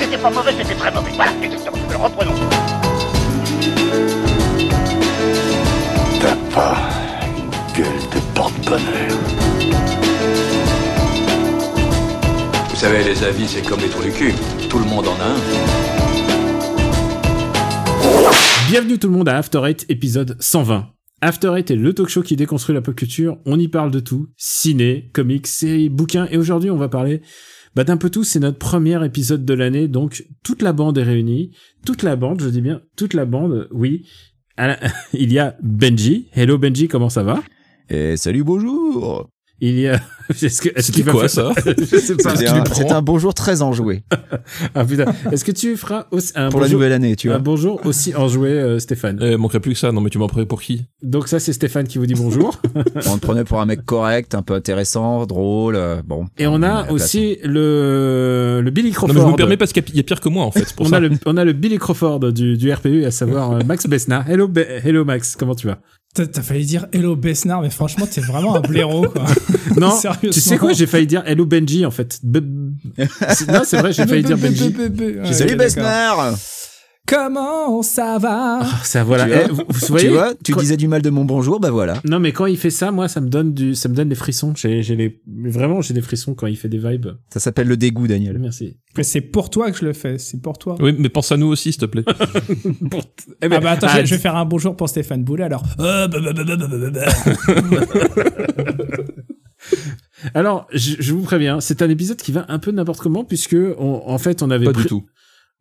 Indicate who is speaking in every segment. Speaker 1: c'était très mauvais. Voilà, exactement. Alors reprenons.
Speaker 2: T'as pas une gueule de porte-bonheur.
Speaker 3: Vous savez, les avis, c'est comme les trous du cul. Tout le monde en a un.
Speaker 4: Bienvenue tout le monde à After Eight, épisode 120. After Eight est le talk show qui déconstruit la pop culture. On y parle de tout. Ciné, comics, séries, bouquins. Et aujourd'hui, on va parler bah, d'un peu tout. C'est notre premier épisode de l'année. Donc, toute la bande est réunie. Toute la bande, je dis bien toute la bande, oui. À la- Il y a Benji. Hello Benji, comment ça va
Speaker 5: Et salut, bonjour
Speaker 4: Il y a... Est-ce que... Est-ce
Speaker 6: C'était
Speaker 4: va
Speaker 6: quoi,
Speaker 4: faire-
Speaker 6: ça
Speaker 4: Je sais pas.
Speaker 5: C'est
Speaker 6: qu'il
Speaker 5: un,
Speaker 6: lui prend
Speaker 5: c'est un bonjour très enjoué
Speaker 4: Ah putain. Est-ce que tu feras aussi un
Speaker 5: pour la
Speaker 4: bonjour...
Speaker 5: nouvelle année, tu
Speaker 4: Un
Speaker 5: vois.
Speaker 4: bonjour aussi enjoué, euh, Stéphane.
Speaker 6: Eh, manquerait plus que ça. Non, mais tu m'en prenais pour qui
Speaker 4: Donc ça, c'est Stéphane qui vous dit bonjour.
Speaker 5: On te prenait pour un mec correct, un peu intéressant, drôle. euh, Bon.
Speaker 4: Et on a
Speaker 5: Ouais,
Speaker 4: aussi le, le Billy
Speaker 6: Non,
Speaker 4: Crawford.
Speaker 6: mais je me permets parce qu'il y a- il y a pire que moi, en fait. c'est Pour
Speaker 4: on,
Speaker 6: ça.
Speaker 4: a le, on a le Billy Crawford du, du RPU, à savoir euh, Max Besna. Hello, Be- hello Max, comment tu vas
Speaker 7: T'as t'as failli dire Hello Besnard, mais franchement, t'es vraiment un blaireau, quoi.
Speaker 4: Non,
Speaker 7: Sérieusement.
Speaker 4: tu sais quoi J'ai failli dire Hello Benji en fait. Be- c'est- non, c'est vrai, j'ai failli dire Benji.
Speaker 5: plateau. Salut, Besnard
Speaker 7: Comment ça va
Speaker 4: Ah, Ça voilà.
Speaker 5: Tu vois
Speaker 4: Eh, vous, vous
Speaker 5: Tu
Speaker 4: voyez
Speaker 5: vois, tu
Speaker 4: quand-
Speaker 5: disais du mal de mon bonjour, bah voilà.
Speaker 4: Non, mais quand il fait ça, moi, ça me donne du, ça me donne des frissons. J'ai, j'ai les, vraiment, j'ai des frissons quand il fait des vibes.
Speaker 5: Ça s'appelle le dégoût, Daniel.
Speaker 4: Merci.
Speaker 7: Mais c'est pour toi que je le fais, c'est pour toi.
Speaker 6: Oui, mais pense à nous aussi, s'il te plaît.
Speaker 4: Eh ben,
Speaker 7: Ah bah attends,
Speaker 4: ah,
Speaker 7: je vais faire un bonjour pour Stéphane Boulet alors. Euh, bah, bah, bah, bah, bah, bah, bah.
Speaker 4: Alors, je, je vous préviens, c'est un épisode qui va un peu n'importe comment puisque, on- en fait, on avait
Speaker 6: Pas
Speaker 4: pré-
Speaker 6: du tout.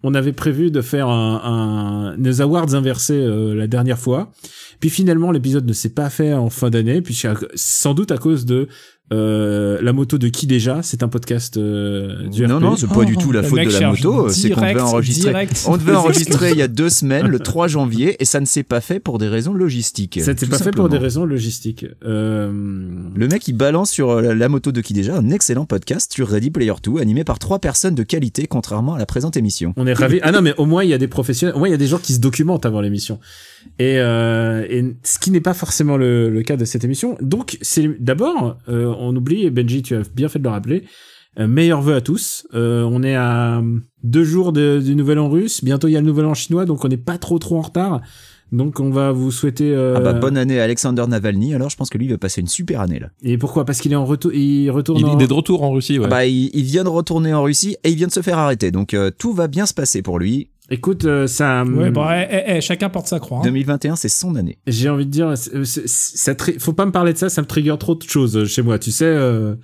Speaker 4: on avait prévu de faire un, un nos awards inversés euh, la dernière fois. Puis finalement, l'épisode ne s'est pas fait en fin d'année. Puis c'est à- sans doute à cause de euh, la moto de qui déjà C'est un podcast euh, du
Speaker 5: Non,
Speaker 4: RP.
Speaker 5: non, c'est pas du tout la
Speaker 7: le
Speaker 5: faute
Speaker 7: mec
Speaker 5: de la
Speaker 7: cherche
Speaker 5: moto, euh, c'est qu'on devait
Speaker 7: direct,
Speaker 5: enregistrer.
Speaker 7: direct.
Speaker 5: On devait enregistrer il y a deux semaines, le 3 janvier, et ça ne s'est pas fait pour des raisons logistiques.
Speaker 4: ça s'est
Speaker 5: tout
Speaker 4: pas fait pour
Speaker 5: simplement.
Speaker 4: des raisons logistiques. Euh,
Speaker 5: Le mec, il balance sur euh, la, la moto de qui déjà un excellent podcast sur Ready Player 2, animé par trois personnes de qualité, contrairement à la présente émission.
Speaker 4: On est ravis. Ah non, mais au moins, il y a des professionnels. Au moins, il y a des gens qui se documentent avant l'émission. Et, euh, et ce qui n'est pas forcément le, le cas de cette émission. Donc, c'est d'abord, euh, on oublie, et Benji, tu as bien fait de le rappeler, euh, meilleurs vœux à tous. Euh, on est à deux jours de- du Nouvel An russe. Bientôt, il y a le Nouvel An chinois, donc on n'est pas trop, trop en retard. Donc, on va vous souhaiter... euh,
Speaker 5: Ah bah bonne année à Alexander Navalny, alors je pense que lui il va passer une super année là.
Speaker 4: Et pourquoi Parce qu'il est en retour... Il retourne
Speaker 6: Il,
Speaker 4: en...
Speaker 6: il est de retour en Russie, ouais.
Speaker 5: Ah bah il, il vient de retourner en Russie et il vient de se faire arrêter, donc euh, tout va bien se passer pour lui.
Speaker 4: Écoute, euh, ça...
Speaker 5: Hmm.
Speaker 7: Ouais, bon, eh, eh, eh, chacun porte sa croix. hein.
Speaker 5: 2021 c'est son année.
Speaker 4: J'ai envie de dire, c'est- euh, c'est- ça tri- faut pas me parler de ça, ça me trigger trop de choses euh, chez moi. Tu sais, euh,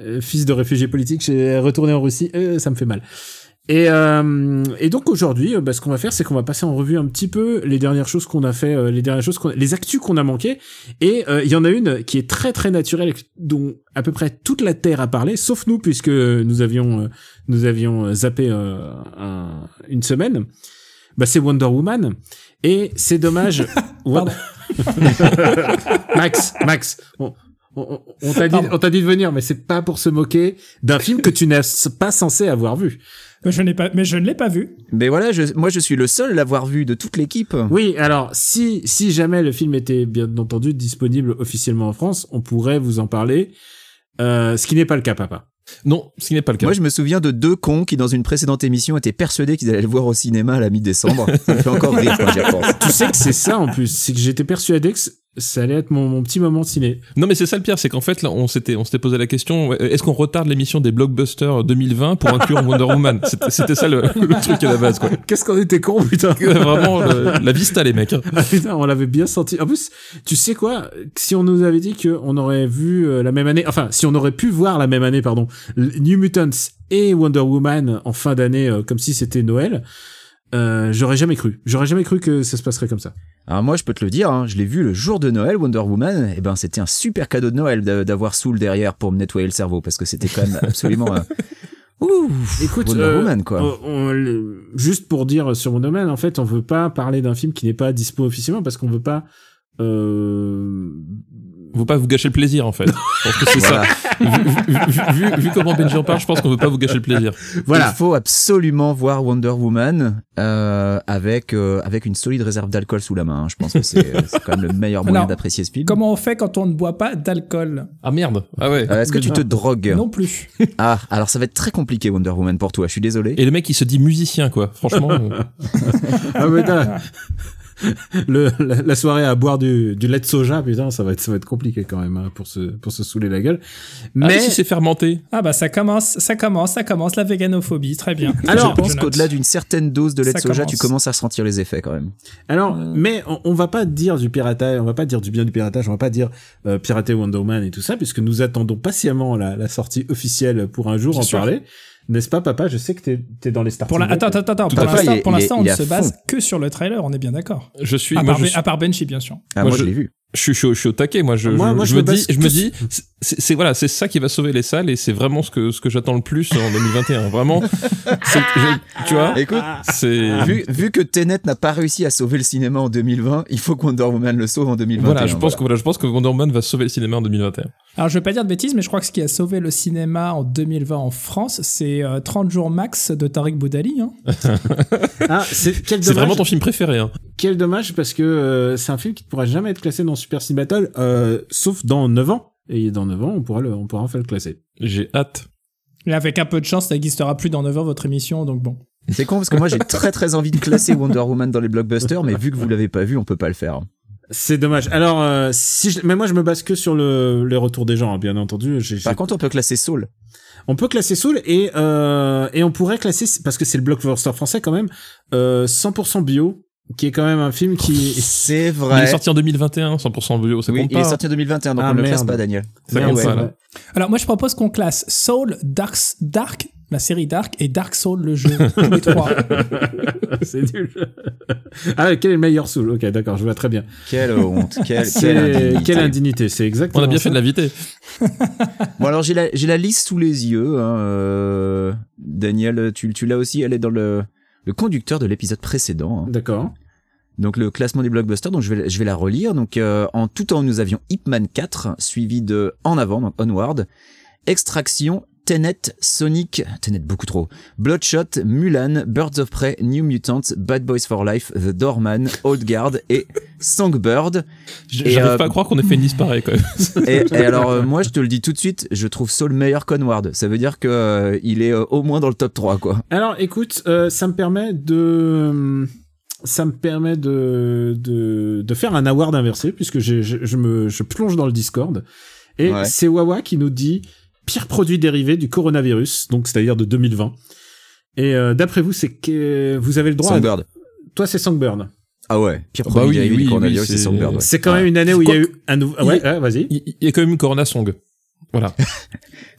Speaker 4: euh, fils de réfugié politique, j'ai retourné en Russie, euh, ça me fait mal. Et, euh, et donc aujourd'hui, euh, bah, ce qu'on va faire, c'est qu'on va passer en revue un petit peu les dernières choses qu'on a fait, euh, les dernières choses, qu'on- les actus qu'on a manquées. Et euh, il y en a une qui est très très naturelle, dont à peu près toute la terre a parlé, sauf nous puisque nous avions euh, nous avions euh, zappé euh, un- une semaine. Bah c'est Wonder Woman. Et c'est dommage. Won- Max, Max, on, on- on- on t'a dit,
Speaker 7: Pardon.
Speaker 4: on t'a dit de venir, mais c'est pas pour se moquer d'un film que tu n'es pas censé avoir vu.
Speaker 7: Mais je n'ai pas, mais je ne l'ai pas vu.
Speaker 5: Mais voilà, je- moi je suis le seul à l'avoir vu de toute l'équipe.
Speaker 4: Oui, alors si si jamais le film était bien entendu disponible officiellement en France, on pourrait vous en parler. Euh, ce qui n'est pas le cas, papa.
Speaker 6: Non, ce qui n'est pas le cas.
Speaker 5: Moi je me souviens de deux cons qui dans une précédente émission étaient persuadés qu'ils allaient le voir au cinéma à la mi-décembre. ça me fait encore rire quand j'y repense.
Speaker 4: Tu sais que c'est ça en plus, c'est que j'étais persuadé que c- ça allait être mon, mon petit moment ciné.
Speaker 6: Non, mais c'est ça le pire, c'est qu'en fait, là, on s'était, on s'était posé la question, ouais, est-ce qu'on retarde l'émission des blockbusters 2020 pour inclure Wonder Woman C'était c'était ça le, le truc à la base, quoi.
Speaker 4: Qu'est-ce qu'on était con, putain.
Speaker 6: Vraiment, le- la vista, les mecs. hein.
Speaker 4: Ah, putain, on l'avait bien senti. En plus, tu sais quoi Si on nous avait dit qu'on aurait vu euh, la même année, enfin, si on aurait pu voir la même année, pardon, l- New Mutants et Wonder Woman en fin d'année, euh, comme si c'était Noël, euh, j'aurais jamais cru. J'aurais jamais cru que ça se passerait comme ça.
Speaker 5: Alors moi, je peux te le dire, hein, je l'ai vu le jour de Noël, Wonder Woman. Et ben, c'était un super cadeau de Noël d'a- d'avoir Soul derrière pour me nettoyer le cerveau, parce que c'était quand même absolument. euh, Ouf,
Speaker 4: Écoute,
Speaker 5: Wonder
Speaker 4: euh,
Speaker 5: Woman, quoi.
Speaker 4: on- on le- juste pour dire sur mon domaine, en fait, on veut pas parler d'un film qui n'est pas dispo officiellement parce qu'on veut pas euh,
Speaker 6: Vous pas vous gâcher le plaisir en fait. Je pense que c'est
Speaker 5: Voilà.
Speaker 6: ça. Vu, vu- vu- vu comment Benji en parle, je pense qu'on veut pas vous gâcher le plaisir.
Speaker 4: Voilà.
Speaker 5: Il faut absolument voir Wonder Woman euh, avec, euh, avec une solide réserve d'alcool sous la main. hein. Je pense que c'est c'est quand même le meilleur moyen
Speaker 7: Alors,
Speaker 5: d'apprécier ce film.
Speaker 7: Comment on fait quand on ne boit pas d'alcool
Speaker 6: Ah merde. Ah ouais.
Speaker 5: Euh, Est-ce que tu te drogues
Speaker 7: Non plus.
Speaker 5: Ah, alors ça va être très compliqué Wonder Woman pour toi, je suis désolé.
Speaker 6: Et le mec, il se dit musicien quoi. Franchement. euh,
Speaker 4: Ah, putain. Le, la, la soirée à boire du, du lait de soja, putain, ça va être, ça va être compliqué quand même hein, pour, se, pour se saouler la gueule.
Speaker 6: ah,
Speaker 4: Mais
Speaker 6: si c'est fermenté.
Speaker 7: Ah bah ça commence, ça commence, ça commence la véganophobie, très bien.
Speaker 4: Alors,
Speaker 5: je pense qu'au-delà d'une certaine dose de lait de
Speaker 7: Ça
Speaker 5: soja,
Speaker 7: commence.
Speaker 5: tu commences à ressentir les effets quand même.
Speaker 4: Alors,
Speaker 6: Euh.
Speaker 4: mais on, on va pas dire du piratage, on va pas dire du bien du piratage, on va pas dire euh, pirater Wonder Woman et tout ça, puisque nous attendons patiemment la, la sortie officielle pour un jour
Speaker 7: Bien
Speaker 4: en
Speaker 7: sûr.
Speaker 4: parler. N'est-ce pas, papa Je sais que t'es es dans les starting
Speaker 7: Pour la,
Speaker 4: blocks.
Speaker 7: attends, attends, attends, pour
Speaker 5: à fait,
Speaker 7: l'instant-
Speaker 5: il est-
Speaker 7: pour
Speaker 5: il est-
Speaker 7: l'instant, on
Speaker 5: il est
Speaker 7: ne
Speaker 5: à
Speaker 7: se base que sur le trailer, on est bien d'accord.
Speaker 6: Je suis.
Speaker 4: Ah,
Speaker 7: À,
Speaker 6: moi,
Speaker 7: part
Speaker 6: je
Speaker 7: Ben-
Speaker 6: suis-
Speaker 7: à part Benji, bien sûr.
Speaker 5: Ah,
Speaker 6: Moi,
Speaker 5: moi, je,
Speaker 6: je-
Speaker 5: l'ai vu.
Speaker 6: je suis, chaud- je suis au taquet, moi. Je,
Speaker 4: Moi-
Speaker 6: je-
Speaker 4: moi,
Speaker 6: je
Speaker 4: je
Speaker 6: me
Speaker 4: me base
Speaker 6: dis, je me
Speaker 4: tous-
Speaker 6: dis, c'est- c'est c'est- voilà, c'est ça qui va sauver les salles et c'est vraiment ce que ce que j'attends le plus en 2021. Vraiment, C'est- je- tu vois,
Speaker 5: Écoute,
Speaker 6: c'est
Speaker 5: Ah, vu, vu que Tenet n'a pas réussi à sauver le cinéma en 2020, il faut que Wonder Woman le sauve en 2021.
Speaker 6: voilà. Je pense que voilà, je pense que Wonder Woman va sauver le cinéma en 2021.
Speaker 7: Alors, je vais pas dire de bêtises, mais je crois que ce qui a sauvé le cinéma en 2020 en France, c'est euh, 30 jours max de Tariq Boudali. hein.
Speaker 4: Ah, c'est- quel
Speaker 6: C'est
Speaker 4: dommage,
Speaker 6: vraiment ton film préféré. Hein.
Speaker 4: quel dommage parce que euh, c'est un film qui ne pourra jamais être classé dans Super Cine Battle, euh, sauf dans 9 ans. Et dans 9 ans, on pourra, le, on pourra enfin le classer.
Speaker 6: J'ai hâte.
Speaker 7: Et avec un peu de chance, ça n'existera plus dans 9 heures votre émission, donc bon.
Speaker 5: C'est con parce que moi j'ai très très envie de classer Wonder Woman dans les blockbusters, mais vu que vous l'avez pas vu, on peut pas le faire.
Speaker 4: C'est dommage. Alors, euh, si je- mais moi, je me base que sur le, les retours des gens, hein, bien entendu. J'ai- j'ai-
Speaker 5: Par contre, on peut classer Soul.
Speaker 4: On peut classer Soul et euh, et on pourrait classer parce que c'est le blockbuster français quand même euh, 100% bio qui est quand même un film qui
Speaker 5: C'est
Speaker 6: Il est
Speaker 5: vrai.
Speaker 6: sorti en 2021, 100% bio, ça
Speaker 5: Oui,
Speaker 6: compte
Speaker 5: il est
Speaker 6: pas.
Speaker 5: sorti en 2021, donc
Speaker 4: Ah,
Speaker 5: on ne le
Speaker 4: merde.
Speaker 5: classe pas, Daniel.
Speaker 6: Ça
Speaker 4: Merde,
Speaker 6: compte
Speaker 4: c'est
Speaker 6: pas, là.
Speaker 4: vrai.
Speaker 7: Alors, moi, je propose qu'on classe Soul, Dark, Dark, la série Dark, et Dark Soul, le jeu. Tous les trois.
Speaker 4: c'est nul. ah quel est le meilleur Soul Ok d'accord, je vois très bien.
Speaker 5: Quelle honte, quelle,
Speaker 4: C'est-
Speaker 5: quelle indignité.
Speaker 4: Quelle indignité, c'est exactement.
Speaker 6: On a bien
Speaker 4: ça.
Speaker 6: fait de l'inviter.
Speaker 5: Bon alors j'ai la, j'ai la liste sous les yeux. hein, euh, Daniel, tu, tu l'as aussi, elle est dans le, le conducteur de l'épisode précédent. hein.
Speaker 4: D'accord.
Speaker 5: Donc le classement des blockbusters, donc je vais, je vais la relire. Donc euh, en tout temps nous avions Ip Man 4, suivi de En avant, donc Onward, Extraction, Tenet, Sonic, Tenet beaucoup trop, Bloodshot, Mulan, Birds of Prey, New Mutants, Bad Boys for Life, The Doorman, Old Guard et Songbird.
Speaker 6: J-
Speaker 5: Et,
Speaker 6: J'arrive
Speaker 5: euh,
Speaker 6: pas à croire qu'on ait fait une liste pareille, quand même.
Speaker 5: Et, et alors, euh, moi, je te le dis tout de suite, je trouve Saul meilleur qu'Onward. Ça veut dire que euh, il est euh, au moins dans le top 3, quoi.
Speaker 4: Alors écoute, euh, ça me permet de euh, ça me permet de de, de faire un award inversé puisque j'ai- je, je me je plonge dans le Discord et
Speaker 5: Ouais.
Speaker 4: c'est Wawa qui nous dit pire produit dérivé du coronavirus donc c'est-à-dire de 2020. Et euh, d'après vous, c'est que vous avez le droit. à-
Speaker 5: Songbird.
Speaker 4: Toi, c'est Songburn.
Speaker 5: Ah ouais, pire
Speaker 6: Bah
Speaker 5: produit
Speaker 6: oui,
Speaker 5: dérivé
Speaker 6: oui,
Speaker 5: du
Speaker 6: oui,
Speaker 5: coronavirus,
Speaker 6: c'est-
Speaker 5: c'est Songbird. ouais.
Speaker 4: C'est quand
Speaker 5: Ah.
Speaker 4: même une année où il y a
Speaker 6: Quoi
Speaker 4: eu un nouveau.
Speaker 6: il-
Speaker 4: Ouais, ouais, vas-y.
Speaker 6: Il, il y a quand même eu Corona Song. Voilà.
Speaker 7: Voilà,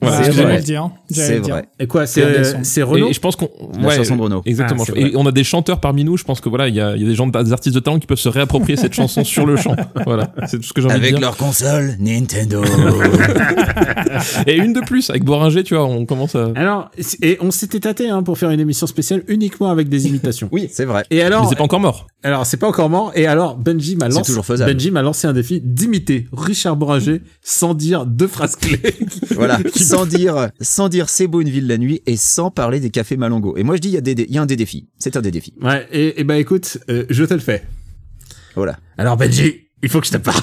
Speaker 6: voilà
Speaker 5: C'est
Speaker 7: j'allais
Speaker 5: vrai.
Speaker 7: le dire. hein, j'allais
Speaker 5: C'est
Speaker 7: le dire.
Speaker 5: vrai.
Speaker 4: Et quoi,
Speaker 7: Il y a des
Speaker 4: c'est
Speaker 7: sons.
Speaker 4: c'est
Speaker 6: Et,
Speaker 4: Renault.
Speaker 6: et je pense qu'on.
Speaker 5: La
Speaker 6: Ouais,
Speaker 5: chanson de Renaud.
Speaker 6: Exactement.
Speaker 4: Ah, c'est
Speaker 6: et on a des chanteurs parmi nous. Je pense que voilà, il y a, il y a des gens, des artistes de talent qui peuvent se réapproprier cette chanson sur le champ. Voilà, c'est tout ce que j'ai envie de
Speaker 5: Avec
Speaker 6: dire.
Speaker 5: leur console Nintendo.
Speaker 6: Et une de plus avec Boringer, tu vois, on commence à.
Speaker 4: Alors, c'est- et on s'était tâté hein, pour faire une émission spéciale uniquement avec des imitations.
Speaker 5: oui, c'est vrai.
Speaker 4: Et
Speaker 6: Mais
Speaker 4: alors,
Speaker 6: c'est pas encore mort.
Speaker 4: Alors, c'est pas encore mort. Et alors, Benji m'a
Speaker 5: C'est
Speaker 4: lancé,
Speaker 5: toujours faisable.
Speaker 4: Benji m'a lancé un défi d'imiter Richard Boranger sans dire deux phrases clés.
Speaker 5: Voilà. sans dire, sans dire c'est beau une ville la nuit et sans parler des cafés Malongo. Et moi, je dis, il y a des, dé- il y a un des défis. C'est un des défis.
Speaker 4: ouais, et, et bah écoute, euh, je te le fais.
Speaker 5: Voilà.
Speaker 4: Alors, Benji, il faut que je te parle.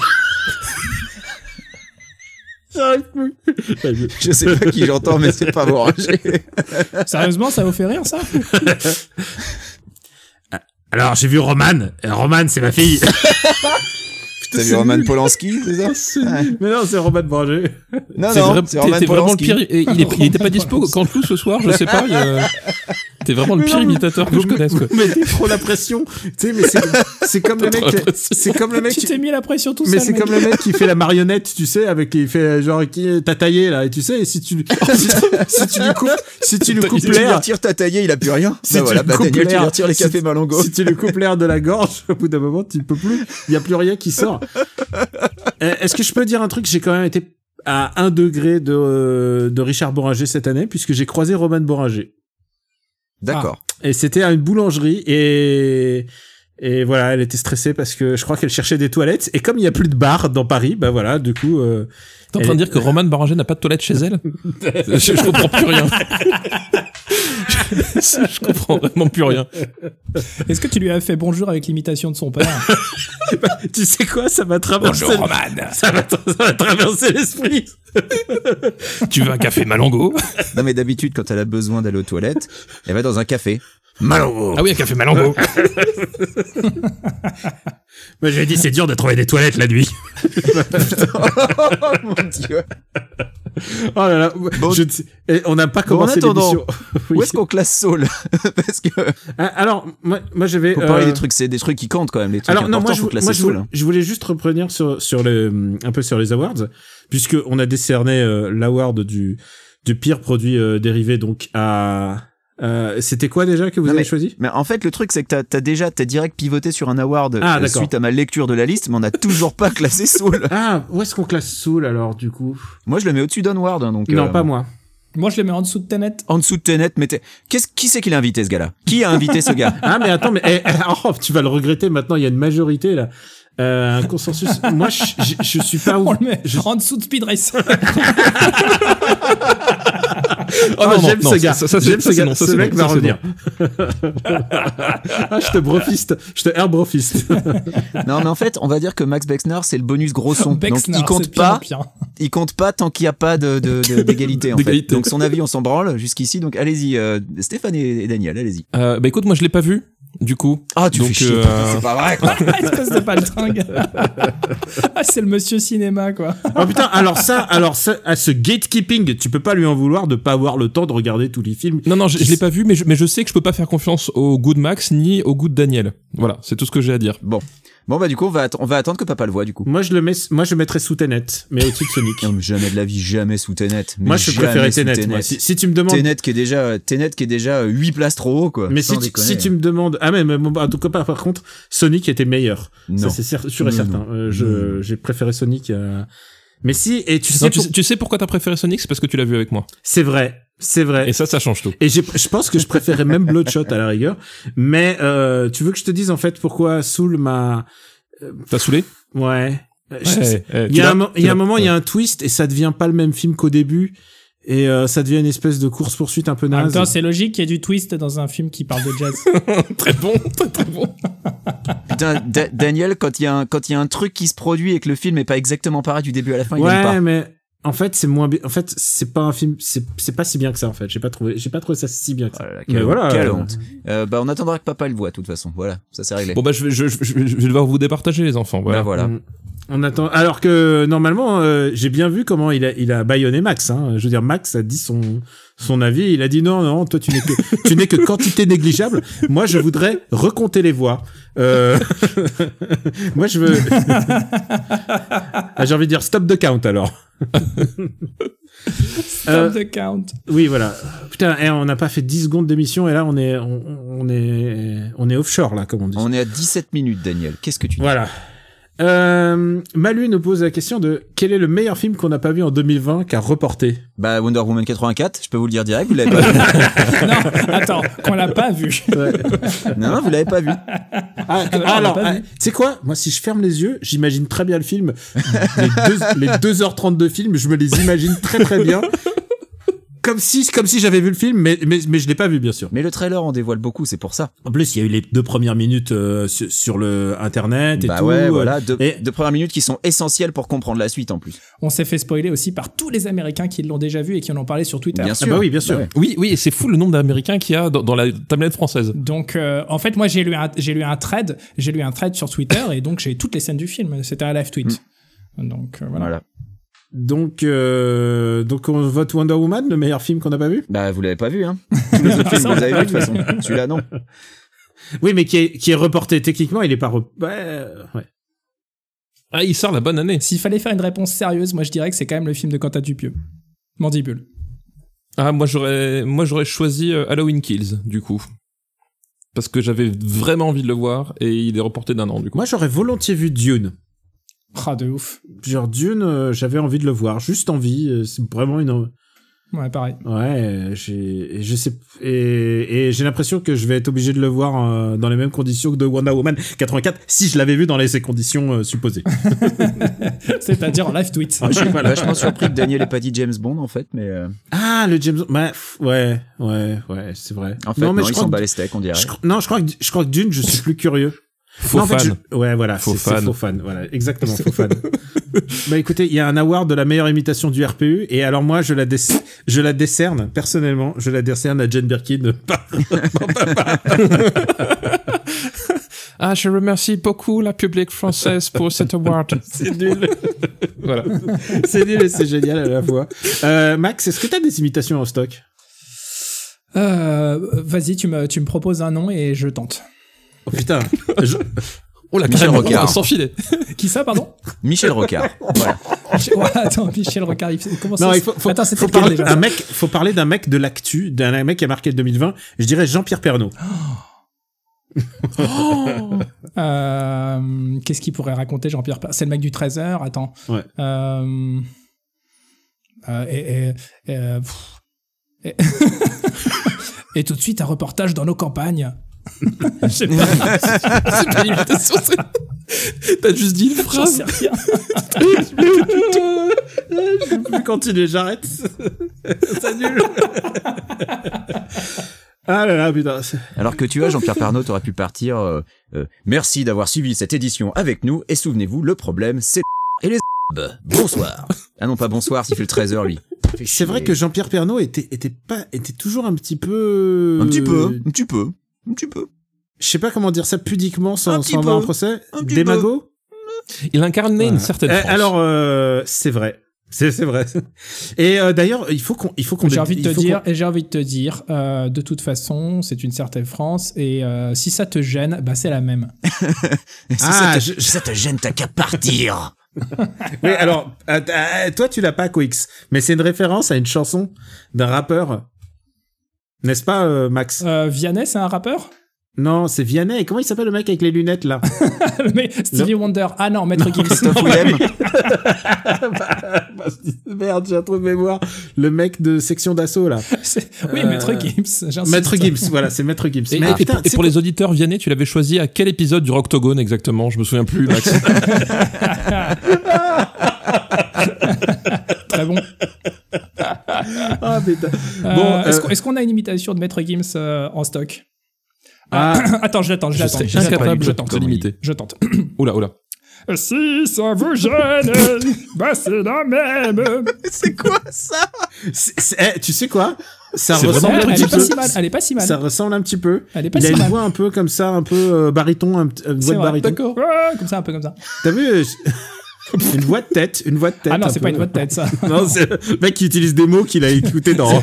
Speaker 4: J'arrive plus.
Speaker 5: Je sais pas qui j'entends, mais c'est pas bon.
Speaker 7: Sérieusement, ça vous fait rire, ça
Speaker 4: Alors, j'ai vu Roman. Euh, Roman, c'est ma fille.
Speaker 5: T'as vu Roman Polanski, c'est ça
Speaker 4: Mais non, c'est Roman Boranger. ah
Speaker 5: Non,
Speaker 6: C'est
Speaker 5: non,
Speaker 6: vrai-
Speaker 5: c'est
Speaker 6: t'es-
Speaker 5: Roman
Speaker 6: t'es vraiment le
Speaker 5: Polanski.
Speaker 6: pire. et il, est- il était pas dispo quand tout ce soir, je sais pas. il y a- T'es vraiment le
Speaker 4: Mais
Speaker 6: pire
Speaker 4: non, mais-
Speaker 7: Ah,
Speaker 6: imitateur que
Speaker 4: Vous
Speaker 6: je
Speaker 4: me-
Speaker 6: connaisse. quoi.
Speaker 4: vous mettez trop la pression. Tu sais, mais c'est, c'est comme le mec,
Speaker 6: Trop la pression.
Speaker 4: c'est comme
Speaker 5: Ah,
Speaker 4: le mec
Speaker 7: Tu
Speaker 4: qui-
Speaker 7: t'es mis la pression tout
Speaker 4: Mais
Speaker 7: seul.
Speaker 4: c'est
Speaker 7: mec.
Speaker 4: comme le mec qui fait la marionnette, tu sais, avec les, il fait euh, genre qui t'as taillé là, et tu sais, et si tu si, si tu lui coupes, si tu lui coupes
Speaker 5: Tu lui
Speaker 4: l'air,
Speaker 5: retires ta taillée, il a plus rien.
Speaker 4: Si
Speaker 5: Bah
Speaker 4: tu
Speaker 5: voilà, bah
Speaker 4: coupes
Speaker 5: Daniel, tu lui
Speaker 4: l'air,
Speaker 5: retires les
Speaker 4: si
Speaker 5: cafés
Speaker 4: tu-
Speaker 5: Malongo.
Speaker 4: si tu lui coupes l'air de la gorge, au bout d'un moment, tu ne peux plus, il y a plus rien qui sort. Euh, Est-ce que je peux dire un truc J'ai quand même été à un degré de euh, de Richard Boranger cette année, puisque j'ai croisé Roman Boranger.
Speaker 5: D'accord.
Speaker 4: Et c'était à une boulangerie et Et voilà, elle était stressée parce que je crois qu'elle cherchait des toilettes. Et comme il n'y a plus de bar dans Paris, bah voilà, du coup, euh,
Speaker 6: T'es en train de dire que Roman Barangé n'a pas de toilette chez elle je, je comprends plus rien. je, je comprends vraiment plus rien.
Speaker 7: Est-ce que tu lui as fait bonjour avec l'imitation de son père
Speaker 4: tu sais quoi, ça m'a traversé.
Speaker 6: Ah,
Speaker 4: Ça m'a tra- ça m'a traversé l'esprit.
Speaker 6: Tu veux un café Malongo
Speaker 5: Non, mais d'habitude, quand elle a besoin d'aller aux toilettes, elle va dans un café.
Speaker 6: Ah oui, un café Malongo.
Speaker 4: Moi, j'ai dit, c'est dur de trouver des toilettes la nuit. Ah
Speaker 5: Oh mon dieu
Speaker 4: Oh là là.
Speaker 5: Bon.
Speaker 4: je ne sais- et on n'a pas commencé
Speaker 5: attendant,
Speaker 4: l'émission. Oui.
Speaker 5: Où est-ce qu'on classe Saul Parce que
Speaker 4: Ah, Alors, moi, moi, je vais.
Speaker 5: pour parler
Speaker 4: euh,
Speaker 5: des trucs, c'est des trucs qui comptent quand même. Les trucs
Speaker 4: Alors non,
Speaker 5: importants,
Speaker 4: moi, je,
Speaker 5: faut classer
Speaker 4: moi, je
Speaker 5: Saul. hein.
Speaker 4: voulais, je voulais juste reprendre sur sur le un peu sur les awards puisque on a décerné euh, l'award du du pire produit euh, dérivé donc à euh, c'était quoi déjà que vous
Speaker 5: Non,
Speaker 4: avez
Speaker 5: mais-
Speaker 4: choisi
Speaker 5: Mais en fait, le truc, c'est que t'as as déjà, t'as direct pivoté sur un award
Speaker 4: Ah,
Speaker 5: euh,
Speaker 4: d'accord.
Speaker 5: suite à ma lecture de la liste, mais on n'a toujours pas classé Saul.
Speaker 4: Ah, où est-ce qu'on classe Soul alors du coup
Speaker 5: Moi, je le mets au-dessus d'Onward, hein, donc.
Speaker 4: Non,
Speaker 5: euh,
Speaker 4: pas moi.
Speaker 7: Moi, je les mets en dessous de Tenet.
Speaker 5: En dessous de Tenet, mais t'es- Qu'est-ce, qui c'est qui l'a invité, ce gars-là Qui a invité ce gars
Speaker 4: Ah mais attends, mais eh, eh, oh, tu vas le regretter maintenant. Il y a une majorité là, Euh, un consensus. moi, je, je, je suis pas
Speaker 7: On
Speaker 4: où.
Speaker 7: le met
Speaker 4: Je-
Speaker 7: en dessous de Speed Race.
Speaker 6: Oh
Speaker 4: Ah,
Speaker 6: non, non,
Speaker 4: j'aime
Speaker 6: non,
Speaker 4: ce gars.
Speaker 6: ça, ça,
Speaker 4: J'aime
Speaker 6: ça,
Speaker 4: ce
Speaker 6: c'est
Speaker 4: gars.
Speaker 6: non, ça,
Speaker 4: ce
Speaker 6: c'est
Speaker 4: mec va
Speaker 6: non, ça, c'est
Speaker 4: revenir. ah, je te brofiste. Je te air brofiste.
Speaker 5: Non, mais en fait, on va dire que Max Bexner, c'est le bonus gros son. Donc,
Speaker 7: Bexnar,
Speaker 5: il compte
Speaker 7: c'est pire en
Speaker 5: pas.
Speaker 7: pire.
Speaker 5: Il compte pas tant qu'il n'y a pas de, de- de- d'égalité, en fait.
Speaker 6: D'égalité.
Speaker 5: Donc, son avis, on s'en branle jusqu'ici. Donc, allez-y, euh, Stéphane et, et Daniel, allez-y.
Speaker 6: Euh, bah écoute, moi je l'ai pas vu, du coup.
Speaker 5: Ah, tu
Speaker 6: Donc,
Speaker 5: fais chier.
Speaker 6: euh,
Speaker 5: putain, C'est pas vrai, quoi.
Speaker 7: Espèce de paltringue. ah, c'est le monsieur cinéma, quoi.
Speaker 4: Oh putain, alors ça, alors ça, à ce gatekeeping, tu peux pas lui en vouloir de pas avoir le temps de regarder tous les films.
Speaker 6: Non, non, je, je l'ai pas vu, mais je, mais je sais que je peux pas faire confiance au goût de Max ni au goût de Daniel. Voilà, c'est tout ce que j'ai à dire.
Speaker 5: Bon, bah, du coup, on va, att- on va attendre que papa le voit, du coup.
Speaker 4: Moi, je le mets, moi, je le mettrais sous Tenet, mais au-dessus de Sonic.
Speaker 5: Non, mais jamais de la vie, jamais sous Tenet. Mais
Speaker 4: moi, je
Speaker 5: jamais
Speaker 4: préférais
Speaker 5: sous
Speaker 4: Tenet. moi. Si, si tu me demandes,
Speaker 5: Tenet qui est déjà Tenet qui est déjà 8 places trop haut quoi.
Speaker 4: mais
Speaker 5: Sans
Speaker 4: si tu,
Speaker 5: déconner.
Speaker 4: si tu me demandes, ah mais, mais bon, en tout cas, par par contre, Sonic était meilleur.
Speaker 5: non.
Speaker 4: Ça, c'est cer- sûr et
Speaker 5: Non,
Speaker 4: certain. Euh, je, j'ai préféré Sonic. euh, Mais si, et tu sais,
Speaker 6: Non, tu,
Speaker 4: pour-
Speaker 6: sais, tu sais pourquoi t'as préféré Sonic C'est parce que tu l'as vu avec moi.
Speaker 4: c'est vrai, c'est vrai.
Speaker 6: Et ça, ça change tout.
Speaker 4: Et j'ai- je pense que je préférais même Bloodshot à la rigueur. Mais euh, tu veux que je te dise en fait pourquoi Soul m'a,
Speaker 6: T'as saoulé
Speaker 4: ouais. Euh, je-
Speaker 6: Ouais, eh,
Speaker 4: Il
Speaker 6: tu
Speaker 4: y a
Speaker 6: l'as-
Speaker 4: un, mo- il
Speaker 6: tu
Speaker 4: y a
Speaker 6: l'as-
Speaker 4: un moment, il y a un twist et ça devient pas le même film qu'au début. Et euh, ça devient une espèce de course-poursuite un peu
Speaker 7: En même
Speaker 4: naze.
Speaker 7: temps, c'est logique qu'il y ait du twist dans un film qui parle de jazz.
Speaker 6: Très bon, très très bon.
Speaker 5: Putain, Da- Daniel quand il y a un quand il y a un truc qui se produit et que le film est pas exactement pareil du début à la fin, il aime
Speaker 4: ouais,
Speaker 5: pas.
Speaker 4: mais en fait, c'est moins bien. En fait, c'est pas un film. C'est c'est pas si bien que ça, en fait. J'ai pas trouvé, j'ai pas trouvé ça si bien que ça.
Speaker 5: Oh là là,
Speaker 4: Mais
Speaker 5: quelle,
Speaker 4: voilà.
Speaker 5: quelle
Speaker 4: euh,
Speaker 5: honte. Euh, bah on attendra que papa le voit de toute façon. Voilà, ça c'est réglé.
Speaker 6: Bon bah je vais, je, je- je vais devoir vous départager les enfants. Voilà.
Speaker 5: Bah, voilà.
Speaker 4: Mm. On attend. Alors que normalement, euh, j'ai bien vu comment il a, il a baïonné Max. Hein. Je veux dire, Max a dit son, son avis. Il a dit non, non, toi tu n'es que, tu n'es que quantité négligeable. Moi, je voudrais recompter les voix. Euh, Moi, je veux. Ah, j'ai envie de dire stop the count alors.
Speaker 7: Stop
Speaker 4: Euh,
Speaker 7: the count.
Speaker 4: Oui, voilà. Putain, eh, on n'a pas fait 10 secondes d'émission et là, on est, on, on est, on est offshore là, comme on dit.
Speaker 5: On est à 17 minutes Daniel. Qu'est-ce que tu dis
Speaker 4: Voilà. Euh, Malu nous pose la question de quel est le meilleur film qu'on n'a pas vu en 2020 qu'à reporter
Speaker 5: Bah Wonder Woman 84, je peux vous le dire direct, vous l'avez pas vu.
Speaker 7: Non, attends, qu'on l'a pas vu.
Speaker 5: non, non, vous l'avez pas vu.
Speaker 4: Ah,
Speaker 7: Ah, on
Speaker 4: alors,
Speaker 7: l'a pas
Speaker 4: ah,
Speaker 7: vu.
Speaker 4: tu sais quoi Moi, si je ferme les yeux, j'imagine très bien le film. Les, deux, les 2h30 de film, je me les imagine très très bien. Comme si, comme si j'avais vu le film, mais, mais, mais je l'ai pas vu, bien sûr.
Speaker 5: Mais le trailer en dévoile beaucoup, c'est pour ça.
Speaker 4: En plus, il y a eu les deux premières minutes euh, sur, sur le internet et
Speaker 5: bah
Speaker 4: tout.
Speaker 5: ouais,
Speaker 4: euh,
Speaker 5: voilà, deux,
Speaker 4: et-
Speaker 5: deux premières minutes qui sont essentielles pour comprendre la suite en plus.
Speaker 7: On s'est fait spoiler aussi par tous les Américains qui l'ont déjà vu et qui en ont parlé sur Twitter.
Speaker 5: Bien
Speaker 4: Ah
Speaker 5: sûr.
Speaker 4: bah oui, bien sûr.
Speaker 5: ouais.
Speaker 6: Oui, oui, et c'est fou le nombre d'Américains qu'il y a dans, dans la tablette française.
Speaker 7: Donc, euh, en fait, moi, j'ai lu un, j'ai lu un thread, j'ai lu un thread sur Twitter et donc j'ai toutes les scènes du film. C'était un live tweet. Donc euh, voilà.
Speaker 5: Voilà.
Speaker 4: Donc, euh, donc on vote Wonder Woman, le meilleur film qu'on n'a pas vu.
Speaker 5: Bah vous l'avez pas vu hein. Tous les autres films vous l'avez vu de toute façon. Celui-là non.
Speaker 4: Oui, mais qui est, qui est reporté techniquement, il est pas. rep- Ouais, euh, ouais.
Speaker 6: Ah, il sort la bonne année.
Speaker 7: S'il fallait faire une réponse sérieuse, moi, je dirais que c'est quand même le film de Quentin Dupieux. Mandibule.
Speaker 6: Ah, moi j'aurais, moi j'aurais choisi euh, Halloween Kills du coup, parce que j'avais vraiment envie de le voir et il est reporté d'un an du coup.
Speaker 4: Moi, j'aurais volontiers vu Dune.
Speaker 7: Ah, de ouf.
Speaker 4: Genre Dune, euh, j'avais envie de le voir, juste envie. euh, c'est vraiment une.
Speaker 7: Ouais, pareil.
Speaker 4: Ouais, j'ai, et je sais, et, et j'ai l'impression que je vais être obligé de le voir euh, dans les mêmes conditions que de Wonder Woman 84, si je l'avais vu dans les, ces conditions euh, supposées.
Speaker 7: C'est-à-dire en live tweet.
Speaker 5: je suis vachement surpris que Daniel ait pas dit James Bond, en fait, mais euh,
Speaker 4: Ah, le James, bah, pff, ouais, ouais, ouais, c'est vrai.
Speaker 5: en fait, non,
Speaker 4: mais
Speaker 5: il
Speaker 4: je crois
Speaker 5: s'en bat
Speaker 4: que-
Speaker 5: les steaks, on dirait.
Speaker 4: je cro- non, je crois que, je crois que d'une, je suis plus curieux.
Speaker 6: Faux
Speaker 4: Non, en
Speaker 6: fan.
Speaker 4: fait, je- Ouais, voilà,
Speaker 6: Faux
Speaker 4: c'est c'est
Speaker 6: fan.
Speaker 4: faux fan. Voilà, exactement, faux fan. bah écoutez, il y a un award de la meilleure imitation du RPU, et alors moi, je la, dé- je la décerne, personnellement, je la décerne à Jane Birkin.
Speaker 6: Ah, je remercie beaucoup la public française pour cet award.
Speaker 4: c'est nul,
Speaker 6: voilà.
Speaker 4: c'est nul et c'est génial à la fois. Euh, Max, est-ce que t'as des imitations en stock
Speaker 7: Euh, Vas-y, tu me, tu me proposes un nom et je tente.
Speaker 4: Oh putain, je-
Speaker 6: Oh la
Speaker 5: Michel Rocard.
Speaker 6: Sans filet.
Speaker 7: Qui ça, pardon
Speaker 5: Michel Rocard. voilà.
Speaker 7: Ouais, Attends, Michel Rocard, il- comment
Speaker 4: non,
Speaker 7: ça
Speaker 4: il faut, faut-
Speaker 7: Attends, c'était
Speaker 4: faut
Speaker 7: lequel
Speaker 4: parler
Speaker 7: déjà
Speaker 4: d'un mec, faut parler d'un mec de l'actu, d'un mec qui a marqué 2020. Je dirais Jean-Pierre Pernaud.
Speaker 7: Euh, Qu'est-ce qu'il pourrait raconter, Jean-Pierre Pernaut C'est le mec du 13h, attends.
Speaker 4: Ouais.
Speaker 7: Euh, euh, et, et- et, euh, pff, et- Et tout de suite, un reportage dans nos campagnes. Je sais pas,
Speaker 6: C'est pas une imitation, c'est- T'as juste dit une
Speaker 7: j'en
Speaker 6: phrase.
Speaker 7: sais rien.
Speaker 4: Je peux plus continuer, j'arrête. C'est nul. ah là là, putain. c'est-
Speaker 5: Alors que tu as, Jean-Pierre Pernaut, t'aurais pu partir. euh, euh, merci d'avoir suivi cette édition avec nous, et souvenez-vous, le problème, c'est et les Bonsoir. Ah non, pas bonsoir, s'il fait le 13h, lui.
Speaker 4: C'est vrai que Jean-Pierre Pernaud était, était pas, était toujours un petit peu.
Speaker 5: Un petit peu, un petit peu, un petit peu.
Speaker 4: Je sais pas comment dire ça pudiquement
Speaker 5: Un
Speaker 4: sans,
Speaker 5: petit
Speaker 4: sans avoir
Speaker 5: peu.
Speaker 4: un procès.
Speaker 5: Un petit
Speaker 4: Démago.
Speaker 6: Il incarnait une certaine
Speaker 4: Euh,
Speaker 6: France.
Speaker 4: alors, euh, c'est vrai. C'est c'est vrai. Et euh, d'ailleurs, il faut qu'on, il faut qu'on.
Speaker 7: J'ai envie de
Speaker 4: il
Speaker 7: te
Speaker 4: faut qu'on-
Speaker 7: dire, et j'ai envie de te dire, euh, de toute façon, c'est une certaine France, et euh, si ça te gêne, bah c'est la même.
Speaker 5: Si
Speaker 4: Ah,
Speaker 5: ça te,
Speaker 4: je- je-
Speaker 5: si ça te gêne, t'as qu'à partir.
Speaker 4: Oui, alors, euh, euh, toi, tu l'as pas, Quix, mais c'est une référence à une chanson d'un rappeur. N'est-ce pas, euh, Max
Speaker 7: Euh, Vianney, c'est un rappeur
Speaker 4: Non, c'est Vianney. Et comment il s'appelle le mec avec les lunettes, là
Speaker 7: Mais Stevie Wonder, ah non, Maître Gims.
Speaker 5: Christophe Willem.
Speaker 4: Bah, Merde, j'ai un trou de mémoire. Le mec de section d'assaut, là.
Speaker 7: C'est- Oui,
Speaker 4: Euh,
Speaker 7: Maître Gims. j'insiste.
Speaker 4: Maître Gims, voilà, c'est Maître Gims.
Speaker 6: Et,
Speaker 4: Mais
Speaker 6: et-
Speaker 4: putain,
Speaker 6: et
Speaker 4: c'est-
Speaker 6: pour les auditeurs, Vianney, tu l'avais choisi à quel épisode du Roctogone exactement Je me souviens plus, Max.
Speaker 7: Très bon.
Speaker 4: Ah, putain.
Speaker 7: Euh,
Speaker 4: Bon,
Speaker 7: est-ce
Speaker 4: euh,
Speaker 7: qu'on- est-ce qu'on a une imitation de Maître Gims euh, en stock
Speaker 4: Ah,
Speaker 7: Attends, je l'attends, je
Speaker 6: Je
Speaker 7: l'attends.
Speaker 6: serais
Speaker 7: je l'attends,
Speaker 6: incapable
Speaker 7: je
Speaker 6: de
Speaker 7: tente.
Speaker 6: l'imiter.
Speaker 7: Je tente.
Speaker 6: Oula, oula.
Speaker 7: Si ça vous gêne, bah c'est la même.
Speaker 4: c'est- c'est- eh, tu sais quoi Ça
Speaker 6: C'est
Speaker 4: ressemble un
Speaker 7: Elle, elle
Speaker 4: petit
Speaker 7: est pas
Speaker 4: peu.
Speaker 7: si mal. Elle est pas si mal.
Speaker 4: Ça ressemble un petit peu.
Speaker 7: Elle est pas
Speaker 4: Il a
Speaker 7: si
Speaker 4: une
Speaker 7: mal.
Speaker 4: voix un peu comme ça, un peu euh, baryton, un p- une voix
Speaker 7: C'est
Speaker 4: de
Speaker 7: vrai,
Speaker 4: baryton.
Speaker 7: D'accord. Ouais, comme ça, un peu comme ça.
Speaker 4: T'as vu euh, je- Une voix de tête, une voix de tête.
Speaker 7: Ah non,
Speaker 4: un
Speaker 7: c'est
Speaker 4: peu.
Speaker 7: pas une voix de tête, ça.
Speaker 4: Non, c'est le mec qui utilise des mots qu'il a écouté dans,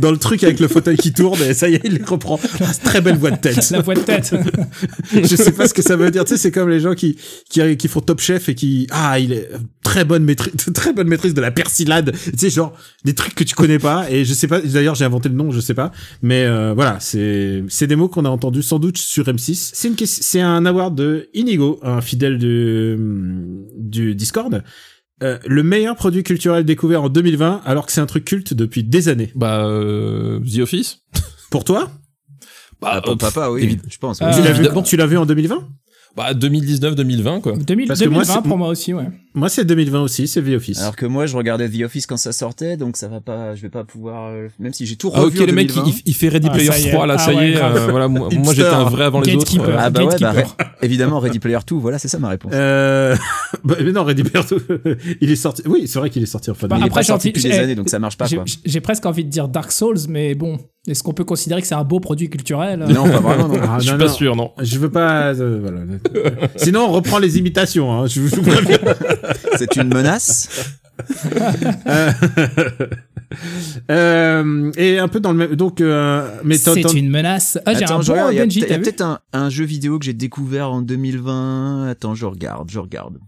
Speaker 4: dans le truc avec le fauteuil qui tourne et ça y est, il les reprend. Ah, c'est très belle voix de tête.
Speaker 7: La voix de tête.
Speaker 4: Je sais pas ce que ça veut dire. Tu sais, c'est comme les gens qui, qui, qui font top chef et qui, ah, il est très bonne maîtrise, très bonne maîtrise de la persillade. Tu sais, genre, des trucs que tu connais pas et je sais pas, d'ailleurs, j'ai inventé le nom, je sais pas. Mais, euh, voilà, c'est, c'est des mots qu'on a entendus sans doute sur M6. C'est une ques- c'est un award de Inigo, un fidèle du, du Discord. Euh, le meilleur produit culturel découvert en 2020, alors que c'est un truc culte depuis des années.
Speaker 6: Bah, euh, The Office
Speaker 4: Pour toi,
Speaker 6: Bah,
Speaker 5: Ah, pour
Speaker 6: euh, pff,
Speaker 5: papa, oui,
Speaker 6: évidemment.
Speaker 5: je pense.
Speaker 7: Euh,
Speaker 5: oui.
Speaker 4: tu l'as vu,
Speaker 6: évidemment.
Speaker 4: tu l'as vu en 2020
Speaker 6: bah 2019-2020, quoi.
Speaker 7: 2000
Speaker 4: Parce que moi,
Speaker 7: 2020
Speaker 4: c'est-
Speaker 7: pour moi aussi, ouais.
Speaker 4: Moi, c'est 2020 aussi, c'est The Office.
Speaker 5: Alors que moi, je regardais The Office quand ça sortait, donc ça va pas, je vais pas pouvoir, euh, même si j'ai tout
Speaker 6: Ah,
Speaker 5: revu
Speaker 6: ok,
Speaker 5: en
Speaker 6: le mec,
Speaker 5: 2020.
Speaker 6: il, il fait Ready
Speaker 7: Ah, ça y
Speaker 6: Player
Speaker 7: est.
Speaker 6: 3, là,
Speaker 7: Ah
Speaker 6: ça y
Speaker 7: ouais,
Speaker 6: est.
Speaker 7: grave.
Speaker 6: euh, voilà, moi, moi,
Speaker 4: Hipster.
Speaker 6: j'étais un vrai avant les autres.
Speaker 7: Gatekeeper.
Speaker 6: euh.
Speaker 5: Ah bah ouais, bah,
Speaker 7: Gatekeeper.
Speaker 5: ré- évidemment, Ready Player 2, voilà, c'est ça ma réponse.
Speaker 4: Euh... bah, mais non, Ready Player 2, il est sorti. Oui, c'est vrai qu'il est sorti en fin
Speaker 7: Bah,
Speaker 5: il
Speaker 4: d'année.
Speaker 5: est
Speaker 7: après,
Speaker 5: pas
Speaker 7: j'ai
Speaker 5: sorti
Speaker 7: envie-
Speaker 5: depuis des
Speaker 7: j'ai-
Speaker 5: années, donc ça marche pas,
Speaker 7: J'ai-
Speaker 5: quoi.
Speaker 7: J'ai presque envie de dire Dark Souls, mais bon, est-ce qu'on peut considérer que c'est un beau produit culturel euh,
Speaker 5: Non, pas vraiment, non.
Speaker 4: Ah, non,
Speaker 6: Je suis pas
Speaker 4: non,
Speaker 6: sûr, non.
Speaker 4: Je veux pas. euh, voilà. Sinon, on reprend les imitations. Hein. Je vous je vous préviens.
Speaker 5: C'est une menace.
Speaker 4: Euh, euh, et un peu dans le même. Donc, euh, mais t'en-
Speaker 7: C'est
Speaker 4: t'en-
Speaker 7: une menace. Ah, j'ai un
Speaker 5: Attends, je
Speaker 7: bon
Speaker 5: regarde, il y a
Speaker 7: Benji,
Speaker 5: peut-être- il y
Speaker 7: t'as
Speaker 5: a
Speaker 7: vu
Speaker 5: peut-être un, un jeu vidéo que j'ai découvert en 2020. Attends, je regarde, je regarde.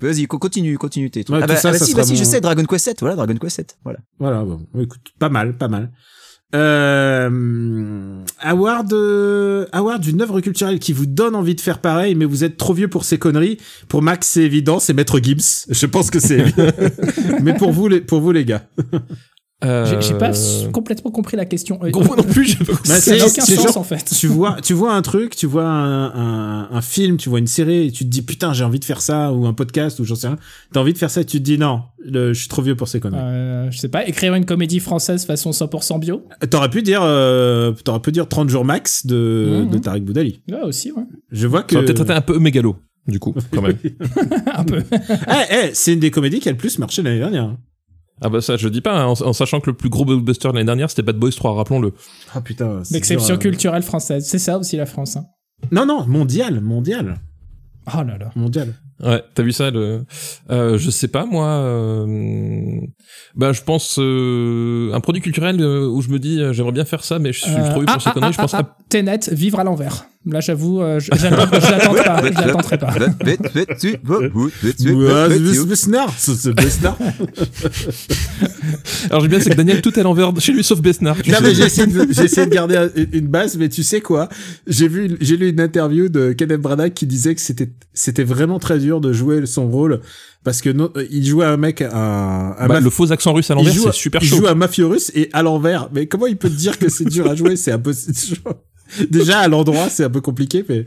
Speaker 5: Vas-y, co- continue, continue tes trucs.
Speaker 4: Ouais,
Speaker 5: ah
Speaker 4: tout
Speaker 5: bah,
Speaker 4: ça,
Speaker 5: ah bah
Speaker 4: ça
Speaker 5: si,
Speaker 4: sera
Speaker 5: bah si, je
Speaker 4: mon-
Speaker 5: sais, Dragon Quest 7, voilà, Dragon Quest 7, voilà.
Speaker 4: Voilà. Bon, écoute, pas mal, pas mal. Euh, award, euh, award d'une œuvre culturelle qui vous donne envie de faire pareil, mais vous êtes trop vieux pour ces conneries. Pour Max, c'est évident, c'est Maître Gibbs. Je pense que c'est. évident. mais pour vous, les, pour vous les gars.
Speaker 6: Euh,
Speaker 7: J'ai j'ai pas s- complètement compris la question. Euh,
Speaker 6: Gros non plus, j'ai pas compris.
Speaker 4: Bah,
Speaker 7: Ça
Speaker 4: c'est-
Speaker 7: n'a aucun
Speaker 4: c'est
Speaker 7: sens
Speaker 4: genre-
Speaker 7: en fait.
Speaker 4: tu vois, tu vois un truc, tu vois un, un- un film, tu vois une série, et tu te dis putain, j'ai envie de faire ça, ou un podcast, ou j'en sais rien. T'as envie de faire ça, et tu te dis non, le- je suis trop vieux pour ces conneries.
Speaker 7: Euh, je sais pas, écrire une comédie française façon 100% bio
Speaker 4: T'aurais pu dire, euh, t'aurais pu dire 30 jours max de,
Speaker 7: Mhm.
Speaker 4: de Tariq Boudali.
Speaker 7: Là aussi, ouais.
Speaker 4: Je vois que.
Speaker 6: Ça aurait peut-être été un peu mégalo, du coup, quand même.
Speaker 7: Un peu.
Speaker 4: Eh, eh, c'est une des comédies qui a le plus marché l'année dernière.
Speaker 6: ah bah ça, je dis pas, hein, en, en sachant que le plus gros blockbuster de l'année dernière, c'était Bad Boys 3, rappelons-le.
Speaker 4: Ah putain. c'est
Speaker 7: L'exception
Speaker 4: dur, euh.
Speaker 7: culturelle française. C'est ça aussi la France. hein.
Speaker 4: Non, non, mondial, mondial,
Speaker 7: Oh là là.
Speaker 4: mondial.
Speaker 6: Ouais, t'as vu ça le... euh, Je sais pas, moi... euh, Bah, je pense... euh, Un produit culturel euh, où je me dis, euh, j'aimerais bien faire ça, mais je suis
Speaker 7: Euh,
Speaker 6: trop vieux
Speaker 7: ah,
Speaker 6: pour ces
Speaker 7: ah,
Speaker 6: conneries,
Speaker 7: ah,
Speaker 6: je pense...
Speaker 7: ah,
Speaker 6: à-
Speaker 7: ah, Tenet, vivre à l'envers. Là, j'avoue, euh, je, j'attends- je l'attends pas. Je l'attendrai pas.
Speaker 4: Ouais, c'est- c'est- c'est Besnard, c'est- c'est Besnard.
Speaker 6: Alors, j'ai bien, c'est que Daniel, tout est à l'envers de- chez lui, sauf Besnard. tu
Speaker 4: Non,
Speaker 6: sais.
Speaker 4: mais j'essaie de, j'essaie de garder un- une base, mais tu sais quoi J'ai vu, j'ai lu une interview de Kenneth Branagh qui disait que c'était, c'était vraiment très dur de jouer son rôle parce que non, euh, il jouait un mec, un, un
Speaker 6: Bah,
Speaker 4: maf-
Speaker 6: le faux accent russe à
Speaker 4: Ah, il
Speaker 6: l'envers,
Speaker 4: joue,
Speaker 6: c'est super
Speaker 4: il
Speaker 6: chaud.
Speaker 4: joue un mafieux russe et à l'envers. Mais comment il peut te dire que c'est dur à jouer C'est impossible. Déjà à l'endroit, c'est un peu compliqué, mais.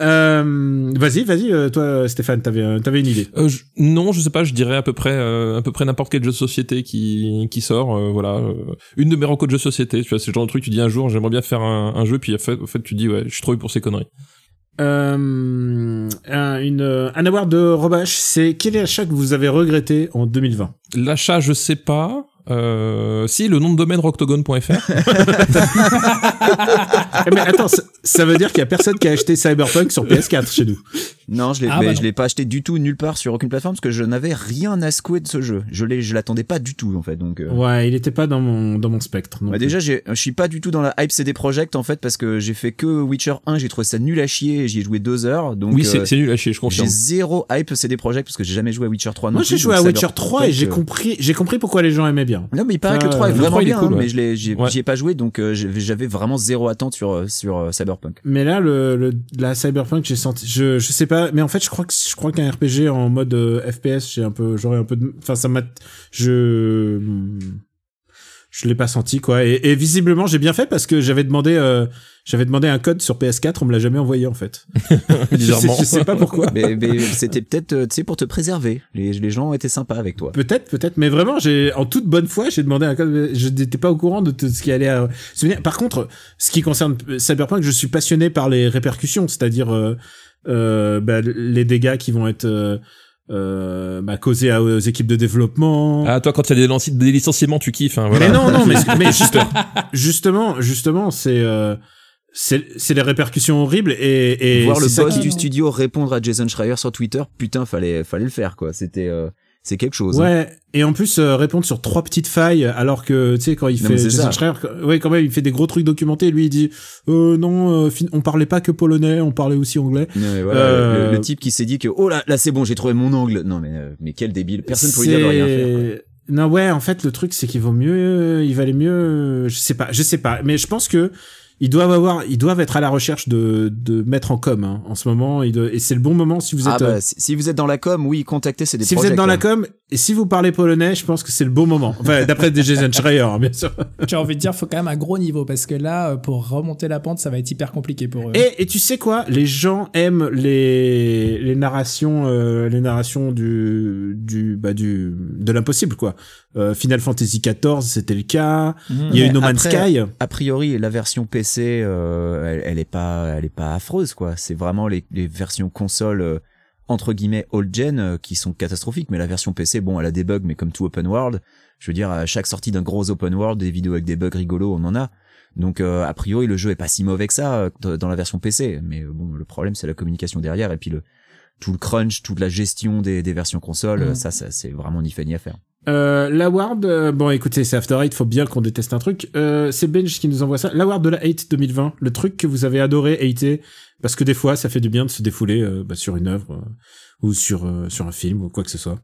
Speaker 4: Euh, vas-y, vas-y, euh, toi, Stéphane, t'avais, euh, t'avais une idée.
Speaker 6: Euh, je- non, je sais pas, je dirais à peu près euh, à peu près n'importe quel jeu de société qui qui sort euh, voilà, euh, une de mes recos de jeux de société, tu vois, c'est le genre de truc tu dis un jour j'aimerais bien faire un, un jeu puis en fait, en fait, tu dis ouais, je suis trop eu pour ces conneries.
Speaker 4: Euh, un, une, euh, un award de Robache, c'est quel est l'achat que vous avez regretté en 2020
Speaker 6: L'achat, je sais pas. Euh, si le nom de domaine roctogone.fr
Speaker 4: Eh, mais attends, ça, ça veut dire qu'il y a personne qui a acheté Cyberpunk sur PS4 chez nous.
Speaker 5: Non, je l'ai,
Speaker 7: Ah,
Speaker 5: mais
Speaker 7: bah
Speaker 5: je
Speaker 7: non.
Speaker 5: l'ai pas acheté du tout nulle part sur aucune plateforme parce que je n'avais rien à secouer de ce jeu. Je l'ai, je l'attendais pas du tout en fait. Donc, euh,
Speaker 4: Ouais, il était pas dans mon dans mon spectre. non
Speaker 5: bah,
Speaker 4: plus.
Speaker 5: déjà, j'ai- je suis pas du tout dans la hype CD Project en fait parce que j'ai fait que Witcher 1, j'ai trouvé ça nul à chier, et j'y ai joué deux heures. Donc,
Speaker 6: Oui,
Speaker 5: euh,
Speaker 6: c'est c'est nul à chier, je confirme.
Speaker 5: j'ai zéro hype CD Project parce que j'ai jamais joué à Witcher 3. non
Speaker 4: Moi, j'ai
Speaker 5: plus,
Speaker 4: joué
Speaker 5: donc
Speaker 4: à
Speaker 5: ça
Speaker 4: Witcher
Speaker 5: leur-
Speaker 4: 3 et j'ai
Speaker 5: euh,
Speaker 4: compris j'ai compris pourquoi les gens aimaient bien.
Speaker 5: Non, mais il paraît que le
Speaker 4: Ça,
Speaker 5: 3 est
Speaker 4: le
Speaker 5: vraiment
Speaker 6: 3, il est
Speaker 5: bien,
Speaker 6: cool,
Speaker 5: hein,
Speaker 6: ouais.
Speaker 5: mais je l'ai, j'y ai,
Speaker 6: Ouais.
Speaker 5: j'y ai pas joué donc euh, j'ai- j'avais vraiment zéro attente sur euh, sur euh, Cyberpunk.
Speaker 4: Mais là, le, le la Cyberpunk, j'ai senti, je je sais pas, mais en fait, je crois que je crois qu'un RPG en mode euh, FPS, j'ai un peu, j'aurais un peu, de- enfin, ça m'a, je je l'ai pas senti quoi. Et, et visiblement, j'ai bien fait parce que j'avais demandé euh, j'avais demandé un code sur PS4, on me l'a jamais envoyé en fait. je, sais,
Speaker 6: Bizarrement.
Speaker 4: je sais pas pourquoi.
Speaker 5: mais, mais c'était peut-être euh, tu sais pour te préserver. Les, les gens étaient sympas avec toi.
Speaker 4: Peut-être, peut-être, mais vraiment, j'ai en toute bonne foi, j'ai demandé un code. Je n'étais pas au courant de tout ce qui allait. À... se venir. Par contre, ce qui concerne euh, Cyberpunk, je suis passionné par les répercussions, c'est-à-dire euh, euh, bah, les dégâts qui vont être euh, euh, bah, causés à- aux équipes de développement.
Speaker 6: Ah toi quand il y a des, lanci- des licenciements, tu kiffes hein, voilà.
Speaker 4: Mais non, non, mais, mais juste- justement, justement, c'est euh, c'est c'est les répercussions horribles et, et
Speaker 5: voir
Speaker 4: c'est
Speaker 5: le
Speaker 4: ça
Speaker 5: boss
Speaker 4: qui-
Speaker 5: du studio répondre à Jason Schreier sur Twitter, putain, fallait, fallait le faire, quoi. C'était, euh, c'est quelque chose. hein.
Speaker 4: Ouais, et en plus euh, répondre sur trois petites failles, alors que tu sais quand il
Speaker 5: Non,
Speaker 4: fait
Speaker 5: mais c'est
Speaker 4: Jason
Speaker 5: ça.
Speaker 4: Schreier, que- ouais quand même il fait des gros trucs documentés, lui il dit euh, non, euh, fin- on parlait pas que polonais, on parlait aussi anglais.
Speaker 5: Non, mais voilà,
Speaker 4: Euh,
Speaker 5: le, le type qui s'est dit que, oh là, là, c'est bon, j'ai trouvé mon angle. Non, mais, euh, mais quel débile. Personne pour lui dire de rien faire. quoi.
Speaker 4: C'est- Non ouais, en fait le truc c'est qu'il vaut mieux, il valait mieux, je sais pas, je sais pas, mais je pense que ils doivent avoir, ils doivent être à la recherche de de mettre en com hein, en ce moment ils doivent- et c'est le bon moment si vous êtes
Speaker 5: Ah
Speaker 4: euh,
Speaker 5: bah, si, si vous êtes dans la com, oui, contactez, c'est des
Speaker 4: si vous êtes dans la
Speaker 5: projects,
Speaker 4: com et si vous parlez polonais, je pense que c'est le bon moment. Enfin, d'après des Jason Schreier, hein, bien sûr.
Speaker 7: J'ai envie de dire, faut quand même un gros niveau parce que là, euh, pour remonter la pente, ça va être hyper compliqué pour eux.
Speaker 4: Et, et tu sais quoi Les gens aiment les, les narrations, euh, les narrations du, du, bah, du, de l'impossible, quoi. Euh, Final Fantasy XIV, c'était le cas.
Speaker 7: Mmh.
Speaker 4: Il y a eu
Speaker 5: Mhm. Mais
Speaker 4: No Man's
Speaker 5: après-
Speaker 4: Sky.
Speaker 5: hein. A priori, la version PC, euh, elle, elle est pas, elle est pas affreuse, quoi. C'est vraiment les, les versions console, euh, entre guillemets, old gen, euh, qui sont catastrophiques. Mais la version PC, bon, elle a des bugs, mais comme tout open world, je veux dire, à chaque sortie d'un gros open world, des vidéos avec des bugs rigolos, on en a. Donc, euh, a priori, le jeu est pas si mauvais que ça euh, dans- dans la version PC. Mais euh, bon, le problème, c'est la communication derrière et puis le tout le crunch, toute la gestion des, des versions consoles,
Speaker 7: Mhm.
Speaker 5: euh, ça, ça c'est vraiment ni fait ni à faire.
Speaker 4: Euh, L'award, euh, bon, écoutez, c'est After Eight, faut bien qu'on déteste un truc. Euh, c'est Benj qui nous envoie ça. L'award de la hate 2020, le truc que vous avez adoré hater, parce que des fois, ça fait du bien de se défouler euh, bah, sur une œuvre euh, ou sur euh, sur un film ou quoi que ce soit.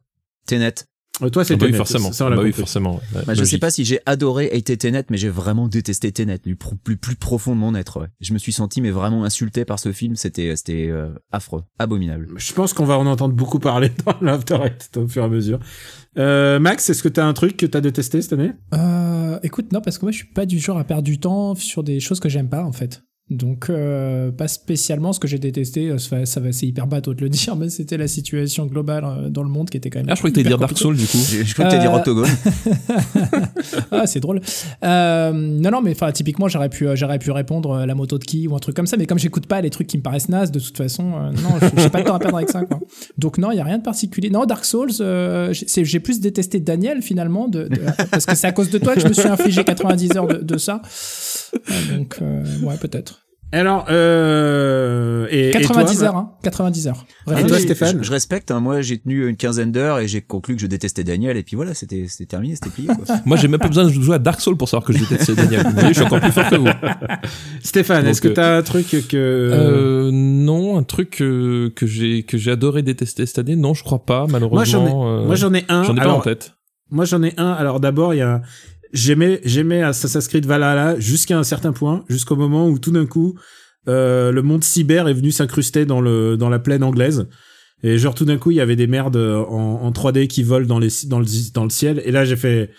Speaker 5: Tenet,
Speaker 4: Euh, Toi, c'est
Speaker 6: Ah bah oui,
Speaker 4: Tenet,
Speaker 6: forcément.
Speaker 4: ça, on l'a
Speaker 6: Bah oui,
Speaker 4: compris.
Speaker 6: forcément. ouais.
Speaker 5: Bah, je sais
Speaker 6: Logique.
Speaker 5: pas si j'ai adoré hater Tenet, mais j'ai vraiment détesté Tenet du pro- plus, plus profond de mon être. ouais. Je me suis senti mais vraiment insulté par ce film. C'était c'était euh, affreux, abominable.
Speaker 4: Je pense qu'on va en entendre beaucoup parler dans l'After Eight au fur et à mesure. Euh, Max, est-ce que t'as un truc que t'as détesté cette année
Speaker 7: Euh, écoute, non, parce que moi, je suis pas du genre à perdre du temps sur des choses que j'aime pas, en fait. Donc, euh, pas spécialement ce que j'ai détesté, euh, ça, va- ça va, c'est hyper bateau de le dire, mais c'était la situation globale euh, dans le monde qui était quand même.
Speaker 6: Ah, je crois que t'allais
Speaker 7: hyper
Speaker 6: dire Dark
Speaker 7: compliquée.
Speaker 6: Souls, du coup.
Speaker 5: Je, je crois que t'as dit
Speaker 7: Euh,
Speaker 5: Octogone.
Speaker 7: ah, c'est drôle. Euh, non, non, mais enfin, typiquement, j'aurais pu, euh, j'aurais pu répondre euh, la moto de qui ou un truc comme ça, mais comme j'écoute pas les trucs qui me paraissent nazes, de toute façon, euh, non, j'ai- j'ai pas le temps à perdre avec ça, quoi. Donc, non, il y a rien de particulier. Non, Dark Souls, euh, j'ai c'est- j'ai plus détesté Daniel, finalement, de, de- parce que c'est à cause de toi que je me suis infligé 90 heures de, de ça. Euh, donc, euh, ouais, peut-être.
Speaker 4: Alors, euh, et, et toi,
Speaker 7: 90
Speaker 4: Ma-
Speaker 7: heures, hein. 90 heures.
Speaker 4: Et
Speaker 5: Ah,
Speaker 4: toi,
Speaker 5: je-
Speaker 4: Stéphane
Speaker 5: je, je respecte. hein. moi, j'ai tenu une quinzaine d'heures et j'ai conclu que je détestais Daniel. Et puis voilà, c'était c'était terminé, c'était plié. quoi.
Speaker 6: Moi, j'ai même pas besoin de jouer à Dark Souls pour savoir que je déteste Daniel. Vous voyez, je suis encore plus fort que vous.
Speaker 4: Euh, Stéphane,
Speaker 6: Donc,
Speaker 4: est-ce que
Speaker 6: euh,
Speaker 4: t'as un truc que
Speaker 6: Euh, non, un truc euh, que j'ai que j'ai adoré détester cette année. Non, je crois
Speaker 4: Moi
Speaker 6: pas,
Speaker 4: j'en ai,
Speaker 6: malheureusement. euh,
Speaker 4: moi j'en ai un.
Speaker 6: j'en ai pas
Speaker 4: Alors,
Speaker 6: en tête.
Speaker 4: Moi j'en ai un. Alors d'abord il y a j'aimais j'aimais Assassin's Creed Valhalla jusqu'à un certain point, jusqu'au moment où tout d'un coup euh, le monde cyber est venu s'incruster dans le dans la plaine anglaise. Et genre tout d'un coup il y avait des merdes euh, en, en 3D qui volent dans les dans le dans le ciel. Et là j'ai fait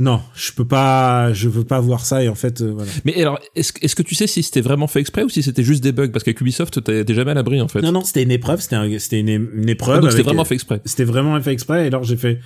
Speaker 4: non, je peux pas, je veux pas voir ça. Et en fait euh, voilà.
Speaker 6: Mais alors, est-ce que- est-ce que tu sais si c'était vraiment fait exprès ou si c'était juste des bugs Parce qu'avec Ubisoft, t'es t'es jamais à l'abri en fait.
Speaker 4: Non non c'était une épreuve, c'était un- c'était une, une
Speaker 6: Ah,
Speaker 4: épreuve.
Speaker 6: donc c'était
Speaker 4: avec-
Speaker 6: vraiment fait exprès.
Speaker 4: c'était vraiment fait exprès et alors j'ai fait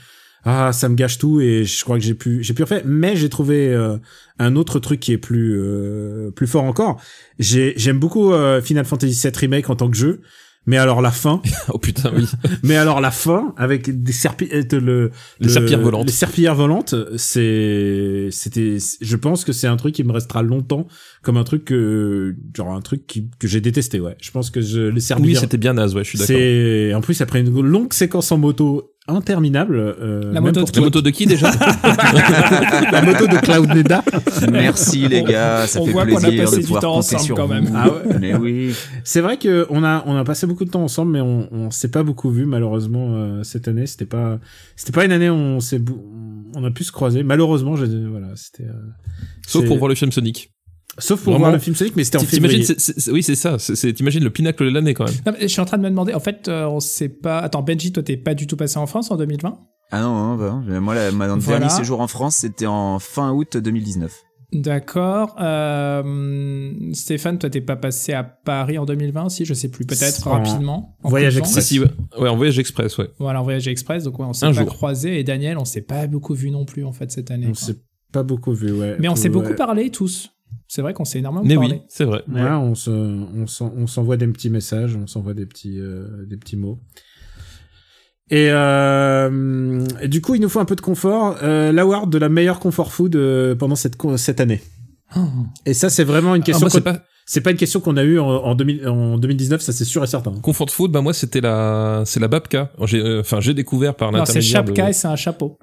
Speaker 4: ah ça me gâche tout et je crois que j'ai pu j'ai pu refaire mais j'ai trouvé euh, un autre truc qui est plus euh, plus fort encore j'ai j'aime beaucoup euh, Final Fantasy VII remake en tant que jeu mais alors la fin
Speaker 6: Oh putain, oui.
Speaker 4: mais alors la fin avec des serpi euh, le
Speaker 6: Les
Speaker 4: le-
Speaker 6: serpillères volantes.
Speaker 4: les serpillères volantes c'est c'était je pense que c'est un truc qui me restera longtemps comme un truc que genre un truc qui, que j'ai détesté ouais je pense que je les
Speaker 6: Oui,
Speaker 4: serpillères
Speaker 6: c'était bien naze, ouais, je suis d'accord.
Speaker 4: Ah, c'est en plus après une longue séquence en moto interminable. euh,
Speaker 7: La
Speaker 4: même
Speaker 7: moto
Speaker 4: pour
Speaker 7: de
Speaker 6: La
Speaker 4: toi.
Speaker 6: moto de qui déjà
Speaker 4: la moto de Cloud Neda.
Speaker 5: Merci les gars, ça
Speaker 7: on
Speaker 5: fait
Speaker 7: voit qu'on a
Speaker 5: plaisir
Speaker 7: passé
Speaker 5: de
Speaker 7: du
Speaker 5: pouvoir
Speaker 7: temps
Speaker 5: compter
Speaker 7: ensemble
Speaker 5: sur
Speaker 7: quand
Speaker 5: vous.
Speaker 7: même.
Speaker 4: Ah ouais.
Speaker 5: Mais oui.
Speaker 4: C'est vrai que on a on a passé beaucoup de temps ensemble, mais on on s'est pas beaucoup vu malheureusement euh, cette année. C'était pas c'était pas une année où on s'est bou- on a pu se croiser. Malheureusement, j'ai voilà c'était euh,
Speaker 6: Sauf
Speaker 4: c'est-
Speaker 6: pour voir le film Sonic.
Speaker 4: sauf pour
Speaker 6: Vraiment.
Speaker 4: voir le film Sonic, mais c'était en
Speaker 6: T'imagines,
Speaker 4: février.
Speaker 6: c'est- c'est- c'est- oui, c'est ça. c'est- c'est- T'imagines le pinacle de l'année quand même.
Speaker 7: Non, mais je suis en train de me demander, en fait, euh, on sait pas. Attends, Benji, toi, t'es pas du tout passé en France en 2020
Speaker 5: Ah non, non, bah, non. moi, la, mon
Speaker 7: Voilà.
Speaker 5: dernier séjour en France, c'était en fin août 2019.
Speaker 7: D'accord. Euh, Stéphane, toi, t'es pas passé à Paris en 2020, si je sais plus, peut-être
Speaker 4: En
Speaker 7: rapidement. en
Speaker 4: voyage
Speaker 7: coup de vent.
Speaker 4: express.
Speaker 6: Si, si, ouais, Ouais, en voyage express, ouais.
Speaker 7: Voilà, en voyage express. Donc, ouais, on s'est
Speaker 6: Un
Speaker 7: pas
Speaker 6: jour.
Speaker 7: croisé. Et Daniel, on s'est pas beaucoup vu non plus, en fait, cette année.
Speaker 4: On
Speaker 7: quoi.
Speaker 4: s'est pas beaucoup vu, ouais.
Speaker 7: Mais on s'est
Speaker 4: Ouais.
Speaker 7: beaucoup parlé tous. C'est vrai qu'on s'est énormément
Speaker 6: Mais
Speaker 7: parlé.
Speaker 6: oui, c'est vrai.
Speaker 4: Ouais, on se on s'en- on s'envoie des petits messages, on s'envoie des petits euh, des petits mots. Et, euh, et du coup, il nous faut un peu de confort. Euh, L'award de la meilleure comfort food euh, pendant cette co- cette année. Et ça, c'est vraiment une
Speaker 6: Ah,
Speaker 4: question.
Speaker 6: moi, c'est
Speaker 4: qu'on-
Speaker 6: pas
Speaker 4: C'est pas une question qu'on a eue en, en, 2000 en 2019, ça c'est sûr et certain.
Speaker 6: Comfort Food, bah moi c'était la, c'est la Babka. J'ai, euh, enfin j'ai découvert par
Speaker 7: Non, c'est
Speaker 6: l'intermédiaire. de-
Speaker 7: Chapka et c'est un chapeau.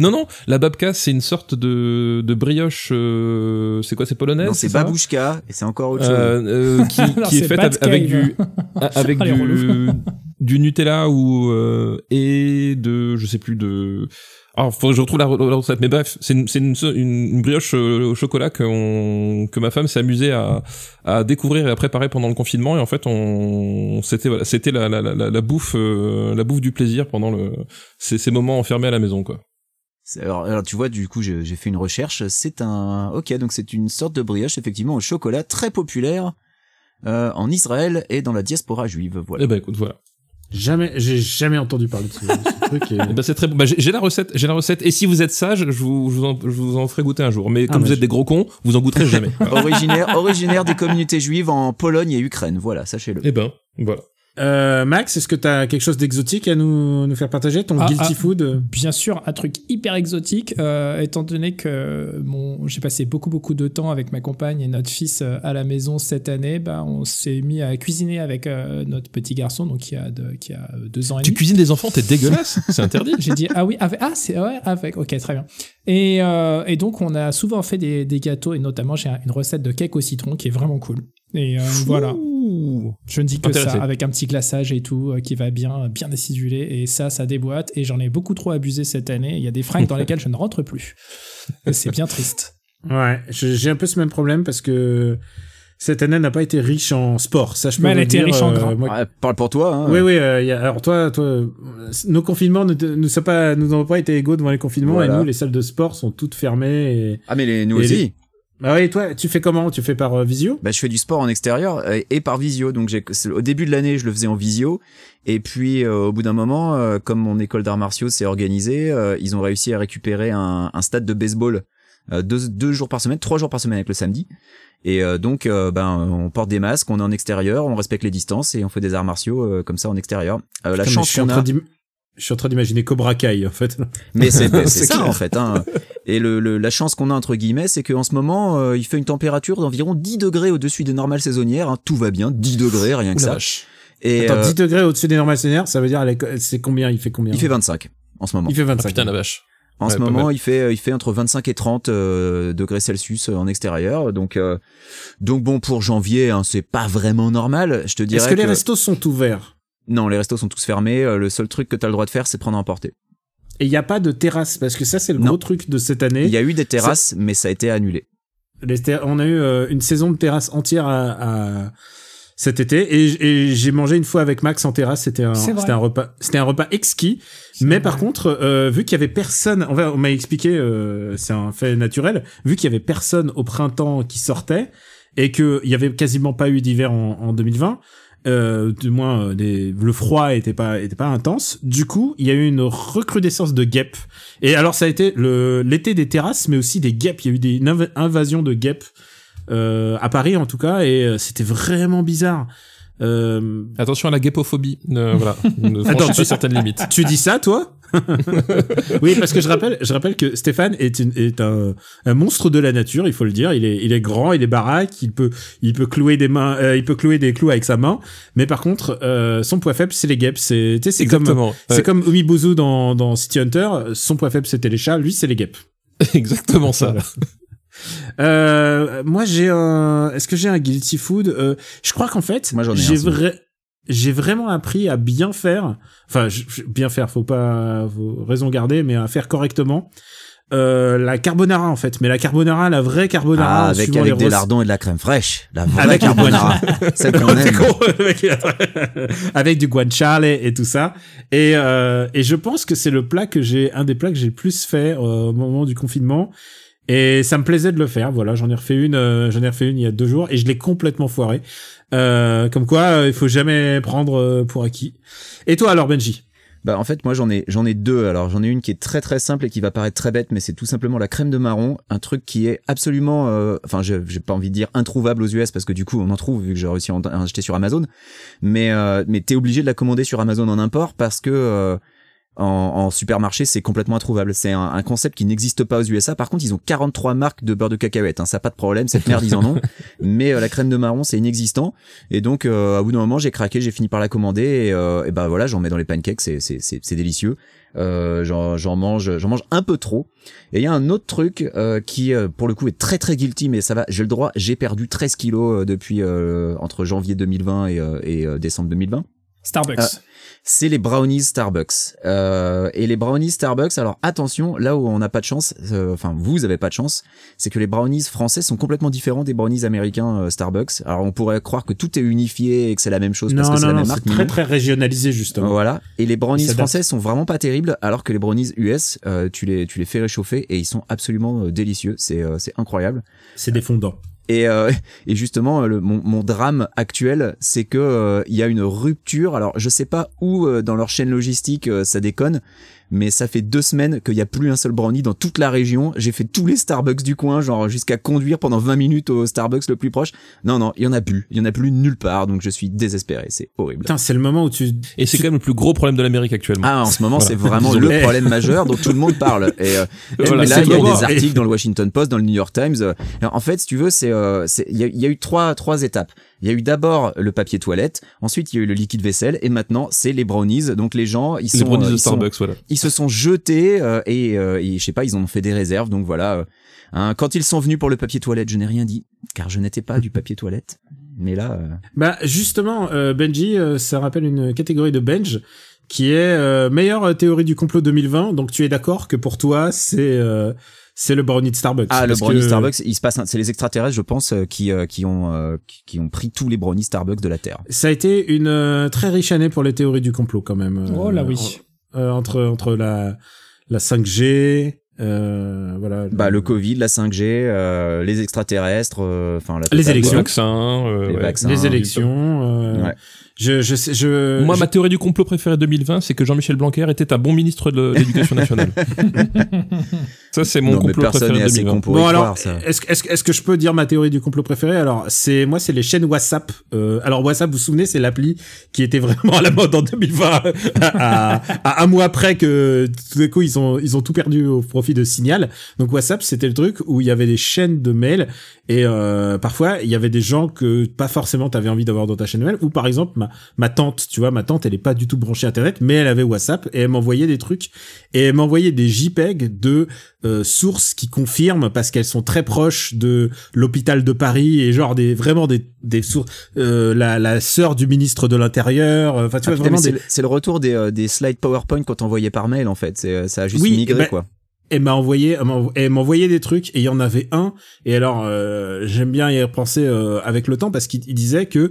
Speaker 6: Non non, la Babka c'est une sorte de, de brioche. euh, c'est quoi, c'est polonaise
Speaker 5: non, c'est
Speaker 6: ça
Speaker 5: Babouchka, et c'est encore autre chose.
Speaker 6: Euh, euh, qui,
Speaker 7: Alors,
Speaker 6: qui est
Speaker 7: c'est
Speaker 6: faite
Speaker 7: Batcave.
Speaker 6: av- avec du avec
Speaker 7: Ah, les
Speaker 6: du, du Nutella ou euh, et de je sais plus de ah faut que je retrouve la, re- la recette mais bref c'est une, c'est une, so- une- une brioche euh, au chocolat que que ma femme s'est amusée à à découvrir et à préparer pendant le confinement et en fait on c'était voilà, c'était la, la, la, la- la bouffe euh, la bouffe du plaisir pendant le ces, ces moments enfermés à la maison quoi
Speaker 5: C'est- Alors, alors, tu vois, du coup, j'ai j'ai fait une recherche. C'est un, ok, donc c'est une sorte de brioche effectivement au chocolat très populaire euh, en Israël et dans la diaspora juive. Voilà.
Speaker 6: et ben écoute voilà
Speaker 4: Jamais, j'ai jamais entendu parler de ce, ce truc. et-
Speaker 6: Eh ben, c'est très bon. Bah, j'ai j'ai la recette, j'ai la recette. Et si vous êtes sage, je vous, je vous, en, je vous en ferai goûter un jour. Mais
Speaker 4: Ah,
Speaker 6: comme
Speaker 4: mais
Speaker 6: vous êtes
Speaker 4: je-
Speaker 6: des gros cons, vous en goûterez jamais.
Speaker 5: originaire, originaire des communautés juives en Pologne et Ukraine. Voilà, sachez-le.
Speaker 6: Eh ben, voilà.
Speaker 4: Euh, Max, est-ce que t'as quelque chose d'exotique à nous, nous faire partager Ton
Speaker 7: Ah,
Speaker 4: guilty
Speaker 7: ah.
Speaker 4: food euh?
Speaker 7: Bien sûr, un truc hyper exotique, euh, étant donné que mon, j'ai passé beaucoup beaucoup de temps avec ma compagne et notre fils euh, à la maison cette année. Bah, on s'est mis à cuisiner avec euh, notre petit garçon, donc qui a deux- qui a euh, deux ans et
Speaker 6: Tu
Speaker 7: demi.
Speaker 6: cuisines des enfants, t'es dégueulasse. C'est interdit.
Speaker 7: J'ai dit ah oui avec ah c'est ouais avec ok très bien et, euh, et donc on a souvent fait des, des gâteaux et notamment j'ai un- une recette de cake au citron qui est vraiment cool et euh, voilà
Speaker 6: Ouh.
Speaker 7: Je ne dis que
Speaker 6: Intéressé.
Speaker 7: ça, avec un petit glaçage et tout, euh, qui va bien, bien acidulé. Et ça, ça déboîte. Et j'en ai beaucoup trop abusé cette année. Il y a des fringues dans lesquelles je ne rentre plus. Et C'est bien triste.
Speaker 4: Ouais, je- j'ai un peu ce même problème parce que cette année n'a pas été riche en sport. Ça, je peux
Speaker 7: Mais elle
Speaker 4: vous
Speaker 7: a été
Speaker 4: dire, euh,
Speaker 7: riche en gras.
Speaker 4: moi-
Speaker 5: Ah, parle pour toi. Hein.
Speaker 4: Oui, oui. euh, il y a- alors toi, toi, euh, nos confinements, ne te- nous sommes pas, nous n'avons pas été égaux devant les confinements
Speaker 5: Voilà.
Speaker 4: et nous, les salles de sport sont toutes fermées. Et...
Speaker 5: Ah mais les, nous
Speaker 4: Et
Speaker 5: aussi.
Speaker 4: les- Ah oui, toi, tu fais comment Tu fais par euh, visio
Speaker 5: Bah, je fais du sport en extérieur euh, et par visio. Donc, j'ai- c'est- au début de l'année, je le faisais en visio. Et puis, euh, au bout d'un moment, euh, comme mon école d'arts martiaux s'est organisée, euh, ils ont réussi à récupérer un, un stade de baseball euh, deux, deux jours par semaine, trois jours par semaine avec le samedi. Et euh, donc, euh, ben, on porte des masques, on est en extérieur, on respecte les distances et on fait des arts martiaux euh, comme ça en extérieur. Euh,
Speaker 4: Putain,
Speaker 5: la
Speaker 4: mais je
Speaker 5: chance
Speaker 4: suis en
Speaker 5: qu'on a.
Speaker 4: train d'im- Je suis en train d'imaginer Cobra Kai en fait.
Speaker 5: Mais c'est c'est
Speaker 4: C'est
Speaker 5: ça
Speaker 4: clair.
Speaker 5: en fait. Hein. Et le, le- la chance qu'on a entre guillemets, c'est qu'en ce moment, euh, il fait une température d'environ 10 degrés au-dessus des normales saisonnières. hein. Tout va bien, 10 degrés, rien que
Speaker 4: Oula
Speaker 5: ça.
Speaker 4: vache.
Speaker 6: Ah,
Speaker 5: Et
Speaker 4: Attends,
Speaker 5: euh,
Speaker 4: 10 degrés au-dessus des normales saisonnières, ça veut dire elle est- c'est combien Il fait combien
Speaker 5: il fait 25 en ce moment.
Speaker 4: Il fait
Speaker 6: Ah,
Speaker 4: 25.
Speaker 6: putain, la vache.
Speaker 5: En
Speaker 6: ouais,
Speaker 5: ce
Speaker 6: pas
Speaker 5: moment, il fait, euh, il fait entre 25 et 30 euh, degrés Celsius en extérieur. Donc, euh, donc bon, pour janvier, hein, c'est pas vraiment normal. Je te
Speaker 4: Est-ce
Speaker 5: dirais
Speaker 4: que, les restos sont ouverts
Speaker 5: non, les restos sont tous fermés. Euh, Le seul truc que t'as le droit de faire, c'est prendre à emporter.
Speaker 4: Et il n'y a pas de terrasse parce que ça c'est le
Speaker 5: Non.
Speaker 4: gros truc de cette année.
Speaker 5: Il y a eu des terrasses, mais ça a été annulé.
Speaker 4: Les ter- on a eu euh, une saison de terrasse entière à, à- cet été et, j- et j'ai mangé une fois avec Max en terrasse. C'était un,
Speaker 7: C'est vrai.
Speaker 4: c'était un repas, c'était un repas exquis. Mais par contre, euh, vu qu'il y avait personne, on, va- on m'a expliqué, euh, c'est un fait naturel, vu qu'il y avait personne au printemps qui sortait et que il y avait quasiment pas eu d'hiver en, en 2020. Euh, du moins euh, des- le froid était pas était pas intense du coup il y a eu une recrudescence de guêpes et alors ça a été le l'été des terrasses mais aussi des guêpes il y a eu des, une inv- invasion de guêpes euh, à Paris en tout cas et euh, c'était vraiment bizarre euh,
Speaker 6: Attention à la guépophobie. Euh, voilà. Ne
Speaker 4: Attends,
Speaker 6: franchis pas
Speaker 4: tu-
Speaker 6: certaines limites.
Speaker 4: tu dis ça, toi Oui, parce que je rappelle, je rappelle que Stéphane est, une- est un, un monstre de la nature, il faut le dire. Il est, il est grand, il est baraque, il peut, il peut clouer des mains, euh, il peut clouer des clous avec sa main. Mais par contre, euh, son point faible, c'est les guêpes. C'est, tu sais, c'est comme,
Speaker 6: Exactement. Euh,
Speaker 4: c'est
Speaker 6: Ouais.
Speaker 4: comme Umibozu dans, dans City Hunter. Son point faible, c'était les chats. Lui, c'est les guêpes.
Speaker 6: Exactement ça.
Speaker 4: Voilà. Euh, moi, j'ai un. Est-ce que j'ai un guilty food Euh, Je crois qu'en fait,
Speaker 5: Moi, j'en ai un,
Speaker 4: j'ai
Speaker 5: sinon.
Speaker 4: vrai- j'ai vraiment appris à bien faire. Enfin, je- je- bien faire, faut pas faut raison garder, mais à faire correctement. Euh, la carbonara en fait, mais la carbonara, la vraie carbonara
Speaker 5: Ah, avec,
Speaker 4: suivant
Speaker 5: avec
Speaker 4: les
Speaker 5: des
Speaker 4: recettes-
Speaker 5: lardons et de la crème fraîche. La vraie
Speaker 4: Avec un
Speaker 5: carbonara. Celle qu'on
Speaker 4: T'es
Speaker 5: aime.
Speaker 4: con, mec. euh, avec du guanciale et tout ça. Et, euh, et je pense que c'est le plat que j'ai, un des plats que j'ai le plus fait euh, au moment du confinement. Et ça me plaisait de le faire. Voilà, j'en ai refait une, euh, j'en ai refait une il y a deux jours et je l'ai complètement foiré. Euh, comme quoi, euh, il faut jamais prendre euh, pour acquis. Et toi alors, Benji
Speaker 5: Bah en fait moi j'en ai j'en ai deux alors j'en ai une qui est très très simple et qui va paraître très bête mais c'est tout simplement la crème de marron un truc qui est absolument euh, enfin j'ai j'ai pas envie de dire introuvable aux US parce que du coup on en trouve vu que j'ai réussi à en à en acheter sur Amazon mais euh, mais t'es obligé de la commander sur Amazon en import parce que euh, en, en supermarché, c'est complètement introuvable. C'est un, un concept qui n'existe pas aux USA. Par contre, ils ont 43 marques de beurre de cacahuète. Hein. Ça, pas de problème. Cette merde, ils en ont. Mais euh, la crème de marron, c'est inexistant. Et donc, euh, à bout d'un moment, j'ai craqué. J'ai fini par la commander. Et, euh, et ben voilà, j'en mets dans les pancakes. C'est, c'est, c'est, c'est délicieux. Euh, j'en, j'en mange, j'en mange un peu trop. Et il y a un autre truc euh, qui, euh, pour le coup, est très très guilty. Mais ça va, j'ai le droit. J'ai perdu 13 kilos euh, depuis euh, entre janvier 2020 et, euh, et euh, décembre 2020
Speaker 7: Starbucks.
Speaker 5: Ah. c'est les brownies Starbucks. Euh, et les brownies Starbucks, alors attention, là où on n'a pas de chance, euh, enfin vous avez pas de chance, c'est que les brownies français sont complètement différents des brownies américains euh, Starbucks. Alors on pourrait croire que tout est unifié et que c'est la même chose parce que c'est la même marque.
Speaker 4: c'est
Speaker 5: mais
Speaker 4: très
Speaker 5: non.
Speaker 4: très régionalisé justement.
Speaker 5: Voilà. Et les
Speaker 4: Ils
Speaker 5: brownies
Speaker 4: s'adaptent.
Speaker 5: français sont vraiment pas terribles, alors que les brownies US, euh, tu les tu les fais réchauffer et ils sont absolument euh, délicieux. C'est euh, c'est incroyable.
Speaker 4: C'est des fondants.
Speaker 5: Et, euh, et justement, le, mon, mon drame actuel, c'est que euh, il y a une rupture. Alors, je sais pas où euh, dans leur chaîne logistique euh, ça déconne, mais ça fait deux semaines qu'il n'y a plus un seul brownie dans toute la région. J'ai fait tous les Starbucks du coin, genre jusqu'à conduire pendant 20 minutes au Starbucks le plus proche. Non, non, il y en a plus. Il y en a plus nulle part. Donc, je suis désespéré. C'est horrible.
Speaker 4: Putain, c'est le moment où tu.
Speaker 6: Et c'est quand même le plus gros problème de l'amérique actuellement.
Speaker 5: Ah, en ce moment,
Speaker 6: Voilà.
Speaker 5: c'est vraiment le
Speaker 4: Désolé.
Speaker 5: problème majeur dont tout le monde parle. Et, euh, et
Speaker 6: Voilà,
Speaker 5: là,
Speaker 6: c'est
Speaker 5: il y a
Speaker 6: le
Speaker 5: eu
Speaker 6: moment.
Speaker 5: des articles dans le Washington Post, dans le New York Times. euh, alors, en fait, si tu veux, c'est, euh, c'est- il y, a- il y a eu trois, trois étapes. Il y a eu d'abord le papier toilette, ensuite il y a eu le liquide vaisselle, et maintenant c'est les brownies. Donc les gens, ils
Speaker 6: Les
Speaker 5: sont,
Speaker 6: brownies
Speaker 5: euh,
Speaker 6: de
Speaker 5: ils, sont-
Speaker 6: Starbucks, voilà.
Speaker 5: ils se sont jetés euh, et, euh, et je sais pas, ils en ont fait des réserves. Donc voilà. euh, hein, quand ils sont venus pour le papier toilette, je n'ai rien dit car je n'étais pas du papier toilette. Mais là, euh,
Speaker 4: Bah justement, euh, Benji, euh, ça rappelle une catégorie de bench qui est euh, meilleure théorie du complot 2020. Donc tu es d'accord que pour toi c'est euh, c'est le brownie de Starbucks.
Speaker 5: ah le
Speaker 4: Parce
Speaker 5: brownie
Speaker 4: que-
Speaker 5: Starbucks, il se passe, un- c'est les extraterrestres, je pense, euh, qui euh, qui ont euh, qui, qui ont pris tous les brownies Starbucks de la Terre.
Speaker 4: Ça a été une euh, très riche année pour les théories du complot quand même. Euh,
Speaker 7: Oh là oui.
Speaker 4: en- euh, entre entre la la 5G, euh, voilà.
Speaker 5: Bah le Covid, la 5G, euh, les extraterrestres, euh, enfin la
Speaker 4: Les
Speaker 5: totale,
Speaker 4: élections.
Speaker 5: quoi.
Speaker 6: vaccins, euh,
Speaker 5: Les
Speaker 6: ouais.
Speaker 5: vaccins.
Speaker 4: les élections. euh,
Speaker 5: Ouais.
Speaker 4: Je je sais- je. Euh,
Speaker 6: Moi,
Speaker 4: je-
Speaker 6: ma théorie du complot préférée 2020, c'est que Jean-Michel Blanquer était un bon ministre de l'éducation nationale. ça, c'est mon
Speaker 5: non, mais
Speaker 6: complot
Speaker 5: personne
Speaker 6: préféré
Speaker 5: n'est
Speaker 6: de
Speaker 5: assez
Speaker 6: 2020.
Speaker 5: con pour y
Speaker 4: Bon alors,
Speaker 5: croire, ça.
Speaker 4: est-ce que- est-ce que- est-ce que je peux dire ma théorie du complot préférée Alors c'est moi, c'est les chaînes WhatsApp. Euh, alors WhatsApp, vous vous souvenez, c'est l'appli qui était vraiment à la mode en 2020, à, à un mois après que tout d'un coup ils ont ils ont tout perdu au profit de Signal. Donc WhatsApp, c'était le truc où il y avait des chaînes de mails et euh, parfois il y avait des gens que pas forcément t'avais envie d'avoir dans ta chaîne de mail. Ou par exemple ma ma tante, tu vois, ma tante, elle est pas du tout branchée internet, mais elle avait WhatsApp et elle m'envoyait des trucs et elle m'envoyait des JPEG de euh, sources qui confirment parce qu'elles sont très proches de l'hôpital de Paris et genre des vraiment des des sources euh, la la sœur du ministre de l'intérieur euh, enfin tu
Speaker 5: Ah,
Speaker 4: vois
Speaker 5: putain,
Speaker 4: vraiment
Speaker 5: mais C'est
Speaker 4: des,
Speaker 5: le- c'est le retour des, euh, des slides PowerPoint quand on voyait par mail en fait. C'est- euh, Ça a juste
Speaker 4: Oui,
Speaker 5: migré
Speaker 4: ben,
Speaker 5: quoi.
Speaker 4: elle m'a envoyé elle m'envo- elle m'envoyait des trucs et il y en avait un et alors euh, j'aime bien y repenser euh, avec le temps parce qu'il il disait que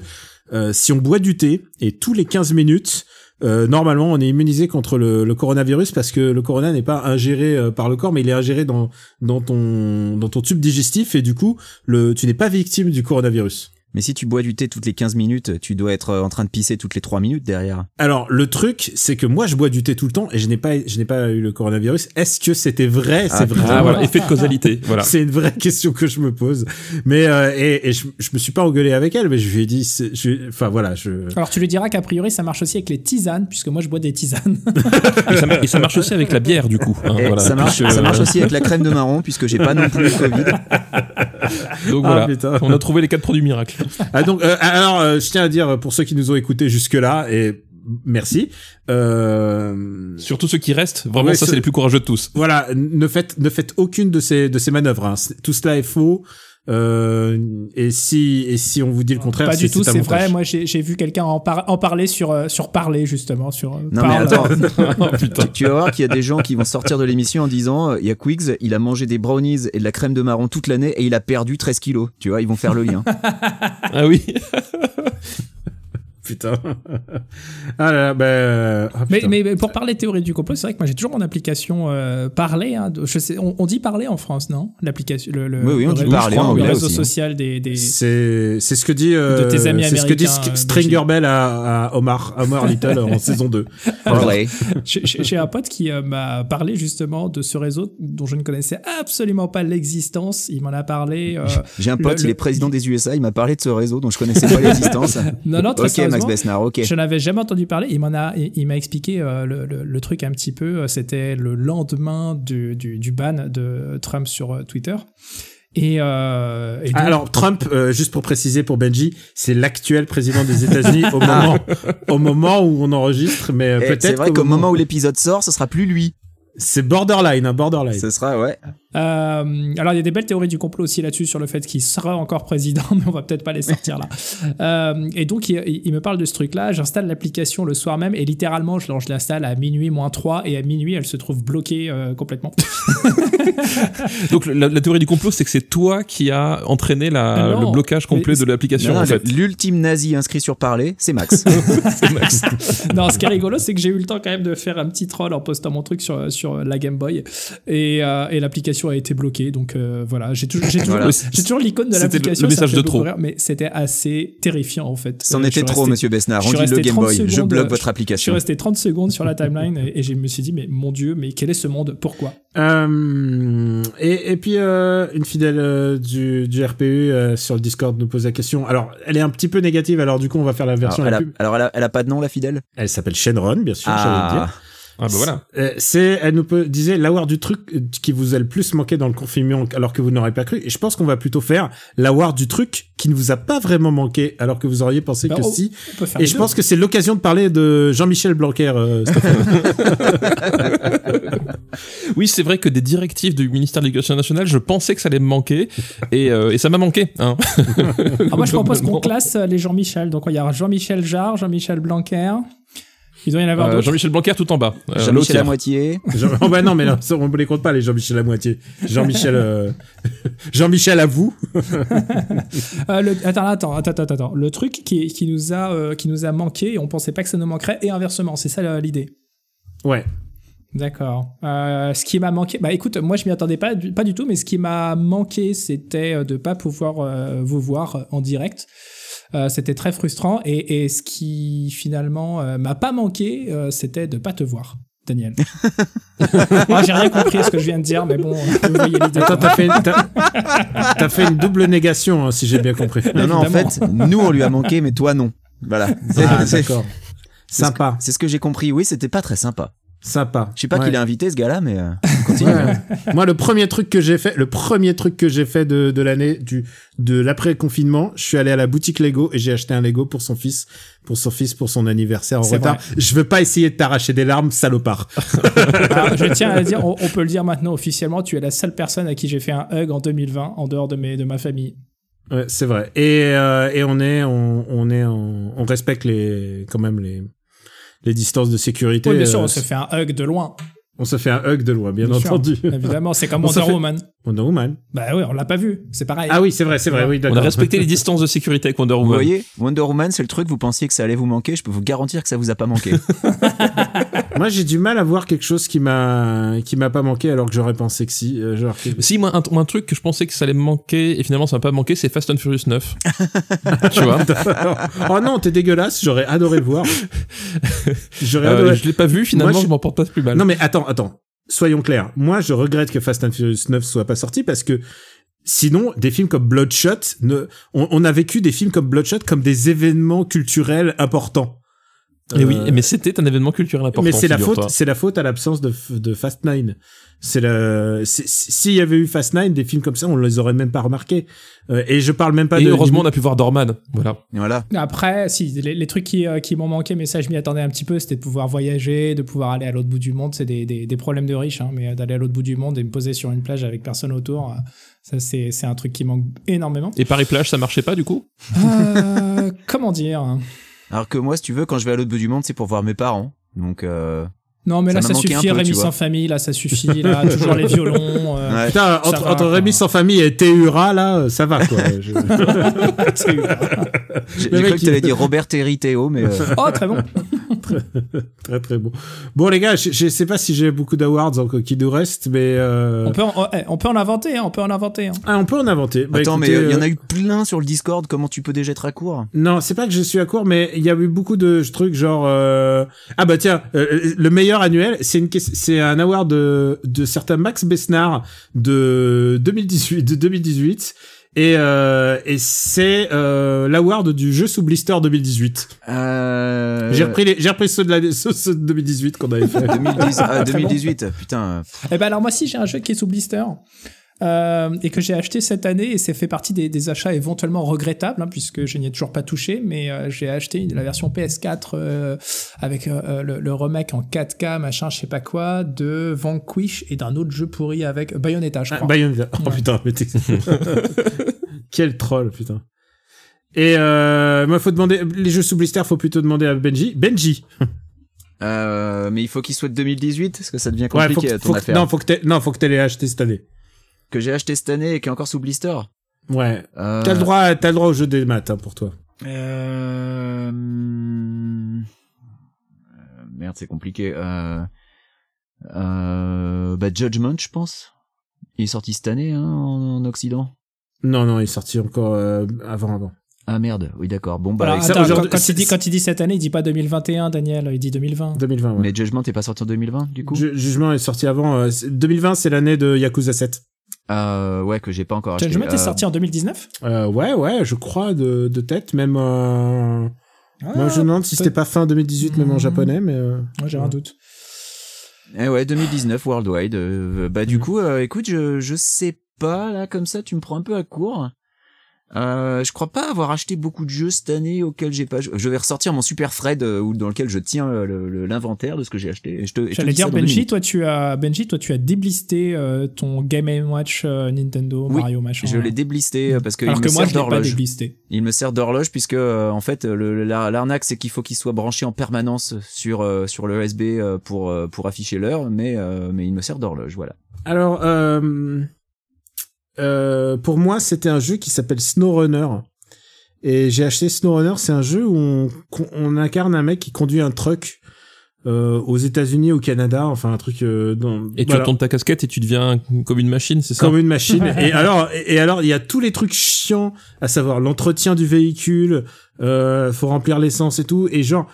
Speaker 4: euh, si on boit du thé et tous les 15 minutes euh, normalement on est immunisé contre le, le coronavirus parce que le corona n'est pas ingéré euh, par le corps mais il est ingéré dans dans ton dans ton tube digestif et du coup le tu n'es pas victime du coronavirus.
Speaker 5: Mais si tu bois du thé toutes les 15 minutes, tu dois être euh, en train de pisser toutes les 3 minutes derrière.
Speaker 4: Alors le truc, c'est que moi je bois du thé tout le temps et je n'ai pas, je n'ai pas eu le coronavirus. Est-ce que c'était vrai
Speaker 5: Ah,
Speaker 4: C'est vrai.
Speaker 6: Ah voilà, effet de causalité. Voilà.
Speaker 4: C'est une vraie question que je me pose. Mais euh, et, et je, je me suis pas engueulé avec elle, mais je lui ai dit, c'est- je, enfin voilà, je.
Speaker 7: Alors tu lui diras qu'a priori ça marche aussi avec les tisanes, puisque moi je bois des tisanes.
Speaker 6: Et ça, mar- et ça marche aussi avec la bière, du coup.
Speaker 4: Ah,
Speaker 6: hein,
Speaker 5: Et
Speaker 6: voilà.
Speaker 5: Eh, ça, marche,
Speaker 6: Puisque-
Speaker 4: euh,
Speaker 5: ça marche aussi avec la crème de marron puisque j'ai pas non plus le Covid.
Speaker 6: Donc
Speaker 4: Ah,
Speaker 6: voilà,
Speaker 4: putain.
Speaker 6: on a trouvé les quatre produits miracles.
Speaker 4: Ah donc euh, alors euh, je tiens à dire pour ceux qui nous ont écoutés jusque là et merci. Euh,
Speaker 6: Surtout ceux qui restent, vraiment,
Speaker 4: Ouais,
Speaker 6: ça,
Speaker 4: ce-
Speaker 6: c'est les plus courageux de tous.
Speaker 4: voilà, ne faites ne faites aucune de ces de ces manœuvres. hein. C'est- Tout cela est faux. Euh, et si et si on vous dit le contraire,
Speaker 7: Pas du tout,
Speaker 4: un
Speaker 7: c'est
Speaker 4: montage.
Speaker 7: vrai. Moi j'ai j'ai vu quelqu'un en, par- en parler sur, euh, sur parler justement. Sur, euh,
Speaker 5: Non mais
Speaker 7: parle.
Speaker 5: attends,
Speaker 6: Oh, putain.
Speaker 5: tu, tu vas voir qu'il y a des gens qui vont sortir de l'émission en disant euh, il y a Quiggs, il a mangé des brownies et de la crème de marron toute l'année et il a perdu 13 kilos. Tu vois, ils vont faire le lien.
Speaker 6: Ah oui.
Speaker 4: Putain. ah là là, bah, euh, ah,
Speaker 7: Mais,
Speaker 4: putain.
Speaker 7: mais, mais pour parler de théorie du complot, c'est vrai que moi j'ai toujours mon application euh, parler. hein, de- je sais, on, on dit parler en France, non L'application, le, le,
Speaker 5: Oui, oui, on
Speaker 7: le
Speaker 5: dit
Speaker 7: réseau-
Speaker 5: parler
Speaker 7: je crois,
Speaker 5: en
Speaker 7: le
Speaker 5: anglais
Speaker 7: réseau
Speaker 5: aussi, hein.
Speaker 7: social des, des-
Speaker 4: C'est c'est ce que dit euh,
Speaker 7: De tes amis
Speaker 4: c'est ce que dit
Speaker 7: américains,
Speaker 4: Sk-
Speaker 7: euh,
Speaker 4: Stringer Bell à, à Omar Omar Little en saison 2.
Speaker 5: Parlez.
Speaker 7: J'ai- J'ai j'ai un pote qui euh, m'a parlé justement de ce réseau dont je ne connaissais absolument pas l'existence. Il m'en a parlé. euh,
Speaker 5: J'ai un
Speaker 7: le-
Speaker 5: pote,
Speaker 7: le-
Speaker 5: il est président des USA, il m'a parlé de ce réseau dont je connaissais pas l'existence.
Speaker 7: Non, non, très
Speaker 5: ok Max
Speaker 7: sérieusement,
Speaker 5: Besnard, ok.
Speaker 7: Je n'avais jamais entendu parler. Il m'en a, il, il m'a expliqué euh, le, le- le truc un petit peu. Euh, C'était le lendemain du, du, du ban de Trump sur euh, Twitter. Et, euh, et donc-
Speaker 4: Alors Trump, euh, juste pour préciser pour Benji, c'est l'actuel président des États-Unis au moment au moment où on enregistre, mais euh,
Speaker 5: Eh, Ah. C'est
Speaker 4: peut-être
Speaker 5: vrai qu'au moment où l'épisode sort, ce sera plus lui.
Speaker 4: c'est borderline, hein, borderline.
Speaker 5: Ce sera, ouais.
Speaker 7: Ah, Euh, alors, il y a des belles théories du complot aussi là-dessus sur le fait qu'il sera encore président, mais on va peut-être pas les sortir là. Euh, et donc, il, il- il me parle de ce truc-là. J'installe l'application le soir même et littéralement, je, alors, je l'installe à minuit moins 3 et à minuit, elle se trouve bloquée euh, complètement.
Speaker 6: Donc la, la théorie du complot, c'est que c'est toi qui as entraîné
Speaker 7: Ah
Speaker 6: la,
Speaker 7: non.
Speaker 6: le blocage complet
Speaker 7: Mais-
Speaker 6: de l'application,
Speaker 5: Non,
Speaker 6: en
Speaker 5: non,
Speaker 6: fait.
Speaker 5: L'ultime nazi inscrit sur parler, c'est Max.
Speaker 7: non, ce qui est rigolo, c'est que j'ai eu le temps quand même de faire un petit troll en postant mon truc sur, sur la Game Boy et, euh, et l'application a été bloquée. Donc euh, voilà, j'ai toujours, j'ai toujours,
Speaker 5: Voilà.
Speaker 7: j'ai toujours l'icône de
Speaker 6: C'était le-
Speaker 7: l'application.
Speaker 6: le
Speaker 7: ça me
Speaker 6: message
Speaker 7: fait
Speaker 6: de
Speaker 7: beaucoup
Speaker 6: trop.
Speaker 7: rire, mais c'était assez terrifiant en fait.
Speaker 5: C'en
Speaker 7: Euh, je
Speaker 5: était
Speaker 7: suis
Speaker 5: trop,
Speaker 7: resté-
Speaker 5: monsieur Besnard.
Speaker 7: je
Speaker 5: On
Speaker 7: suis
Speaker 5: dit le
Speaker 7: resté
Speaker 5: Game
Speaker 7: 30
Speaker 5: Boy. Je
Speaker 7: secondes,
Speaker 5: bloque
Speaker 7: euh,
Speaker 5: votre
Speaker 7: Je suis
Speaker 5: application.
Speaker 7: resté 30 secondes sur la timeline et, et je me suis dit, mais mon Dieu, mais quel est ce monde Pourquoi
Speaker 4: Euh, et, et puis euh, une fidèle euh, du, du RPU euh, sur le Discord nous pose la question. Alors elle est un petit peu négative, alors du coup on va faire la
Speaker 5: Alors,
Speaker 4: version
Speaker 5: elle
Speaker 4: la
Speaker 5: a,
Speaker 4: pub.
Speaker 5: alors, elle a- elle a pas de nom, la fidèle
Speaker 4: Elle s'appelle Shenron, bien sûr. j'allais le dire.
Speaker 6: Ah bah voilà.
Speaker 4: Euh, c'est, elle nous peut- disait l'avoir du truc euh, qui vous a le plus manqué dans le confinement alors que vous n'aurez pas cru. Et je pense qu'on va plutôt faire l'avoir du truc qui ne vous a pas vraiment manqué alors que vous auriez pensé
Speaker 7: Ben,
Speaker 4: que
Speaker 7: oh,
Speaker 4: si.
Speaker 7: On peut faire
Speaker 4: Et
Speaker 7: les
Speaker 4: je
Speaker 7: deux.
Speaker 4: pense que c'est l'occasion de parler de Jean-Michel Blanquer. euh, Stéphane.
Speaker 6: Oui, c'est vrai que des directives du ministère de l'Éducation nationale, je pensais que ça allait me manquer et, euh, et ça m'a manqué. Hein.
Speaker 4: Ah,
Speaker 7: Alors Ah, moi, je propose qu'on
Speaker 6: Globalement.
Speaker 7: classe euh, les Jean-Michel. Donc, il y a Jean-Michel Jarre, Jean-Michel Blanquer. Il doit y en avoir
Speaker 6: Euh,
Speaker 7: d'autres.
Speaker 6: Jean-Michel Blanquer tout en bas. Euh, l'autre,
Speaker 5: Ah, Jean-Michel
Speaker 6: il y a-
Speaker 5: à moitié.
Speaker 4: Jean- oh bah non, mais non, ça, on ne les compte pas, les Jean-Michel à moitié. Jean-Michel, euh, Jean-Michel à vous.
Speaker 7: Euh, le- attends, attends, attends, attends, attends. Le truc qui, qui nous a, euh, qui nous a manqué, et on pensait pas que ça nous manquerait, et inversement, c'est ça euh, l'idée.
Speaker 4: Ouais.
Speaker 7: D'accord. Euh, ce qui m'a manqué, bah écoute, moi je m'y attendais pas, du- pas du tout, mais ce qui m'a manqué, c'était euh, de pas pouvoir euh, vous voir en direct. Euh, c'était très frustrant, et, et ce qui finalement euh, m'a pas manqué, euh, c'était de pas te voir. Daniel. Moi, j'ai rien compris à ce que je viens de dire, mais bon, vous voyez l'idée.
Speaker 4: Attends,
Speaker 7: quoi.
Speaker 4: t'as fait, t'as- t'as fait une double négation, hein, si j'ai bien compris.
Speaker 5: Non, non, en
Speaker 7: Évidemment.
Speaker 5: fait, nous, on lui a manqué, mais toi, non. Voilà. C'est-
Speaker 4: Ah,
Speaker 5: c'est-
Speaker 4: d'accord. Sympa,
Speaker 5: C'est ce que j'ai compris. Oui, c'était pas très sympa.
Speaker 4: sympa.
Speaker 5: Je sais pas
Speaker 4: Ouais.
Speaker 5: qui l'a invité, ce gars-là, mais. euh,
Speaker 4: Ouais. Moi, le premier truc que j'ai fait, le premier truc que j'ai fait de, de l'année du de l'après confinement, je suis allé à la boutique Lego et j'ai acheté un Lego pour son fils, pour son fils pour son anniversaire en
Speaker 7: C'est
Speaker 4: retard. Je veux pas essayer de t'arracher des larmes, salopard.
Speaker 7: Alors, je tiens à le dire, on, on peut le dire maintenant officiellement, tu es la seule personne à qui j'ai fait un hug en 2020 en dehors de, mes, de ma famille.
Speaker 4: Ouais, c'est vrai. Et euh, et on est on, on est en- on respecte les quand même les les distances de sécurité.
Speaker 7: Oui, bien sûr,
Speaker 4: Euh,
Speaker 7: on se fait un hug de loin.
Speaker 4: on se fait un hug de loin, bien,
Speaker 7: Bien sûr,
Speaker 4: entendu.
Speaker 7: Évidemment, c'est comme
Speaker 4: On se
Speaker 7: Wonder
Speaker 4: fait-
Speaker 7: Woman.
Speaker 4: Wonder Woman.
Speaker 7: Bah oui, on l'a pas vu, c'est pareil.
Speaker 4: Ah oui, c'est vrai, c'est vrai. Oui,
Speaker 6: On
Speaker 4: d'accord.
Speaker 6: a respecté les distances de sécurité avec Wonder
Speaker 5: Vous
Speaker 6: Woman.
Speaker 5: voyez, Wonder Woman, c'est le truc, vous pensiez que ça allait vous manquer, je peux vous garantir que ça vous a pas manqué.
Speaker 4: Moi, j'ai du mal à voir quelque chose qui m'a qui m'a pas manqué alors que j'aurais pensé que si. euh, genre que-
Speaker 6: Si, moi, un, moi, un truc que je pensais que ça allait me manquer et finalement ça m'a pas manqué, c'est Fast and Furious 9. tu vois
Speaker 4: oh non, t'es dégueulasse, j'aurais adoré le voir. J'aurais
Speaker 6: Euh,
Speaker 4: adoré.
Speaker 6: Je l'ai pas vu, finalement,
Speaker 4: Moi, je-
Speaker 6: je m'en porte pas plus mal.
Speaker 4: Non mais attends, attends. Soyons clairs. Moi, je regrette que Fast and Furious 9 soit pas sorti parce que sinon, des films comme Bloodshot, ne... on, on a vécu des films comme Bloodshot comme des événements culturels importants.
Speaker 6: Mais Eh oui,
Speaker 4: Euh,
Speaker 6: mais c'était un événement culturel important.
Speaker 4: mais c'est la
Speaker 6: figure-toi.
Speaker 4: faute, c'est la faute à l'absence de, f- de Fast Nine. C'est la, c'est- s'il y avait eu Fast Nine, des films comme ça, on les aurait même pas remarqués. Euh, et je parle même pas
Speaker 6: Et
Speaker 4: de.
Speaker 6: heureusement, on a pu voir Dorman. Voilà.
Speaker 5: Et voilà.
Speaker 7: Après, si, les, les trucs qui, euh, qui m'ont manqué, mais ça, je m'y attendais un petit peu, c'était de pouvoir voyager, de pouvoir aller à l'autre bout du monde. C'est des, des- des problèmes de riches, hein, mais euh, d'aller à l'autre bout du monde et me poser sur une plage avec personne autour, euh, ça, c'est c'est un truc qui manque énormément.
Speaker 6: Et Paris-Plage, ça marchait pas du coup
Speaker 7: Euh, comment dire hein
Speaker 5: Alors que moi, si tu veux, quand je vais à l'autre bout du monde, c'est pour voir mes parents. Donc, euh,
Speaker 7: Non, mais
Speaker 5: Ça
Speaker 7: là,
Speaker 5: m'a
Speaker 7: ça
Speaker 5: manqué un
Speaker 7: suffit,
Speaker 5: peu,
Speaker 7: Rémi
Speaker 5: tu vois.
Speaker 7: sans famille, là, ça suffit, là, toujours les violons. euh,
Speaker 5: ouais.
Speaker 4: Ah. Putain, entre,
Speaker 7: va,
Speaker 4: entre
Speaker 7: quoi.
Speaker 4: Rémi sans famille et Théura, là, euh, ça va, quoi. Je-
Speaker 5: J'ai j'ai
Speaker 4: le
Speaker 5: cru
Speaker 4: mec,
Speaker 5: que t'allais
Speaker 4: il- Bah,
Speaker 5: dire Robert Terry Théo, mais euh,
Speaker 7: Oh, très bon.
Speaker 4: très, très bon. Bon, les gars, je, je sais pas si j'ai beaucoup d'awards encore qui nous restent, mais, euh,
Speaker 7: On peut, en, oh, eh, on peut en inventer, hein, on peut en inventer. hein.
Speaker 4: ah, on peut en inventer. Bah,
Speaker 5: attends, mais
Speaker 4: écoutez,
Speaker 5: il y en
Speaker 4: euh,
Speaker 5: a eu plein sur le Discord. Comment tu peux déjà être à court
Speaker 4: Non, c'est pas que je suis à court, mais il y a eu beaucoup de trucs genre euh, ah bah tiens euh, le meilleur annuel c'est une ques- c'est un award de de certain Max Besnard de 2018 de 2018 et euh, et c'est euh, l'award du jeu sous blister 2018.
Speaker 5: euh...
Speaker 4: J'ai repris les j'ai repris ceux de la ceux, ceux de 2018 qu'on avait fait.
Speaker 5: 2010, ah,
Speaker 7: Très bon.
Speaker 5: 2018, putain. euh,
Speaker 7: Eh ben alors moi si j'ai un jeu qui est sous blister euh, et que j'ai acheté cette année et c'est fait partie des, des achats éventuellement regrettables hein, puisque je n'y ai toujours pas touché mais euh, j'ai acheté une- la version PS4 euh, avec euh, euh, le, le remake en 4K machin je sais pas quoi de Vanquish et d'un autre jeu pourri avec Bayonetta je
Speaker 4: Ah,
Speaker 7: crois.
Speaker 4: Bayonetta. Oh
Speaker 7: Ouais.
Speaker 4: putain, mais t'es- Quel troll, putain. Et euh, moi, faut demander les jeux sous blister, faut plutôt demander à Benji. Benji,
Speaker 5: euh, mais il faut qu'il soit de 2018, parce que ça devient
Speaker 4: Ouais, faut
Speaker 5: compliqué
Speaker 4: que-
Speaker 5: ton
Speaker 4: faut que-
Speaker 5: affaire.
Speaker 4: non, faut que t'aies- non, faut que t'aies les acheté cette année.
Speaker 5: Que j'ai acheté cette année et qui est encore sous blister.
Speaker 4: Ouais.
Speaker 5: Euh,
Speaker 4: T'as le droit, à- t'as le droit au jeu des maths hein, pour toi.
Speaker 5: Euh... hum, euh, Merde, c'est compliqué. Euh... Euh... Bah, Judgment, je pense. Il est sorti cette année hein, en, en Occident.
Speaker 4: Non, non, il est sorti encore euh, avant, avant.
Speaker 5: Ah merde, oui d'accord. Bon bah,
Speaker 7: Alors,
Speaker 4: avec ça,
Speaker 7: attends, quand,
Speaker 4: aujourd'hui,
Speaker 7: quand il dit,
Speaker 4: c'est-
Speaker 7: quand il dit cette année il dit pas 2021 Daniel il dit 2020.
Speaker 4: 2020. Ouais.
Speaker 5: mais Judgment est pas sorti en 2020 du coup.
Speaker 4: Ju- Jugement est sorti avant. euh, c'est- 2020, c'est l'année de Yakuza 7.
Speaker 5: Euh, ouais que j'ai pas encore acheté.
Speaker 7: Judgment
Speaker 5: Euh,
Speaker 7: est sorti en 2019
Speaker 4: Euh, ouais, ouais, je crois de, de tête, même. euh, moi, je me
Speaker 7: Ah,
Speaker 4: demande si
Speaker 7: peut-
Speaker 4: c'était pas fin 2018, même en
Speaker 7: Hmm.
Speaker 4: japonais, mais. euh,
Speaker 7: ouais, J'ai un doute.
Speaker 5: Eh ouais 2019 worldwide.
Speaker 7: Mm.
Speaker 5: Euh, bah du coup, euh, écoute, je je sais pas là comme ça, tu me prends un peu à court. Euh, je crois pas avoir acheté beaucoup de jeux cette année auxquels j'ai pas. joué. Je vais ressortir mon Super Fred euh, où- dans lequel je tiens le- le- l'inventaire de ce que j'ai acheté. Et je te, et je te
Speaker 7: J'allais
Speaker 5: dis ça
Speaker 7: dire
Speaker 5: dans deux
Speaker 7: Benji,
Speaker 5: minutes.
Speaker 7: toi tu as Benji, toi tu as déblisté euh, ton Game Watch euh, Nintendo
Speaker 5: Oui,
Speaker 7: Mario machin. hein.
Speaker 5: Je l'ai déblisté euh, parce qu'il
Speaker 7: Alors
Speaker 5: me
Speaker 7: que moi
Speaker 5: sert
Speaker 7: je l'ai pas
Speaker 5: d'horloge.
Speaker 7: déblisté.
Speaker 5: Il me sert d'horloge puisque euh, en fait le- le- la- l'arnaque c'est qu'il faut qu'il soit branché en permanence sur euh, sur le USB euh, pour euh, pour afficher l'heure mais euh, mais il me sert d'horloge voilà.
Speaker 4: Alors, euh, euh, pour moi, c'était un jeu qui s'appelle SnowRunner. Et j'ai acheté SnowRunner, c'est un jeu où on, qu'on- on incarne un mec qui conduit un truck euh, aux États-Unis, au Canada, enfin un truc euh, dans.
Speaker 6: Et tu
Speaker 4: voilà.
Speaker 6: retournes ta casquette et tu deviens comme une machine, c'est ça
Speaker 4: comme une machine. et alors, et alors, il y a tous les trucs chiants, à savoir l'entretien du véhicule, euh, faut remplir l'essence et tout. Et genre,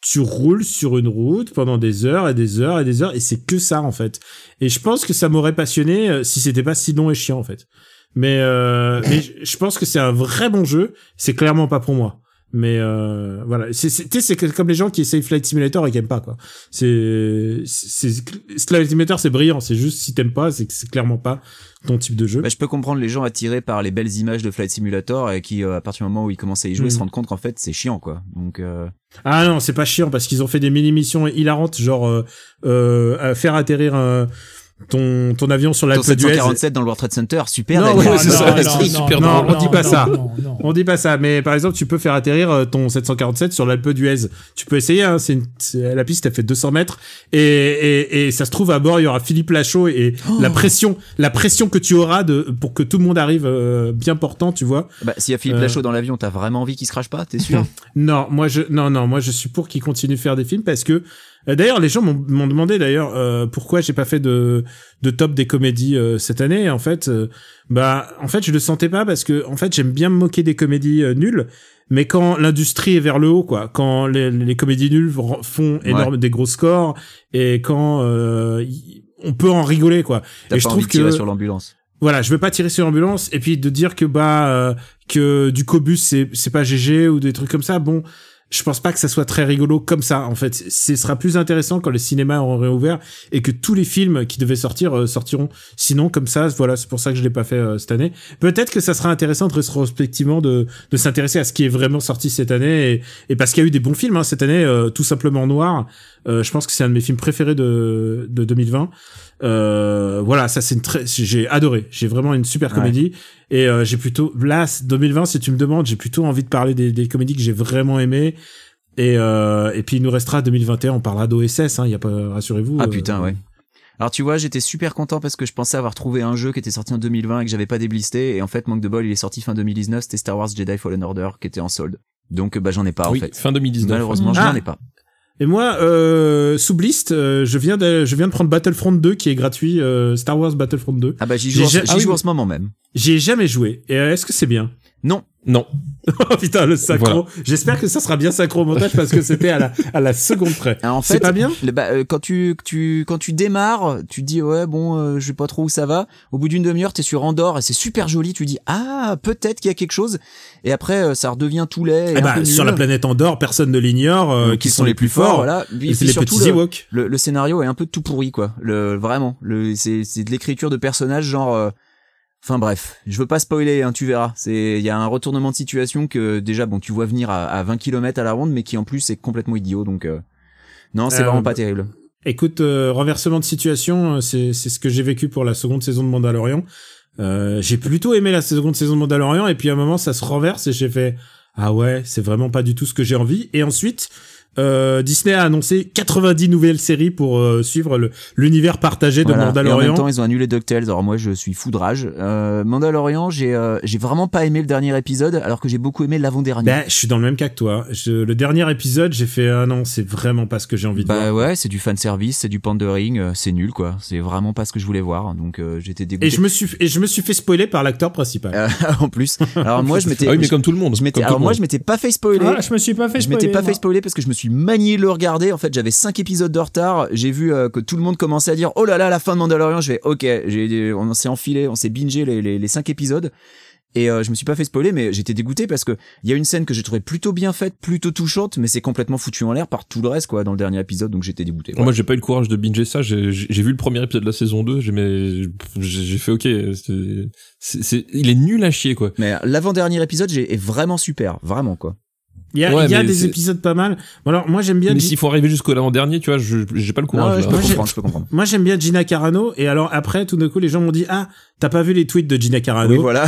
Speaker 4: tu roules sur une route pendant des heures et des heures et des heures, et c'est que ça en fait. Et je pense que ça m'aurait passionné euh, si c'était pas si long et chiant en fait. Mais, euh, mais je- je pense que c'est un vrai bon jeu. C'est clairement pas pour moi. Mais euh, voilà, c'est c'est- tu sais, c'est que- comme les gens qui essayent Flight Simulator et qui aiment pas quoi. C'est c'est c'est- Flight Simulator c'est brillant, c'est juste si t'aimes pas, c'est que c'est clairement pas ton type de jeu.
Speaker 5: Bah, je peux comprendre les gens attirés par les belles images de Flight Simulator et qui euh, à partir du moment où ils commencent à y jouer
Speaker 4: Mhm.
Speaker 5: se rendent compte qu'en fait c'est chiant quoi. Donc euh,
Speaker 4: Ah non, c'est pas chiant parce qu'ils ont fait des mini-missions hilarantes, genre euh, euh, à faire atterrir un- ton, ton avion sur la
Speaker 5: ton
Speaker 4: côte d'Huez.
Speaker 5: 747 dans le World Trade Center super.
Speaker 4: Non,
Speaker 5: Daniel.
Speaker 4: ouais, c'est
Speaker 7: Ah, non,
Speaker 4: ça,
Speaker 7: non,
Speaker 4: c'est
Speaker 7: non,
Speaker 4: super
Speaker 7: non,
Speaker 4: drôle. On
Speaker 7: non,
Speaker 4: dit pas
Speaker 7: non,
Speaker 4: ça.
Speaker 7: non, non.
Speaker 4: On dit pas ça, mais par exemple, tu peux faire atterrir euh, ton 747 sur l'Alpe d'Huez. Tu peux essayer, hein, c'est une- c'est- la piste, elle fait 200 mètres. Et, et, et ça se trouve, à bord, il y aura Philippe Lachaud et la pression la pression que tu auras de, pour que tout le monde arrive euh, bien portant, tu vois.
Speaker 5: Bah, s'il y a Philippe
Speaker 4: Euh.
Speaker 5: Lachaud dans l'avion t'as vraiment envie qu'il se crache pas t'es
Speaker 4: Mm.
Speaker 5: sûr
Speaker 4: Non, moi je non non moi je suis pour qu'ils continuent de faire des films parce que euh, d'ailleurs les gens m'ont m'ont demandé d'ailleurs euh, pourquoi j'ai pas fait de de top des comédies euh, cette année Et en fait euh, bah en fait je le sentais pas parce que en fait j'aime bien me moquer des comédies euh, nulles mais quand l'industrie est vers le haut quoi quand les, les comédies nulles vr- font énorme des gros scores et quand euh, y- on peut en rigoler quoi
Speaker 5: T'as
Speaker 4: et
Speaker 5: pas
Speaker 4: je
Speaker 5: envie
Speaker 4: trouve
Speaker 5: de tirer
Speaker 4: que
Speaker 5: sur l'ambulance.
Speaker 4: voilà, je veux pas tirer sur l'ambulance et puis de dire que bah euh, que du cobus c'est c'est pas GG ou des trucs comme ça. Bon, je pense pas que ça soit très rigolo comme ça en fait. Ce sera plus intéressant quand les cinémas auront réouvert et que tous les films qui devaient sortir euh, sortiront. Sinon comme ça, voilà, c'est pour ça que je l'ai pas fait euh, cette année. Peut-être que ça sera intéressant rétrospectivement de de s'intéresser à ce qui est vraiment sorti cette année et, et parce qu'il y a eu des bons films hein, cette année, euh, tout simplement noir. Euh, je pense que c'est un de mes films préférés de de 2020. Euh, voilà, ça c'est une très, j'ai adoré. J'ai vraiment une super
Speaker 5: Ouais.
Speaker 4: comédie et euh, j'ai plutôt là 2020 si tu me demandes, j'ai plutôt envie de parler des, des comédies que j'ai vraiment aimées. Et, euh, et puis il nous restera 2021, on parlera d'OSS, hein, y a pas, rassurez-vous.
Speaker 5: Ah
Speaker 4: euh,
Speaker 5: putain, ouais. Alors tu vois, j'étais super content parce que je pensais avoir trouvé un jeu qui était sorti en 2020 et que j'avais pas déblisté. Et en fait, manque de bol, il est sorti fin 2019. C'était Star Wars Jedi Fallen Order qui était en solde. Donc bah j'en ai pas
Speaker 6: Ah Oui,
Speaker 5: en fait.
Speaker 6: fin 2019.
Speaker 5: Malheureusement,
Speaker 4: Ah.
Speaker 5: j'en ai pas.
Speaker 4: Et moi, euh, sous Blist, euh, je viens de, je viens de prendre Battlefront 2 qui est gratuit, euh, Star Wars Battlefront 2.
Speaker 5: Ah bah j'y
Speaker 4: J'ai
Speaker 5: joue, en-
Speaker 4: ja-
Speaker 5: j'y
Speaker 4: ah oui,
Speaker 5: joue
Speaker 4: mais-
Speaker 5: en ce moment même.
Speaker 4: J'y ai jamais joué. Et euh, est-ce que c'est bien
Speaker 5: Non,
Speaker 6: Non.
Speaker 4: Oh putain, le synchro.
Speaker 6: Voilà.
Speaker 4: J'espère que ça sera bien synchro au montage parce que c'était à la, à la seconde près.
Speaker 5: Ah, en
Speaker 4: C'est
Speaker 5: fait,
Speaker 4: pas bien
Speaker 5: le- bah, euh, quand tu tu quand tu démarres, tu te dis ouais bon, euh, je sais pas trop où ça va. Au bout d'une demi-heure, t'es sur Andorre et c'est super joli. Tu dis ah peut-être qu'il y a quelque chose. Et après, euh, ça redevient tout laid. Et
Speaker 4: Eh
Speaker 5: un
Speaker 4: bah,
Speaker 5: peu
Speaker 4: sur
Speaker 5: nul.
Speaker 4: la planète Andorre, personne ne l'ignore. euh,
Speaker 5: Donc,
Speaker 4: qui sont les plus forts
Speaker 5: voilà.
Speaker 4: Et
Speaker 5: Puis-
Speaker 4: c'est
Speaker 5: puis
Speaker 4: les
Speaker 5: surtout,
Speaker 4: petits
Speaker 5: le-
Speaker 4: Ewoks.
Speaker 5: le, le scénario est un peu tout pourri quoi le vraiment le c'est c'est de l'écriture de personnages genre euh, enfin bref je veux pas spoiler hein, tu verras c'est il y a un retournement de situation que déjà bon tu vois venir à, à 20 km à la ronde mais qui en plus est complètement idiot donc euh, non c'est
Speaker 4: Euh,
Speaker 5: vraiment pas
Speaker 4: bah-
Speaker 5: terrible
Speaker 4: Écoute, euh, renversement de situation, euh, c'est c'est ce que j'ai vécu pour la seconde saison de Mandalorian. Euh, j'ai plutôt aimé la seconde saison de Mandalorian et puis à un moment ça se renverse et j'ai fait ah ouais c'est vraiment pas du tout ce que j'ai envie et ensuite euh, Disney a annoncé 90 nouvelles séries pour euh, suivre le- l'univers partagé de
Speaker 5: Voilà. et en
Speaker 4: Mandalorian.
Speaker 5: même temps ils ont annulé DuckTales alors moi je suis foudrage euh, Mandalorian j'ai euh, j'ai vraiment pas aimé le dernier épisode alors que j'ai beaucoup aimé l'avant dernier
Speaker 4: Ben, je suis dans le même cas que toi. Je- le dernier épisode, j'ai fait ah non, c'est vraiment pas ce que j'ai envie de voir.
Speaker 5: Bah ouais, c'est du fan service, c'est du pandering, euh, c'est nul quoi. C'est vraiment pas ce que je voulais voir, donc euh, j'étais dégoûté.
Speaker 4: Et je me suis et je me suis fait spoiler par l'acteur principal.
Speaker 5: Euh, en plus. Alors moi je m'étais
Speaker 6: Ah oui, mais comme tout le monde.
Speaker 5: je m'étais
Speaker 6: comme tout
Speaker 5: alors
Speaker 6: le
Speaker 5: moi
Speaker 6: monde.
Speaker 5: je m'étais pas fait spoiler.
Speaker 7: Ah, je me suis pas fait
Speaker 5: je m'étais
Speaker 7: spoiler,
Speaker 5: pas fait
Speaker 7: moi.
Speaker 5: spoiler parce que je me suis manié de le regarder. En fait, j'avais cinq épisodes de retard. J'ai vu euh, que tout le monde commençait à dire Oh là là, la fin de Mandalorian. Je vais OK, j'ai- on s'est enfilé, on s'est bingé les, les, les cinq épisodes. Et euh, je me suis pas fait spoiler, mais j'étais dégoûté parce que il y a une scène que j'ai trouvée plutôt bien faite, plutôt touchante, mais c'est complètement foutu en l'air par tout le reste, quoi, dans le dernier épisode, donc j'étais dégoûté.
Speaker 6: Moi, j'ai pas eu le courage de binger ça. J'ai j'ai- j'ai vu le premier épisode de la saison 2. J'ai mais j'ai j'ai fait OK. c'est- c'est- c'est- il est nul à chier, quoi.
Speaker 5: Mais l'avant-dernier épisode j'ai, est vraiment super, vraiment, quoi.
Speaker 4: Il y a,
Speaker 6: Ouais,
Speaker 4: il y a
Speaker 6: mais
Speaker 4: des
Speaker 6: c'est-
Speaker 4: épisodes pas mal. Bon, alors, moi, j'aime bien.
Speaker 6: Mais
Speaker 4: Gi-
Speaker 6: s'il faut arriver jusqu'au l'avant-dernier, tu vois, je- j'ai pas le
Speaker 5: Non,
Speaker 6: courage.
Speaker 5: ouais, je
Speaker 6: là.
Speaker 5: peux
Speaker 4: moi, j'ai-
Speaker 5: comprendre, je peux comprendre.
Speaker 4: Moi, j'aime bien Gina Carano. Et alors, après, tout d'un coup, les gens m'ont dit Ah, t'as pas vu les tweets de Gina Carano
Speaker 5: Oui, voilà.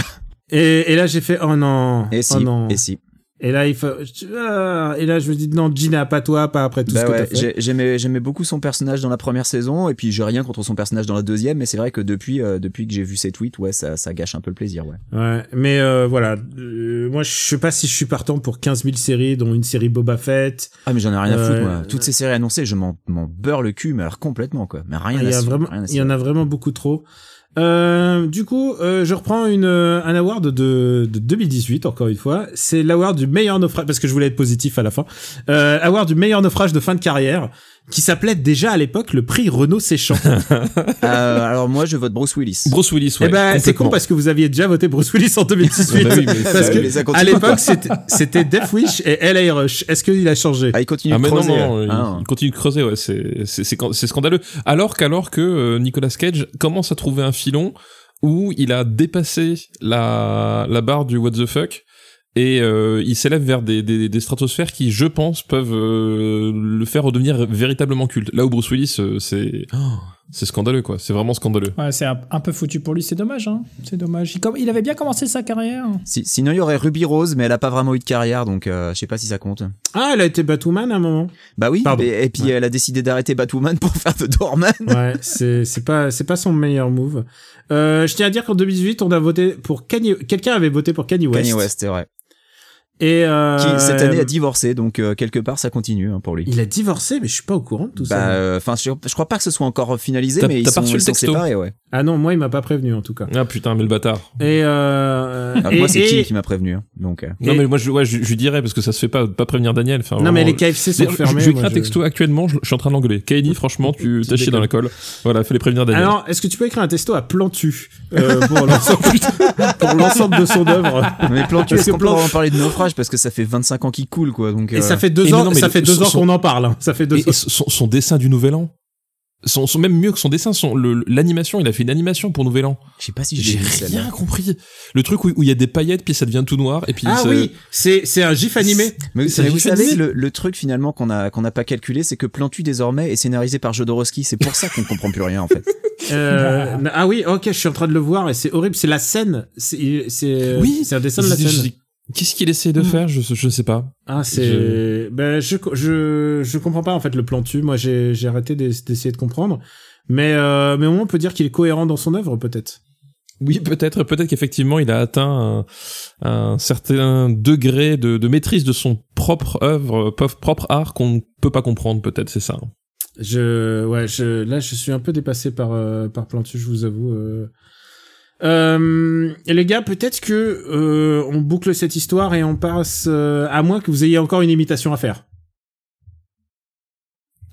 Speaker 4: et, et là, j'ai fait Oh non.
Speaker 5: Et si,
Speaker 4: oh non.
Speaker 5: et si.
Speaker 4: Et là, il faut. je- ah, Et là, je me dis non, Gina, pas toi, pas après tout
Speaker 5: Bah
Speaker 4: ce que
Speaker 5: ouais,
Speaker 4: t'as fait.
Speaker 5: j'ai- j'aimais, j'aimais beaucoup son personnage dans la première saison, et puis j'ai rien contre son personnage dans la deuxième, mais c'est vrai que depuis, euh, depuis que j'ai vu ses tweets, ouais, ça, ça gâche un peu le plaisir, ouais.
Speaker 4: Ouais, mais euh, voilà, Euh, moi, je sais pas si je suis partant pour 15 000 séries, dont une série Boba Fett.
Speaker 5: Ah, mais j'en ai rien à foutre,
Speaker 4: Ouais.
Speaker 5: moi. Toutes ces séries annoncées, je m'en, m'en beurre le cul, mais alors complètement, quoi. Mais rien
Speaker 4: Ah, Il
Speaker 5: à
Speaker 4: y, a
Speaker 5: cirer,
Speaker 4: vraiment,
Speaker 5: rien à
Speaker 4: il y en
Speaker 5: cirer.
Speaker 4: a vraiment beaucoup trop. Euh, du coup, euh, je reprends une, euh, un award de, de 2018, encore une fois. C'est l'award du meilleur naufrage, parce que je voulais être positif à la fin. Euh, award du meilleur naufrage de fin de carrière, qui s'appelait déjà à l'époque le prix Renault Séchant.
Speaker 5: Euh, alors moi, je vote Bruce Willis.
Speaker 6: Bruce Willis, ouais.
Speaker 4: Eh ben, c'est con
Speaker 6: complètement.
Speaker 4: parce que vous aviez déjà voté Bruce Willis en 2018.
Speaker 6: Ah bah oui, mais
Speaker 4: parce
Speaker 5: ça,
Speaker 4: que
Speaker 5: mais ça
Speaker 4: à
Speaker 5: continue
Speaker 4: l'époque, c'était- c'était Death Wish et LA Rush. Est-ce qu'il a changé
Speaker 5: Ah, il continue
Speaker 6: Ah
Speaker 5: de
Speaker 6: mais
Speaker 5: creuser.
Speaker 6: non, non, il-
Speaker 5: Ah,
Speaker 6: il continue de creuser, ouais, c'est c'est- c'est c'est scandaleux. Alors qu'alors que euh, Nicolas Cage commence à trouver un filon où il a dépassé la la barre du what the fuck et euh, il s'élève vers des, des des stratosphères qui, je pense, peuvent euh, le faire redevenir véritablement culte. Là où Bruce Willis, euh, c'est oh, c'est scandaleux quoi, c'est vraiment scandaleux.
Speaker 7: Ouais, c'est un, un peu foutu pour lui, c'est dommage. Hein. C'est dommage. Il, com- il avait bien commencé sa carrière.
Speaker 5: Si- sinon, il y aurait Ruby Rose, mais elle a pas vraiment eu de carrière, donc euh, je sais pas si ça compte.
Speaker 4: Ah, elle a été Batwoman à un moment.
Speaker 5: Bah oui,
Speaker 4: Pardon.
Speaker 5: et, et puis
Speaker 4: Ouais.
Speaker 5: elle a décidé d'arrêter Batwoman pour faire de Dorman.
Speaker 4: Ouais, c'est c'est pas c'est pas son meilleur move. Euh, je tiens à dire qu'en 2018, on a voté pour Kanye. Quelqu'un avait voté pour Kanye West.
Speaker 5: Kanye West, c'est vrai.
Speaker 4: Et euh,
Speaker 5: Qui, cette année, a divorcé, donc euh, quelque part, ça continue hein, pour lui.
Speaker 4: Il a divorcé, mais je suis pas au courant de tout
Speaker 5: Bah,
Speaker 4: ça.
Speaker 5: euh, enfin, je, je crois pas que ce soit encore finalisé,
Speaker 6: T'as-
Speaker 5: mais ils
Speaker 6: t'as pas
Speaker 5: sont,
Speaker 6: reçu le
Speaker 5: ils sont
Speaker 6: texto
Speaker 5: séparés, ouais.
Speaker 4: Ah non, moi, il m'a pas prévenu en tout cas.
Speaker 6: Ah putain, mais le bâtard.
Speaker 4: Et, euh,
Speaker 5: Ah,
Speaker 4: et-
Speaker 5: moi, c'est
Speaker 4: et-
Speaker 5: Kim qui m'a prévenu, hein, donc. euh.
Speaker 6: Non
Speaker 4: Et-
Speaker 6: mais moi je, ouais, je, je dirais parce que ça se fait pas pas prévenir Daniel. Enfin,
Speaker 4: Non, mais
Speaker 6: vraiment,
Speaker 4: les
Speaker 5: euh,
Speaker 4: KFC
Speaker 6: je-
Speaker 4: sont fermés.
Speaker 6: je, je vais
Speaker 4: moi,
Speaker 6: écrire un texto actuellement, je, je suis en train de l'engueuler. Kaini, franchement, tu t'as chié dans la colle. Voilà, fallait prévenir Daniel.
Speaker 4: Alors, est-ce que tu peux écrire un texto à Plantu euh, pour l'ensemble pour l'ensemble de son œuvre
Speaker 5: Mais Plantu,
Speaker 4: Parce
Speaker 5: est-ce
Speaker 4: que
Speaker 5: qu'on peut
Speaker 4: Plan-
Speaker 5: vraiment parler de naufrage parce que ça fait 25 ans qu'il coule, quoi. Donc.
Speaker 4: Et
Speaker 5: euh,
Speaker 4: ça fait deux
Speaker 6: Et
Speaker 4: ans,
Speaker 6: non, mais
Speaker 4: ça
Speaker 6: le-
Speaker 4: fait deux
Speaker 6: son-
Speaker 4: ans qu'on en parle. hein. Ça fait deux
Speaker 6: Et-
Speaker 4: ans.
Speaker 6: et son, son dessin du Nouvel An. Son, son- même mieux que son dessin, son- le- l'animation, il a fait une animation pour Nouvel An.
Speaker 5: je sais pas si
Speaker 6: J'ai
Speaker 5: j'ai vu celle-là.
Speaker 4: hein.
Speaker 6: rien compris. Le truc où où il y a des paillettes, puis ça devient tout noir, et puis
Speaker 4: Ah
Speaker 6: ça-
Speaker 4: oui, c'est c'est un gif animé.
Speaker 5: Mais,
Speaker 6: Ça
Speaker 5: mais vous
Speaker 6: lui fait
Speaker 5: savez,
Speaker 6: dix-
Speaker 5: le, le truc finalement qu'on a qu'on n'a pas calculé, c'est que Plantu désormais est scénarisé par Jodorowsky. C'est pour ça qu'on comprend plus rien en fait.
Speaker 4: Euh, ah oui, ok, je suis en train de le voir et c'est horrible. C'est la scène. C'est c'est
Speaker 6: Oui,
Speaker 4: c'est un dessin de la Mm.
Speaker 6: Je- je-
Speaker 4: scène.
Speaker 6: Qu'est-ce qu'il essaie de faire je, je sais pas.
Speaker 4: Ah c'est ben je je je comprends pas en fait le plan tu. Moi j'ai j'ai arrêté d'ess- d'essayer de comprendre. Mais euh, mais au moins on peut dire qu'il est cohérent dans son œuvre peut-être.
Speaker 6: Oui, peut-être, peut-être qu'effectivement, il a atteint un, un certain degré de, de maîtrise de son propre œuvre, pof- propre art qu'on ne peut pas comprendre, peut-être, c'est ça. hein.
Speaker 4: Je ouais je là je suis un peu dépassé par euh, par Plantu, je vous avoue. Euh... Euh, et les gars, peut-être que euh, on boucle cette histoire et on passe euh, à moins que vous ayez encore une imitation à faire.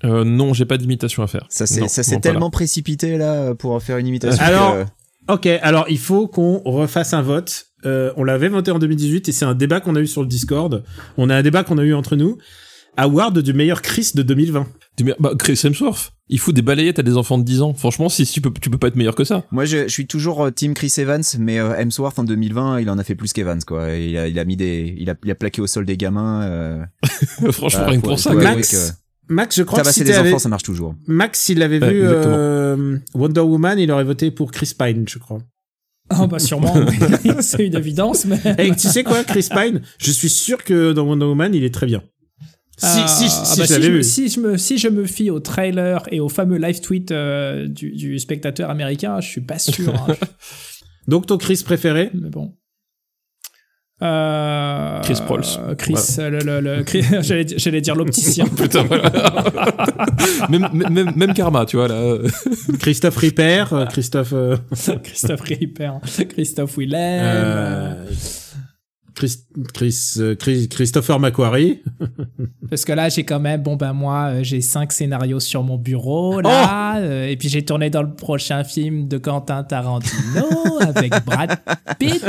Speaker 6: Euh, non, j'ai pas d'imitation à faire.
Speaker 5: Ça s'est
Speaker 6: Non,
Speaker 5: ça s'est
Speaker 6: bon, voilà.
Speaker 5: tellement précipité là pour en faire une imitation.
Speaker 4: Alors,
Speaker 5: que-
Speaker 4: Ok, alors il faut qu'on refasse un vote. Euh, on l'avait voté en 2018 et c'est un débat qu'on a eu sur le Discord. On a un débat qu'on a eu entre nous. Award du meilleur Chris de 2020.
Speaker 6: Du meilleur- bah, Chris Hemsworth, il fout des balayettes à des enfants de 10 ans. Franchement, si, si tu, peux, tu peux pas être meilleur que ça.
Speaker 5: moi, je, je suis toujours euh, Team Chris Evans, mais euh, Hemsworth en 2020, il en a fait plus qu'Evans quoi. Il a, il a mis des, il a, il a plaqué au sol des gamins. Euh,
Speaker 6: Franchement,
Speaker 5: bah,
Speaker 6: rien que
Speaker 5: faut-
Speaker 6: pour ça.
Speaker 5: faut
Speaker 6: quoi.
Speaker 5: avouer
Speaker 4: Max, Max, je
Speaker 5: que
Speaker 4: crois que
Speaker 5: Tabasser
Speaker 4: si
Speaker 5: des
Speaker 4: t'es
Speaker 5: enfants,
Speaker 4: avec-
Speaker 5: ça marche toujours.
Speaker 4: Max, il avait
Speaker 6: Ouais,
Speaker 4: vu
Speaker 6: exactement.
Speaker 4: euh, Wonder Woman, il aurait voté pour Chris Pine, je crois.
Speaker 7: Ah bah sûrement, c'est une évidence, mais.
Speaker 4: Et tu sais quoi, Chris Pine, je suis sûr que dans Wonder Woman, il est très bien. Si,
Speaker 7: Ah,
Speaker 4: si, si,
Speaker 7: ah
Speaker 4: si
Speaker 7: bah,
Speaker 4: je l'avais
Speaker 7: je me-
Speaker 4: vu.
Speaker 7: si je me, si je me fie au trailer et au fameux live tweet euh, du, du spectateur américain, je suis pas sûr. hein.
Speaker 4: Donc ton Chris préféré
Speaker 7: mais bon. Euh,
Speaker 6: Chris Prolls.
Speaker 7: Chris, euh, le, le- le- Chris- j'allais, dire- j'allais dire l'opticien.
Speaker 6: Putain, voilà. même, même- même, même karma, tu vois, là.
Speaker 4: Christophe Ripper, euh, Christophe... euh,
Speaker 7: Eh
Speaker 6: Euh.
Speaker 7: ben. Christophe Ripper, Christophe Willem.
Speaker 4: euh, Chris, Chris, euh, Chris- Christopher McQuarrie.
Speaker 7: Parce que là, j'ai quand même, bon ben moi, euh, j'ai cinq scénarios sur mon bureau
Speaker 6: Oh
Speaker 7: là, euh, et puis j'ai tourné dans le prochain film de Quentin Tarantino avec Brad Pitt.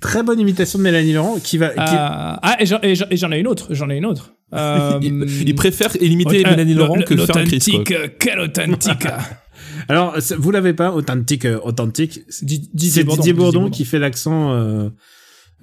Speaker 4: Très bonne imitation de Mélanie Laurent qui va.
Speaker 7: Euh,
Speaker 4: qui-
Speaker 7: ah, et j'en- et j'en et j'en ai une autre, j'en ai une autre. Euh,
Speaker 6: il, il préfère imiter
Speaker 7: ok,
Speaker 6: Mélanie
Speaker 7: euh,
Speaker 6: Laurent
Speaker 7: le-
Speaker 6: que faire un Chris. quoi.
Speaker 7: L'authentique, euh, quel authentique. ah.
Speaker 4: Alors, c'est- vous l'avez pas, authentique, euh, authentique. C'est
Speaker 7: Di-
Speaker 4: Didier Bourdon, qui fait l'accent, euh,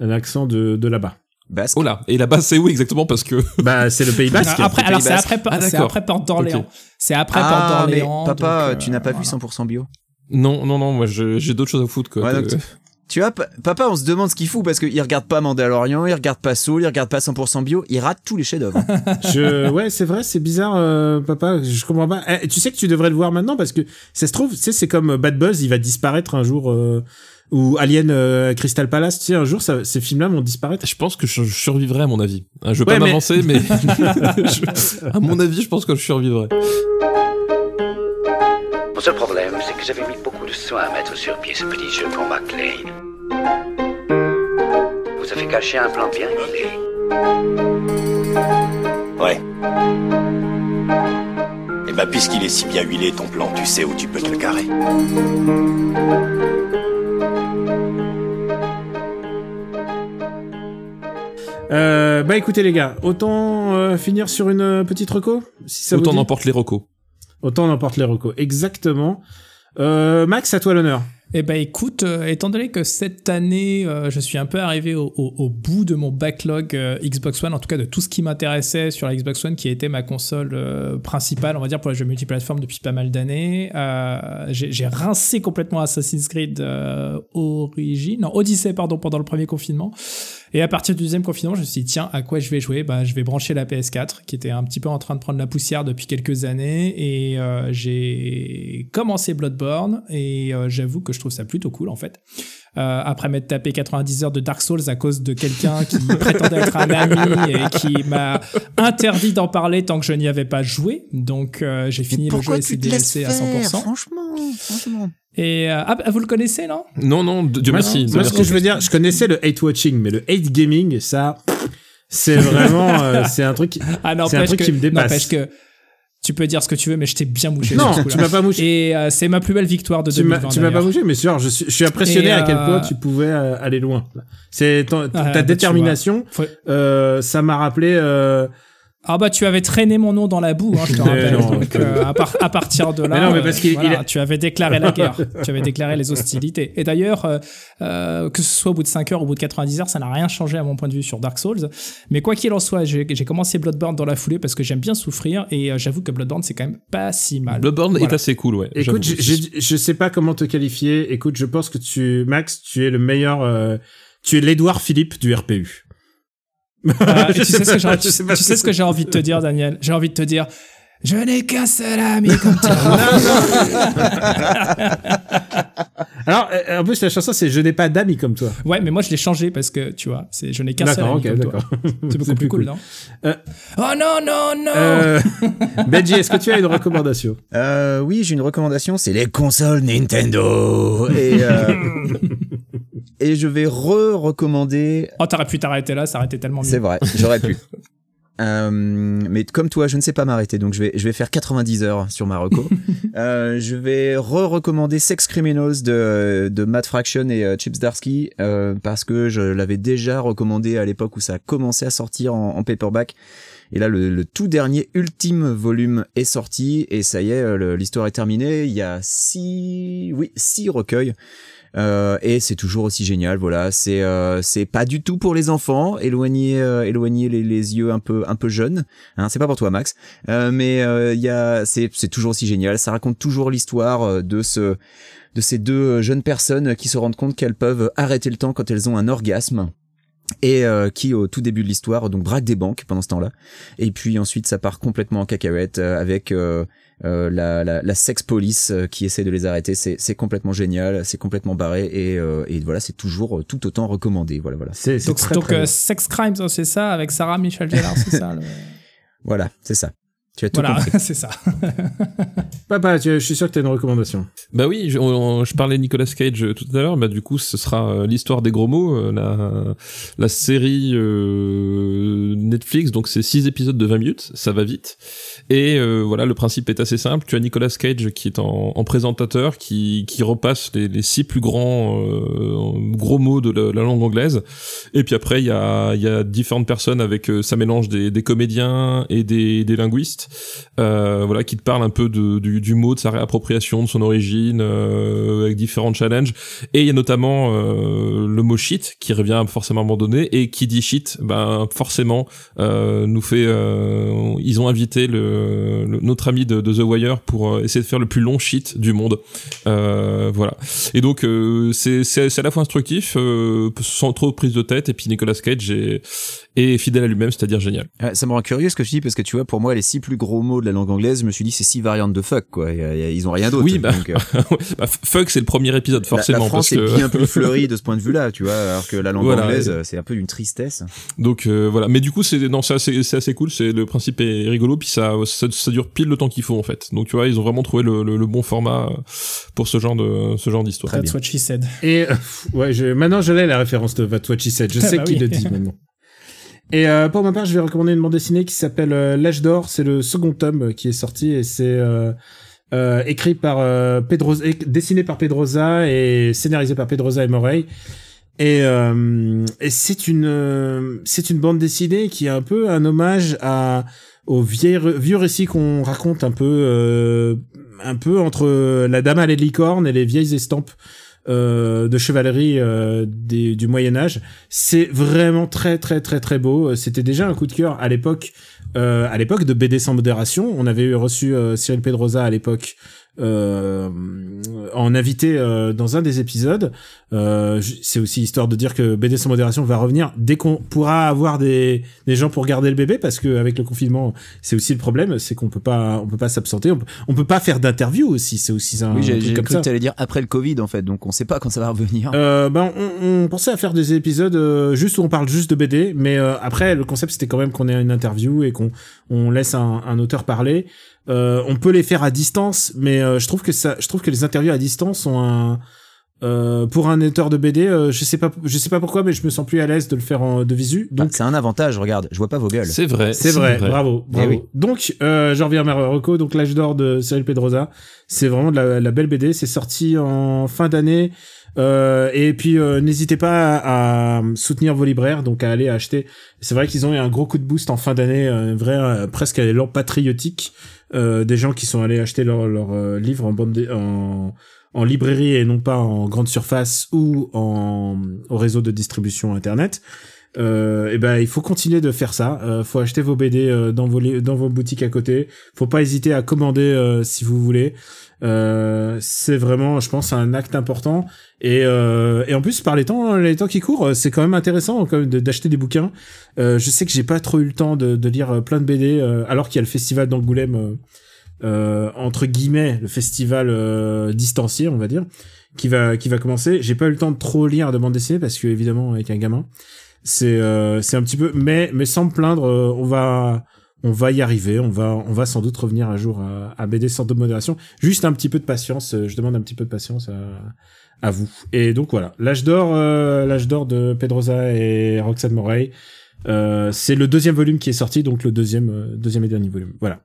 Speaker 4: l'accent de, de là-bas.
Speaker 5: Basque.
Speaker 6: Oh là, et là-bas c'est où exactement parce que
Speaker 4: bah, c'est le Pays
Speaker 7: Ah,
Speaker 4: Basque.
Speaker 7: après,
Speaker 5: Pays
Speaker 7: alors c'est
Speaker 5: Basque.
Speaker 7: après,
Speaker 6: Ah,
Speaker 7: c'est
Speaker 6: d'accord.
Speaker 7: après Porte d'Orléans.
Speaker 6: Ok.
Speaker 7: C'est après
Speaker 5: Ah,
Speaker 7: Porte
Speaker 5: mais
Speaker 7: d'Orléans.
Speaker 5: papa,
Speaker 7: donc, euh,
Speaker 5: tu n'as pas
Speaker 7: voilà.
Speaker 5: vu 100% bio.
Speaker 6: non non non moi je- j'ai d'autres choses à foutre quoi.
Speaker 5: Ouais,
Speaker 6: que-
Speaker 5: donc, Tu vois, pa- papa, on se demande ce qu'il fout parce qu'il regarde pas Mandalorian, il regarde pas Soul, il regarde pas 100% bio, il rate tous les chefs-d'œuvre.
Speaker 4: Je, ouais, c'est vrai, c'est bizarre, euh, papa. Je comprends pas. Eh, tu sais que tu devrais le voir maintenant parce que ça se trouve, tu sais, c'est comme euh, Bad Buzz, il va disparaître un jour euh, ou Alien euh, Crystal Palace. Tu sais, un jour, ça- ces films-là vont disparaître.
Speaker 6: Je pense que je je survivrai à mon avis. Hein, Je veux
Speaker 4: Ouais,
Speaker 6: pas
Speaker 4: mais-
Speaker 6: m'avancer, mais, je- à mon avis, je pense que je survivrai.
Speaker 1: Mon seul problème, c'est que j'avais mis beaucoup de soin à mettre sur pied ce petit jeu pour McLean. Vous avez caché un plan bien huilé.
Speaker 2: Ouais. Et bah, puisqu'il est si bien huilé, ton plan, tu sais où tu peux te le carrer.
Speaker 4: Euh, bah, écoutez, les gars, autant euh, finir sur une euh, petite reco, si ça vous
Speaker 6: Autant
Speaker 4: dit.
Speaker 6: n'emporte les rocos.
Speaker 4: Autant on emporte les recos. Exactement. Euh, Max, à toi l'honneur.
Speaker 7: Eh ben écoute, euh, étant donné que cette année, euh, je suis un peu arrivé au, au- au bout de mon backlog euh, Xbox One, en tout cas de tout ce qui m'intéressait sur la Xbox One, qui était ma console euh, principale, on va dire, pour les jeux multiplateformes depuis pas mal d'années. euh, J'ai j'ai rincé complètement Assassin's Creed euh, Origin, non, Odyssey, pardon, pendant le premier confinement. Et à partir du deuxième confinement, je me suis dit, tiens, à quoi je vais jouer bah, Je vais brancher la PS4, qui était un petit peu en train de prendre la poussière depuis quelques années. Et euh, j'ai commencé Bloodborne, et euh, j'avoue que je trouve ça plutôt cool, en fait. Euh, après m'être tapé 90 heures de Dark Souls à cause de quelqu'un qui prétendait être un ami et qui m'a interdit d'en parler tant que je n'y avais pas joué. Donc euh, j'ai fini le jeu et ses DLC à 100%.
Speaker 5: Franchement, franchement.
Speaker 7: Et euh, ah, bah, vous le connaissez, non
Speaker 6: Non, non, de- Dieu
Speaker 4: Moi,
Speaker 6: merci.
Speaker 4: moi,
Speaker 6: Dieu
Speaker 4: ce
Speaker 6: merci.
Speaker 4: que je veux dire, je connaissais le hate watching, mais le hate gaming, ça, c'est vraiment, euh, c'est un truc.
Speaker 7: Ah,
Speaker 4: C'est un
Speaker 7: n'empêche
Speaker 4: truc
Speaker 7: que,
Speaker 4: qui me dépasse.
Speaker 7: n'empêche que tu peux dire ce que tu veux, mais je t'ai bien mouché.
Speaker 4: Non,
Speaker 7: ce coup-là.
Speaker 4: tu m'as pas mouché.
Speaker 7: Et euh, c'est ma plus belle victoire de
Speaker 4: Tu m'as
Speaker 7: 2020.
Speaker 4: tu m'as pas
Speaker 7: d'ailleurs.
Speaker 4: bougé, mais sûr, je suis, je suis impressionné
Speaker 7: Et,
Speaker 4: à quel
Speaker 7: euh,
Speaker 4: point tu pouvais euh, aller loin. C'est ton- ta
Speaker 7: Ah, bah, tu
Speaker 4: détermination.
Speaker 7: Faut-
Speaker 4: euh, ça m'a rappelé. euh,
Speaker 7: Ah bah tu avais traîné mon nom dans la boue, hein, je te rappelle.
Speaker 4: non,
Speaker 7: Donc, euh, à, par- à partir de là,
Speaker 4: Mais non, mais
Speaker 7: euh,
Speaker 4: parce qu'il-
Speaker 7: voilà,
Speaker 4: il a-
Speaker 7: tu avais déclaré la guerre, tu avais déclaré les hostilités. Et d'ailleurs, euh, euh, que ce soit au bout de 5 heures ou au bout de 90 heures, ça n'a rien changé à mon point de vue sur Dark Souls. Mais quoi qu'il en soit, j'ai j'ai commencé Bloodborne dans la foulée parce que j'aime bien souffrir et euh, j'avoue que Bloodborne c'est quand même pas si mal.
Speaker 6: Bloodborne est
Speaker 7: Voilà.
Speaker 6: assez cool, ouais. j'avoue.
Speaker 4: Écoute, j'ai- j'ai- je sais pas comment te qualifier. Écoute, je pense que tu, Max, tu es le meilleur. euh, tu es l'Edouard Philippe du RPU.
Speaker 7: Voilà, Euh, et
Speaker 4: Je
Speaker 7: tu sais
Speaker 4: sais
Speaker 7: ce que j'ai-
Speaker 4: pas,
Speaker 7: tu-
Speaker 4: je sais pas
Speaker 7: tu
Speaker 4: ce
Speaker 7: sais
Speaker 4: que
Speaker 7: ce que j'ai envie de te dire, Daniel. J'ai envie de te dire. Je n'ai qu'un seul ami comme toi.
Speaker 4: Alors, euh, en plus, la chanson, c'est Je n'ai pas d'amis comme toi.
Speaker 7: Ouais, mais moi je l'ai changé parce que tu vois, c'est je n'ai qu'un seul
Speaker 4: D'accord,
Speaker 7: ami
Speaker 4: ok,
Speaker 7: comme toi.
Speaker 4: d'accord.
Speaker 7: C'est
Speaker 4: C'est
Speaker 7: beaucoup plus
Speaker 4: plus
Speaker 7: cool,
Speaker 4: cool.
Speaker 7: non
Speaker 4: Euh,
Speaker 7: Oh non, non, non
Speaker 4: Euh, Benji, est-ce que tu as une recommandation
Speaker 5: Euh, oui, j'ai une recommandation, c'est les consoles Nintendo. Et, euh, et je vais re-recommander.
Speaker 7: Oh, t'aurais pu t'arrêter là, ça aurait été tellement
Speaker 5: C'est
Speaker 7: mieux.
Speaker 5: vrai, j'aurais pu. Euh, mais comme toi, je ne sais pas m'arrêter, donc je vais, je vais faire 90 heures sur Marocco. euh, je vais re-recommander Sex Criminals de, de Matt Fraction et euh, Chips Darsky euh, parce que je l'avais déjà recommandé à l'époque où ça a commencé à sortir en, en paperback. Et là, le, le tout dernier, ultime volume est sorti et ça y est, euh, le- l'histoire est terminée. Il y a six, oui, six recueils. Euh, et c'est toujours aussi génial, voilà. C'est euh, c'est pas du tout pour les enfants, éloigner euh, éloigner les, les yeux un peu un peu jeunes. Hein, c'est pas pour toi, Max. Euh, mais euh, il y a c'est c'est toujours aussi génial. Ça raconte toujours l'histoire euh, de ce de ces deux euh, jeunes personnes qui se rendent compte qu'elles peuvent arrêter le temps quand elles ont un orgasme et euh, qui au tout début de l'histoire donc braquent des banques pendant ce temps-là. Et puis ensuite ça part complètement en cacahuète euh, avec euh, euh, la, la, la sex police euh, qui essaie de les arrêter, c'est c'est complètement génial, c'est complètement barré et, euh, et voilà, c'est toujours euh, tout autant recommandé. Voilà, voilà,
Speaker 4: C'est c'est
Speaker 7: Donc,
Speaker 4: très,
Speaker 7: donc,
Speaker 4: très
Speaker 7: euh,
Speaker 4: bien.
Speaker 7: Sex Crimes, hein, c'est ça, avec Sarah Michelle Gellar, c'est ça. le-
Speaker 5: voilà, c'est ça. Tu as tout
Speaker 7: Voilà,
Speaker 5: compris.
Speaker 7: c'est ça.
Speaker 4: Papa, tu- je suis sûr que t'as une recommandation.
Speaker 6: Bah oui, je, on- je parlais de Nicolas Cage euh, tout à l'heure, bah du coup ce sera euh, l'histoire des gros mots, euh, la, la série euh, Netflix, donc c'est six épisodes de 20 minutes, ça va vite. Et euh, voilà, le principe est assez simple, tu as Nicolas Cage qui est en, en présentateur, qui, qui repasse les, les six plus grands euh, gros mots de la, la langue anglaise. Et puis après, il y a, il y a différentes personnes avec, euh, ça mélange des, des comédiens et des, des linguistes euh, voilà, qui te parle un peu de, du, du mot, de sa réappropriation, de son origine, euh, avec différents challenges. Et il y a notamment euh, le mot shit qui revient forcément à un moment donné et qui dit shit, ben forcément euh, nous fait. euh, ils ont invité le, le- notre ami de, de The Wire pour euh, essayer de faire le plus long shit du monde. Euh, voilà. Et donc euh, c'est c'est c'est à la fois instructif, euh, sans trop de prise de tête. Et puis Nicolas Cage est, est fidèle à lui-même, c'est-à-dire génial.
Speaker 5: Ouais, ça me rend curieux ce que je dis parce que tu vois, pour moi, les six plus gros mots de la langue anglaise, je me suis dit, c'est six variantes de fuck, quoi. Et, euh, Ils ont rien d'autre.
Speaker 6: Oui, bah,
Speaker 5: Donc, euh,
Speaker 6: bah, f- fuck, c'est le premier épisode,
Speaker 5: la-
Speaker 6: forcément.
Speaker 5: la, France
Speaker 6: parce que...
Speaker 5: est bien plus fleurie de ce point de vue-là, tu vois, alors que la langue
Speaker 6: Voilà.
Speaker 5: anglaise, euh, c'est un peu une tristesse.
Speaker 6: Donc euh, voilà, mais du coup c'est non c'est assez, c'est assez cool, c'est le principe est rigolo puis ça, ça ça dure pile le temps qu'il faut en fait. Donc tu vois ils ont vraiment trouvé le, le, le bon format euh, pour ce genre de ce genre d'histoire.
Speaker 5: Très
Speaker 7: That's what she said.
Speaker 4: Et euh, pff, ouais, je, maintenant je l'ai la référence de That's What She Said. Je
Speaker 7: Ah
Speaker 4: sais
Speaker 7: bah
Speaker 4: qui
Speaker 7: oui.
Speaker 4: le dit maintenant. Et euh, pour ma part, je vais recommander une bande dessinée qui s'appelle euh, L'âge d'or. C'est le second tome euh, qui est sorti et c'est euh, euh, écrit par euh, Pedroza, éc- dessiné par Pedroza et scénarisé par Pedroza et Morey. Et, euh, et c'est une euh, c'est une bande dessinée qui est un peu un hommage à aux vieilles, vieux récits qu'on raconte un peu euh, un peu entre la Dame à la licorne et les vieilles estampes euh, de chevalerie euh, des- du Moyen Âge. C'est vraiment très très très très beau. Euh, C'était déjà un coup de cœur à l'époque euh, à l'époque de BD sans modération. On avait eu reçu euh, Cyril Pedrosa à l'époque euh, en invité euh, dans un des épisodes. Euh, j- c'est aussi histoire de dire que BD sans modération va revenir dès qu'on pourra avoir des, des gens pour garder le bébé parce que avec le confinement c'est aussi le problème c'est qu'on peut pas on peut pas s'absenter on, peut- on peut pas faire d'interview aussi c'est aussi un
Speaker 5: oui, j'ai
Speaker 4: truc
Speaker 5: j'ai
Speaker 4: comme
Speaker 5: cru
Speaker 4: ça.
Speaker 5: que t'allais dire après le Covid, en fait, donc on sait pas quand ça va revenir.
Speaker 4: Euh, ben, on, on pensait à faire des épisodes euh, juste où on parle juste de BD, mais euh, après le concept c'était quand même qu'on ait une interview et qu'on on laisse un, un auteur parler. Euh, on peut les faire à distance, mais euh, je trouve que ça, je trouve que les interviews à distance ont un euh, pour un auteur de BD, euh, je sais pas, je sais pas pourquoi, mais je me sens plus à l'aise de le faire en, de visu.
Speaker 5: Bah,
Speaker 4: Donc
Speaker 5: c'est un avantage, regarde, je vois pas vos gueules.
Speaker 6: C'est vrai.
Speaker 4: c'est vrai, bravo, bravo.
Speaker 5: oui.
Speaker 4: Donc, euh, j'en reviens à Marocco, donc l'âge d'or de Cyril Pedrosa. C'est vraiment de la, la belle BD, c'est sorti en fin d'année. Euh, et puis, euh, n'hésitez pas à, à soutenir vos libraires, donc à aller acheter. C'est vrai qu'ils ont eu un gros coup de boost en fin d'année, euh, vrai, euh, presque à l'élan patriotique euh, des gens qui sont allés acheter leurs leur, livres en bande dé- en en librairie et non pas en grande surface ou en au réseau de distribution internet euh, et ben il faut continuer de faire ça. Euh, faut acheter vos BD euh, dans vos li- dans vos boutiques à côté. Faut pas hésiter à commander euh, si vous voulez. Euh, c'est vraiment, je pense, un acte important. Et, euh, et en plus, par les temps, les temps qui courent, euh, c'est quand même intéressant quand même, de- d'acheter des bouquins. Euh, je sais que j'ai pas trop eu le temps de, de lire euh, plein de BD, euh, alors qu'il y a le festival d'Angoulême, euh, euh, entre guillemets, le festival euh, distancié, on va dire, qui va, qui va commencer. J'ai pas eu le temps de trop lire de bande dessinée parce que, évidemment, avec un gamin, c'est euh, c'est un petit peu... Mais, mais sans me plaindre, euh, on va... On va y arriver, on va, on va sans doute revenir un jour à, à BD sans de modération. Juste un petit peu de patience, euh, je demande un petit peu de patience à, à vous. Et donc voilà, l'âge d'or, euh, l'âge d'or de Pedrosa et Roxane Morey. Euh, c'est le deuxième volume qui est sorti, donc le deuxième, euh, deuxième et dernier volume. Voilà.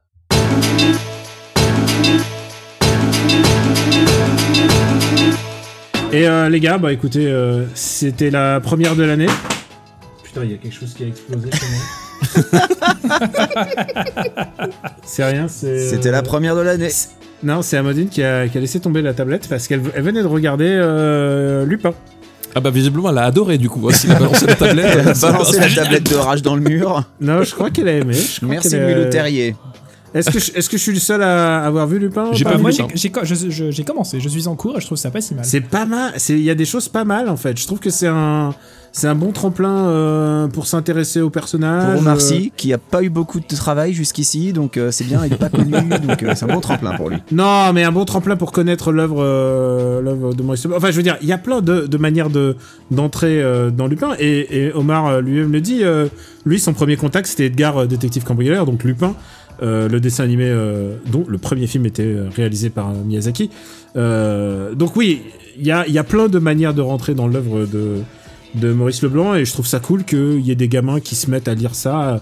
Speaker 4: Et euh, les gars, bah écoutez, euh, c'était la première de l'année. Putain, il y a quelque chose qui a explosé chez moi. c'est rien, c'est. euh,
Speaker 5: C'était la première de l'année.
Speaker 4: Non, c'est Amandine qui a, qui a laissé tomber la tablette parce qu'elle elle venait de regarder euh, Lupin.
Speaker 6: Ah bah visiblement elle a adoré du coup. hein, S'il a balancé la tablette,
Speaker 5: Elle a
Speaker 6: ça-
Speaker 5: balancé la tablette de rage dans le mur.
Speaker 4: Non, je crois qu'elle a aimé. je crois
Speaker 5: Merci,
Speaker 4: qu'elle
Speaker 5: Louis
Speaker 4: a-
Speaker 5: Le Terrier.
Speaker 4: Est-ce que, je- est-ce que je suis le seul à avoir vu Lupin
Speaker 6: J'ai
Speaker 4: parmi
Speaker 6: pas
Speaker 7: Euh, moi,
Speaker 6: vu
Speaker 4: vous
Speaker 7: j'ai-
Speaker 6: ça.
Speaker 7: j'ai co- je- je- j'ai commencé, je suis en cours et je trouve ça pas si mal.
Speaker 4: C'est pas mal. c'est- Il y a des choses pas mal en fait. Je trouve que c'est un, c'est un bon tremplin euh, pour s'intéresser au personnage.
Speaker 5: Pour
Speaker 4: euh,
Speaker 5: Omar Sy, qui a pas eu beaucoup de travail jusqu'ici, donc euh, c'est bien, il est pas connu, donc euh, c'est un bon tremplin pour lui.
Speaker 4: Non, mais un bon tremplin pour connaître l'œuvre euh, l'œuvre de Maurice Leblanc. Enfin, je veux dire, il y a plein de, de manières de d'entrer euh, dans Lupin. Et, et Omar euh, lui-même le dit. euh, lui, son premier contact, c'était Edgar, euh, détective cambrioleur, donc Lupin. euh, le dessin animé euh, dont le premier film était euh, réalisé par euh, Miyazaki. Euh, donc oui, il y a, il y a plein de manières de rentrer dans l'œuvre de, de Maurice Leblanc et je trouve ça cool qu'il y ait des gamins qui se mettent à lire ça euh,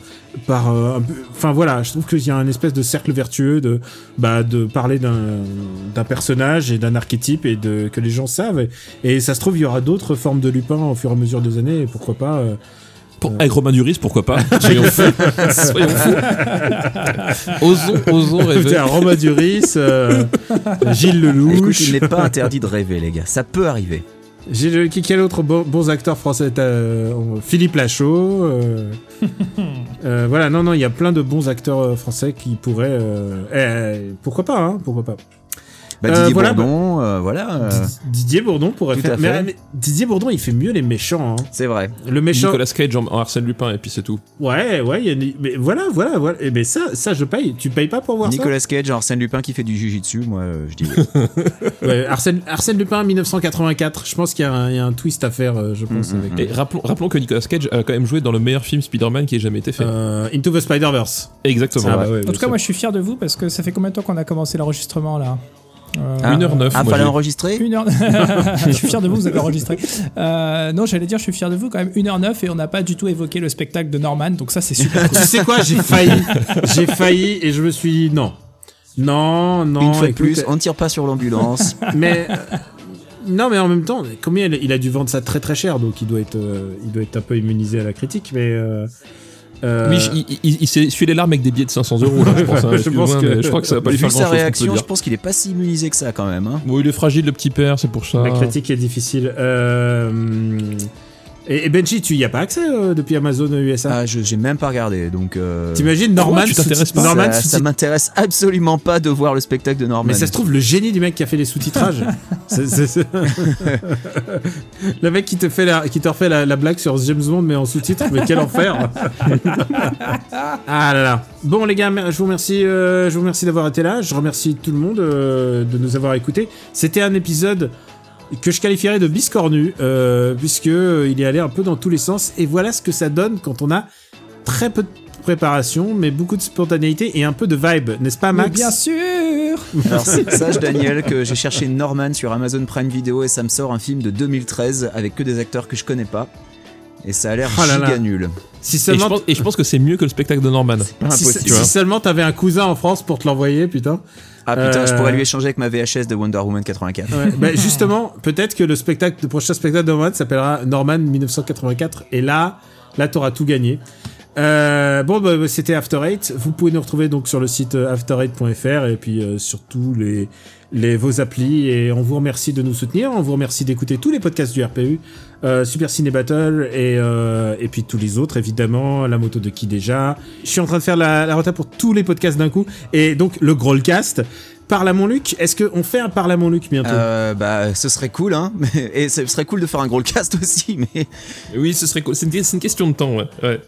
Speaker 4: par... euh, un peu- Enfin voilà, je trouve qu'il y a un espèce de cercle vertueux de, bah, de parler d'un d'un personnage et d'un archétype et de, que les gens savent. Et, et ça se trouve, il y aura d'autres formes de Lupin au fur et à mesure des années et pourquoi pas... euh,
Speaker 6: Pour, avec Romain Duris, pourquoi pas Soyons fous. Soyons fous. Osons, osons rêver.
Speaker 4: Putain, Romain Duris, euh, Gilles
Speaker 5: Bah, Écoute,
Speaker 4: Lelouch.
Speaker 5: il n'est pas interdit de rêver, les gars. Ça peut arriver.
Speaker 4: Gilles, qui, quel autre bon, bons acteurs français t'as, euh, Philippe Lachaud. euh, euh, voilà, non, non, il y a plein de bons acteurs euh, français qui pourraient. euh, eh, pourquoi pas, hein Pourquoi pas
Speaker 5: Bah,
Speaker 4: Euh,
Speaker 5: Didier
Speaker 4: voilà,
Speaker 5: Bourdon, euh, voilà. euh,
Speaker 4: Did- Didier Bourdon pourrait
Speaker 5: tout
Speaker 4: faire.
Speaker 5: à
Speaker 4: mais- ah,
Speaker 5: fait.
Speaker 4: mais Didier Bourdon, il fait mieux les méchants. hein.
Speaker 5: c'est vrai.
Speaker 4: Le méchant.
Speaker 6: Nicolas Cage en, en Arsène Lupin, et puis c'est tout.
Speaker 4: Ouais, ouais, il y a une- mais voilà, voilà, voilà. Eh ben ça, ça, je paye. Tu payes pas pour voir
Speaker 5: Nicolas Cage, Arsène Lupin qui fait du jujitsu, moi, euh, je dis.
Speaker 4: ça Ouais, Arsène, Arsène Lupin, 1984. Je pense qu'il y, a un- il y a un twist à faire, euh, je
Speaker 5: Mhm.
Speaker 4: pense,
Speaker 5: Mm.
Speaker 4: avec.
Speaker 6: Et rappelons, rappelons que Nicolas Cage a quand même joué dans le meilleur film Spider-Man qui ait jamais été fait.
Speaker 4: Euh, Into the Spider-Verse.
Speaker 6: Exactement.
Speaker 4: Ah, bah ouais,
Speaker 7: En
Speaker 4: je
Speaker 7: tout cas,
Speaker 4: sais.
Speaker 7: moi, je suis fier de vous parce que ça fait combien de temps qu'on a commencé l'enregistrement là Euh,
Speaker 5: Ah.
Speaker 6: Une heure neuf,
Speaker 5: Ah,
Speaker 6: moi,
Speaker 5: fallait
Speaker 6: j'ai-
Speaker 5: enregistrer
Speaker 7: Une heure. je suis fier de vous, vous avez enregistré. Euh, non, j'allais dire, je suis fier de vous quand même. 1h09 et on n'a pas du tout évoqué le spectacle de Norman, donc ça c'est super.
Speaker 4: tu sais quoi, j'ai failli, j'ai failli et je me suis dit non, non, non.
Speaker 5: Une fois de
Speaker 4: écoute,
Speaker 5: plus, on ne tire pas sur l'ambulance.
Speaker 4: Mais euh, non, mais en même temps, combien il, il a dû vendre ça très très cher, donc il doit être, euh, il doit être un peu immunisé à la critique, mais. euh, euh,
Speaker 6: Mich, il, il- il, il s'est essuyé les larmes avec des billets de 500 euros, là, je pense. hein,
Speaker 4: Je
Speaker 6: excuse-moi,
Speaker 4: pense que-
Speaker 6: mais je crois que ça va pas lui
Speaker 5: Vu
Speaker 6: faire
Speaker 5: sa
Speaker 6: grand-chose, on peut
Speaker 5: réaction, je
Speaker 6: dire.
Speaker 5: pense qu'il est pas si immunisé que ça quand même. hein.
Speaker 6: Bon, il est fragile, le petit père, c'est pour ça.
Speaker 4: La critique est difficile. Euh, et, et Benji, tu y as pas accès euh, depuis Amazon USA.
Speaker 5: Ah, je j'ai même pas regardé, donc. euh,
Speaker 4: T'imagines Norman
Speaker 6: Comment tu t'intéresses pas
Speaker 4: Norman
Speaker 5: ça, ça
Speaker 4: sous-titre-
Speaker 5: m'intéresse absolument pas de voir le spectacle de Norman.
Speaker 4: Mais ça se trouve, le génie du mec qui a fait les sous-titrages. C'est- c'est- c'est- le mec qui te, fait la, qui te refait la, la blague sur James Bond, mais en sous-titres, mais quel enfer Ah là là. Bon, les gars, mer- je vous remercie, euh, je vous remercie d'avoir été là. Je remercie tout le monde euh, de nous avoir écoutés. C'était un épisode que je qualifierais de biscornu, euh, puisque euh, il est allé un peu dans tous les sens. Et voilà ce que ça donne quand on a très peu de préparation, mais beaucoup de spontanéité et un peu de vibe, n'est-ce pas,
Speaker 7: Mais
Speaker 4: Ah, Max
Speaker 7: bien sûr
Speaker 5: Alors, c'est- sache, Daniel, que j'ai cherché Norman sur Amazon Prime Video et ça me sort un film de 2013 avec que des acteurs que je connais pas. Et ça a l'air
Speaker 4: Oh là là.
Speaker 5: giga nul.
Speaker 4: Si
Speaker 6: Et je,
Speaker 4: seulement,
Speaker 6: pense, et je pense que c'est mieux que le spectacle de Norman.
Speaker 5: Pas
Speaker 4: si,
Speaker 5: Impossible.
Speaker 4: si seulement t'avais un cousin en France pour te l'envoyer, putain.
Speaker 5: Ah putain, je
Speaker 4: Euh,
Speaker 5: pourrais lui échanger avec ma VHS de Wonder Woman 84.
Speaker 4: Ouais. bah, justement, peut-être que le spectacle, le prochain spectacle de Norman s'appellera Norman 1984. Et là, là, t'auras tout gagné. Euh, bon, bah, bah, c'était After Eight. Vous pouvez nous retrouver donc sur le site euh, after8.fr et puis euh, sur tous les, les vos applis. Et on vous remercie de nous soutenir. On vous remercie d'écouter tous les podcasts du RPU, euh, Super Ciné Battle et, euh, et puis tous les autres évidemment. La moto de qui déjà. Je suis en train de faire la, la rota pour tous les podcasts d'un coup et donc le Growlcast. Parle à mon Luc. Est-ce qu'on fait un Parle à mon Luc bientôt
Speaker 5: Euh, bah, ce serait cool, hein. mais- Et ce serait cool de faire un gros cast aussi, mais
Speaker 6: Oui, ce serait cool. C'est une, c'est une question de temps, ouais. ouais.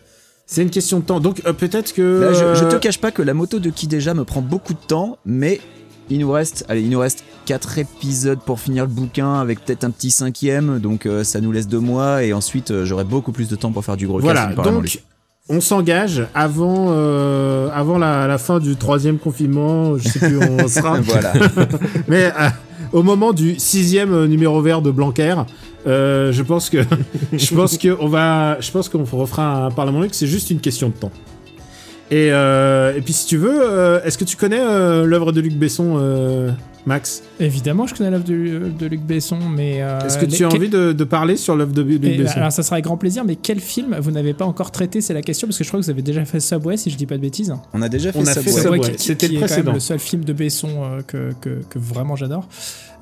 Speaker 4: C'est une question de temps. Donc euh, peut-être que.
Speaker 5: Là, je, je te
Speaker 4: euh,
Speaker 5: cache pas que la moto de qui déjà me prend beaucoup de temps, mais il nous reste, allez, il nous reste 4 épisodes pour finir le bouquin avec peut-être un petit cinquième, donc euh, ça nous laisse deux mois et ensuite euh, j'aurai beaucoup plus de temps pour faire du gros
Speaker 4: Voilà.
Speaker 5: casting par la
Speaker 4: Donc
Speaker 5: Montluc.
Speaker 4: on s'engage avant euh, avant la, la fin du troisième confinement. Je sais plus où on sera.
Speaker 5: voilà.
Speaker 4: Mais euh, au moment du sixième euh, numéro vert de Blanquer, euh, je pense que je pense que on va, je pense qu'on refera un parlement luc. C'est juste une question de temps. Et, euh, et puis si tu veux, euh, est-ce que tu connais euh, l'œuvre de Luc Besson, euh, Max
Speaker 7: Évidemment, je connais l'œuvre de, de Luc Besson, mais. euh,
Speaker 4: Est-ce que
Speaker 7: les-
Speaker 4: tu as
Speaker 7: quel-
Speaker 4: envie de, de parler sur l'œuvre de Luc
Speaker 7: et, euh,
Speaker 4: Besson
Speaker 7: alors ça sera avec grand plaisir, mais quel film vous n'avez pas encore traité C'est la question parce que je crois que vous avez déjà fait Subway, si je dis pas de bêtises.
Speaker 5: On a déjà fait
Speaker 4: On a
Speaker 5: ça.
Speaker 4: fait
Speaker 5: ouais.
Speaker 4: Subway.
Speaker 7: qui- qui-
Speaker 4: c'était
Speaker 7: qui
Speaker 4: le
Speaker 7: est quand même
Speaker 4: précédent.
Speaker 7: le seul film de Besson euh, que, que, que vraiment j'adore.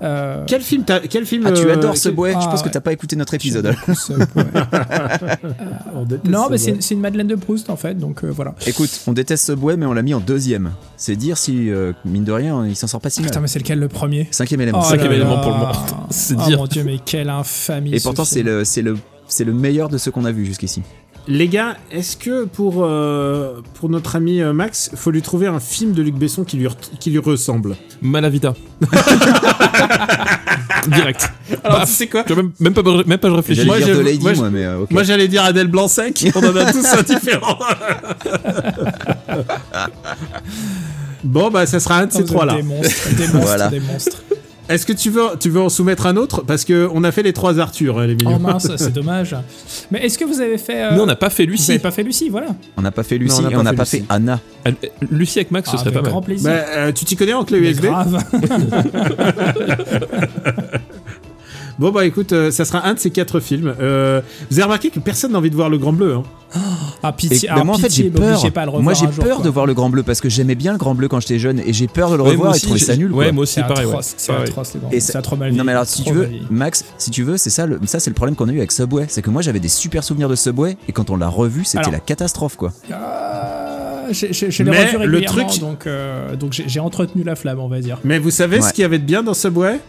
Speaker 7: Euh,
Speaker 4: Quel film t'as- Quel film
Speaker 5: Ah, tu
Speaker 4: euh,
Speaker 5: adores ce bois Je
Speaker 7: Ah,
Speaker 5: pense que
Speaker 7: ouais.
Speaker 5: t'as pas écouté notre épisode.
Speaker 7: j'aime
Speaker 5: alors.
Speaker 7: beaucoup Subway.
Speaker 4: On déteste
Speaker 7: non,
Speaker 4: ça,
Speaker 7: mais c'est
Speaker 4: ouais.
Speaker 7: c'est une Madeleine de Proust en fait, donc euh, voilà.
Speaker 5: Écoute, on déteste ce bois, mais on l'a mis en deuxième. C'est dire si, euh, mine de rien, il s'en sort pas si
Speaker 7: Putain,
Speaker 5: mal.
Speaker 7: mais c'est lequel le premier
Speaker 5: Cinquième élément.
Speaker 7: Oh
Speaker 6: cinquième
Speaker 7: là
Speaker 6: élément
Speaker 7: là.
Speaker 6: pour le moment. C'est
Speaker 7: oh
Speaker 6: dire.
Speaker 7: mon dieu, mais quelle infamie.
Speaker 5: Et
Speaker 7: ce
Speaker 5: pourtant,
Speaker 7: film.
Speaker 5: c'est le, c'est le, c'est le meilleur de ce qu'on a vu jusqu'ici.
Speaker 4: Les gars, est-ce que pour, euh, pour notre ami euh, Max, faut lui trouver un film de Luc Besson qui lui, re- qui lui ressemble
Speaker 6: Malavita. Direct. Bah,
Speaker 4: sais quoi
Speaker 6: tu vois, même, même pas, même pas je réfléchis.
Speaker 4: Moi,
Speaker 5: J'allais dire
Speaker 4: j'avoue-
Speaker 5: de Lady,
Speaker 4: moi,
Speaker 5: moi,
Speaker 4: je-
Speaker 5: mais euh, ok.
Speaker 4: Moi j'allais dire Adèle Blanc-Sec, on en a tous un différent. Bon, bah, ça sera un de ces
Speaker 7: Oh, Des
Speaker 4: trois-là.
Speaker 7: monstres, des monstres,
Speaker 5: Voilà.
Speaker 7: des monstres.
Speaker 4: Est-ce que tu veux, tu veux en soumettre un autre Parce que on a fait les trois Arthur, euh, les
Speaker 7: Oh
Speaker 4: mignons.
Speaker 7: mince, c'est dommage. Mais est-ce que vous avez fait. euh,
Speaker 6: Nous, on n'a pas fait
Speaker 7: vous
Speaker 6: Lucie.
Speaker 7: avez pas fait Lucie, voilà.
Speaker 5: On n'a pas fait Lucie
Speaker 4: Non, on n'a
Speaker 5: et on
Speaker 4: pas
Speaker 5: n'a
Speaker 4: fait
Speaker 5: pas fait
Speaker 4: Lucie.
Speaker 5: Anna.
Speaker 6: Euh, Lucie avec Max, ce
Speaker 7: Ah,
Speaker 6: serait pas
Speaker 7: avec
Speaker 6: mal.
Speaker 7: grand plaisir.
Speaker 4: bah, euh, tu t'y connais en clé
Speaker 7: Mais
Speaker 4: USB
Speaker 7: grave.
Speaker 4: Bon, bah écoute, euh, ça sera un de ces quatre films. Euh, vous avez remarqué que personne n'a envie de voir Le Grand Bleu. Hein.
Speaker 7: Ah,
Speaker 5: Et-
Speaker 7: pitié,
Speaker 5: mais
Speaker 7: ah,
Speaker 5: moi en fait
Speaker 7: pitié,
Speaker 5: j'ai
Speaker 7: m'obligez
Speaker 5: peur.
Speaker 7: pas à le revoir.
Speaker 5: Moi j'ai
Speaker 7: un jour,
Speaker 5: peur
Speaker 7: quoi.
Speaker 5: de voir le Grand Bleu parce que j'aimais bien le Grand Bleu quand j'étais jeune et j'ai peur de le
Speaker 6: Ouais, moi
Speaker 5: revoir et de
Speaker 6: aussi,
Speaker 5: trouver
Speaker 6: j'ai-
Speaker 5: ça nul.
Speaker 6: Ouais,
Speaker 5: quoi.
Speaker 6: moi aussi,
Speaker 7: C'est
Speaker 6: pareil. ouais.
Speaker 7: atroce, c'est
Speaker 6: Pareil.
Speaker 7: atroce, les grands.
Speaker 5: Et
Speaker 7: C'est
Speaker 5: ça-
Speaker 7: atroce, mal
Speaker 5: Non mais alors si
Speaker 7: Trop
Speaker 5: tu veux,
Speaker 7: mal vieilli.
Speaker 5: Max, si tu veux, c'est ça, le- ça c'est le problème qu'on a eu avec Subway, c'est que moi j'avais des super souvenirs de Subway et quand on l'a revu c'était
Speaker 7: Alors.
Speaker 5: la catastrophe quoi.
Speaker 7: Euh, j'ai- j'ai j'ai les
Speaker 4: Mais
Speaker 7: revues
Speaker 4: le
Speaker 7: régulièrement,
Speaker 4: truc-
Speaker 7: donc, euh, donc j'ai j'ai entretenu la flamme, on va dire.
Speaker 4: Mais vous savez
Speaker 5: Ouais.
Speaker 4: ce qu'il y avait de bien dans Subway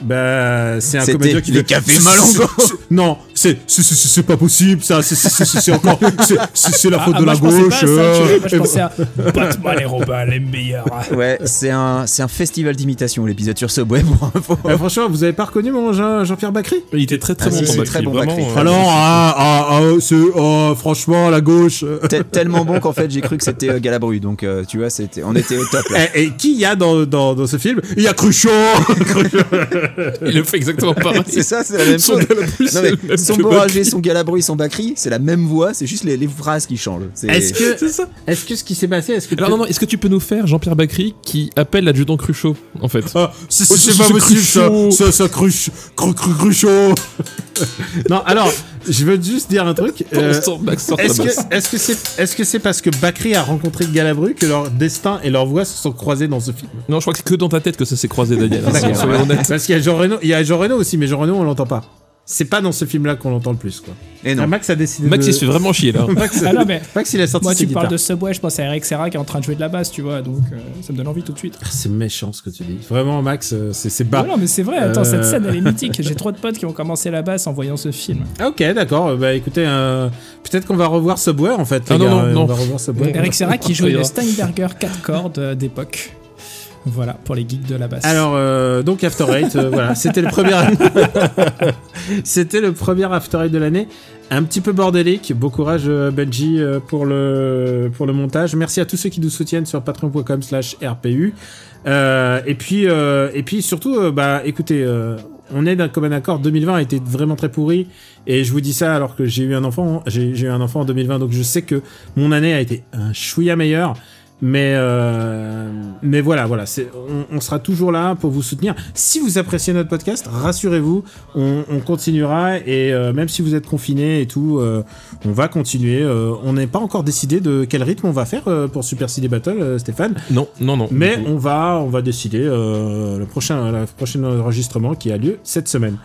Speaker 4: bah, c'est un
Speaker 5: C'était
Speaker 4: comédien qui
Speaker 5: les
Speaker 4: fait-
Speaker 5: cafés
Speaker 4: C'est-
Speaker 5: Malongo.
Speaker 4: c'est- c'est- Non, c'est c'est- c'est- c'est pas possible, ça. c'est- c'est- C'est c'est encore. c'est- C'est c'est la faute
Speaker 7: Ah,
Speaker 4: de
Speaker 7: moi,
Speaker 4: la
Speaker 7: je pensais pas à
Speaker 4: gauche.
Speaker 7: ça,
Speaker 4: euh,
Speaker 7: je- moi, je
Speaker 4: et-
Speaker 7: pensais à Batman et Robin, les meilleurs.
Speaker 5: Ouais, c'est un, c'est un festival d'imitation l'épisode sur Subway pour info.
Speaker 4: Euh, franchement, vous avez pas reconnu mon Jean- Jean-Pierre Bacry
Speaker 6: Il était très très
Speaker 5: Ah,
Speaker 6: bon
Speaker 5: si,
Speaker 6: ton
Speaker 5: si,
Speaker 6: Bacri,
Speaker 5: très bon
Speaker 6: vraiment,
Speaker 5: Bacri.
Speaker 6: euh,
Speaker 4: Alors, ah, ah, ah, oh, c'est- oh, franchement, la gauche. euh.
Speaker 5: Te- tellement bon qu'en fait j'ai cru que c'était euh, Galabru donc euh, tu vois c'était on était au top là.
Speaker 4: Eh, Et, et qui y a dans, dans, dans ce film Il y a Cruchot
Speaker 6: Il le fait exactement pareil.
Speaker 5: C'est ça, c'est la même
Speaker 6: Son
Speaker 5: chose.
Speaker 6: Galabru, c'est
Speaker 5: Non, mais
Speaker 6: le même
Speaker 5: son
Speaker 6: que
Speaker 5: Boranger, son Galabru, son Bacri, c'est la même voix, c'est juste les, les phrases qui changent. C'est-
Speaker 4: Est-ce que,
Speaker 6: C'est ça.
Speaker 4: est-ce que ce qui s'est passé, est-ce que
Speaker 6: Alors non, non, est-ce que tu peux nous faire Jean-Pierre Bacry qui appelle l'adjudant Cruchot, en fait
Speaker 4: Ah, c'est
Speaker 6: Oh,
Speaker 4: c'est
Speaker 6: c'est-
Speaker 4: pas
Speaker 6: c'est
Speaker 4: possible, ça,
Speaker 6: Cruchot.
Speaker 4: ça, ça cruche, cru, cru, cruchot. non, alors, je veux juste dire un truc. euh,
Speaker 6: Sors, Max, sors ta
Speaker 4: est-ce que,
Speaker 6: basse.
Speaker 4: est-ce que c'est, est-ce que c'est parce que Bakri a rencontré Galabru que leur destin et leur voix se sont croisés dans ce film
Speaker 6: Non, je crois que c'est que dans ta tête que ça s'est croisé, Daniel. hein,
Speaker 4: D'accord.
Speaker 6: soyons honnêtes.
Speaker 4: Parce qu'il y a Jean Reno, il y a Jean Reno aussi, mais Jean Reno on l'entend pas. C'est pas dans ce film-là qu'on l'entend le plus, quoi.
Speaker 5: Et
Speaker 4: Ah,
Speaker 5: eh non.
Speaker 4: Max a décidé.
Speaker 6: Max,
Speaker 4: de...
Speaker 6: il se fait vraiment chier, là.
Speaker 4: Max,
Speaker 7: Ah non, mais-
Speaker 4: Max, il a sorti
Speaker 7: Moi,
Speaker 4: ses
Speaker 7: tu parles
Speaker 4: guitares.
Speaker 7: de Subway, je pense à Eric Serra qui est en train de jouer de la basse, tu vois, donc euh, ça me donne envie tout de suite.
Speaker 4: Ah, C'est méchant ce que tu dis. Vraiment, Max, euh, c'est c'est bas.
Speaker 7: Non, non, mais c'est vrai, attends,
Speaker 4: Euh.
Speaker 7: cette scène, elle est mythique. J'ai trop de potes qui ont commencé la basse en voyant ce film.
Speaker 4: Ah, Ok, d'accord. Euh, Bah écoutez, euh, peut-être qu'on va revoir Subway en fait.
Speaker 6: Ah,
Speaker 4: les
Speaker 6: non,
Speaker 4: gars.
Speaker 6: non,
Speaker 4: Euh,
Speaker 6: non.
Speaker 4: On va revoir Subway.
Speaker 7: Eric Serra qui joue
Speaker 6: Ça
Speaker 7: le
Speaker 6: ira.
Speaker 7: Steinberger 4 cordes euh, d'époque. Voilà, pour les geeks de la basse.
Speaker 4: Alors euh, donc After Eight, euh, voilà, c'était le premier. c'était le premier After Eight de l'année. Un petit peu bordélique. Bon courage euh, Benji euh, pour le pour le montage. Merci à tous ceux qui nous soutiennent sur patreon.com/rpu. Euh, et puis euh, et puis surtout, euh, bah écoutez. euh, on est d'un commun accord. 2020 a été vraiment très pourri, et je vous dis ça alors que j'ai eu un enfant. hein. J'ai j'ai eu un enfant en 2020, donc je sais que mon année a été un chouïa meilleur. Mais euh, mais voilà voilà c'est on, on sera toujours là pour vous soutenir. Si vous appréciez notre podcast, rassurez-vous, on, on continuera et euh, même si vous êtes confinés et tout, euh, on va continuer. Euh, on n'est pas encore décidé de quel rythme on va faire euh, pour Super CD Battle, euh, Stéphane.
Speaker 6: Non, non, non.
Speaker 4: Mais
Speaker 6: Du coup.
Speaker 4: on va, on va décider euh, le prochain, le prochain enregistrement qui a lieu cette semaine.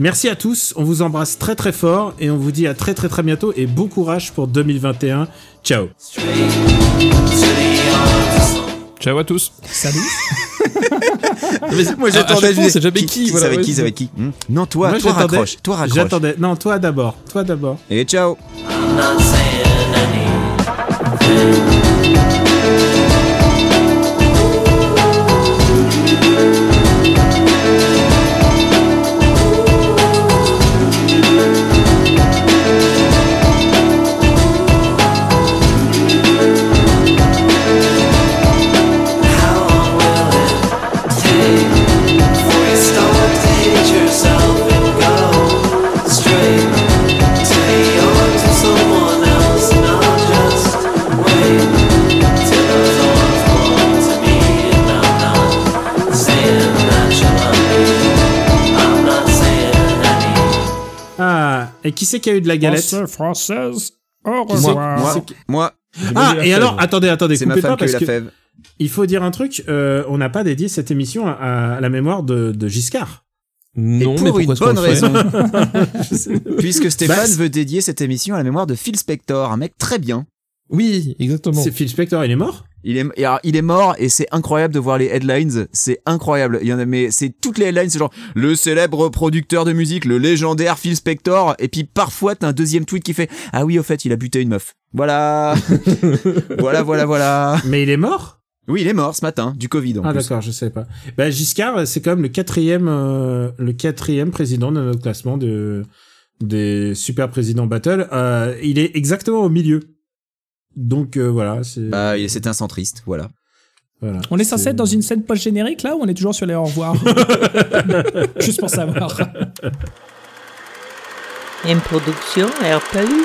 Speaker 4: Merci à tous, on vous embrasse très très fort et on vous dit à très très très bientôt et bon courage pour 2021. Ciao.
Speaker 6: Ciao à tous.
Speaker 4: Ah,
Speaker 7: salut.
Speaker 5: Moi
Speaker 6: j'attendais, je
Speaker 5: je
Speaker 6: dis, c'est jamais qui, voilà,
Speaker 5: avec
Speaker 6: ouais,
Speaker 5: qui,
Speaker 6: c'est-
Speaker 5: c'est avec qui. hmm. Non, toi,
Speaker 4: Moi,
Speaker 5: toi
Speaker 4: j'attendais-
Speaker 5: raccroche, toi raccroche.
Speaker 4: J'attendais. Non, toi d'abord. Toi d'abord.
Speaker 5: Et ciao.
Speaker 4: Ah, et qui c'est qui a eu de la galette
Speaker 7: Français, française, au
Speaker 5: Moi,
Speaker 7: revoir.
Speaker 5: moi, moi,
Speaker 4: Ah, et alors, attendez, attendez,
Speaker 5: c'est ma
Speaker 4: coupez pas
Speaker 5: femme qui a eu
Speaker 4: parce
Speaker 5: la
Speaker 4: que
Speaker 5: fève.
Speaker 4: il faut dire un truc. euh, on n'a pas dédié cette émission à, à la mémoire de, de Giscard.
Speaker 6: Non,
Speaker 5: et
Speaker 6: mais
Speaker 5: pour une
Speaker 6: pourquoi est-ce qu'on
Speaker 5: bonne
Speaker 6: le ferait
Speaker 5: raison. Puisque Stéphane
Speaker 4: c'est-
Speaker 5: veut dédier cette émission à la mémoire de Phil Spector, un mec très bien.
Speaker 6: Oui, exactement.
Speaker 4: C'est Phil Spector, il est mort
Speaker 5: Il est, et alors, il est mort et c'est incroyable de voir les headlines. C'est incroyable. Il y en a, mais c'est toutes les headlines, c'est genre le célèbre producteur de musique, le légendaire Phil Spector. Et puis parfois, t'as un deuxième tweet qui fait Ah oui, au fait, il a buté une meuf. Voilà. voilà, voilà, voilà.
Speaker 4: Mais il est mort
Speaker 5: Oui, il est mort ce matin, du Covid en
Speaker 4: Ah
Speaker 5: plus.
Speaker 4: d'accord, je sais pas. Bah, Giscard, c'est quand même le quatrième, euh, le quatrième président de notre classement de des super présidents battle. Euh, il est exactement au milieu. Donc euh, voilà, c'est.
Speaker 5: Bah, il- c'est un centriste, voilà.
Speaker 4: voilà.
Speaker 7: On est censé
Speaker 4: C'est-
Speaker 7: être dans une scène post-générique là ou on est toujours sur les au revoir Juste pour savoir.
Speaker 8: En producción RPU.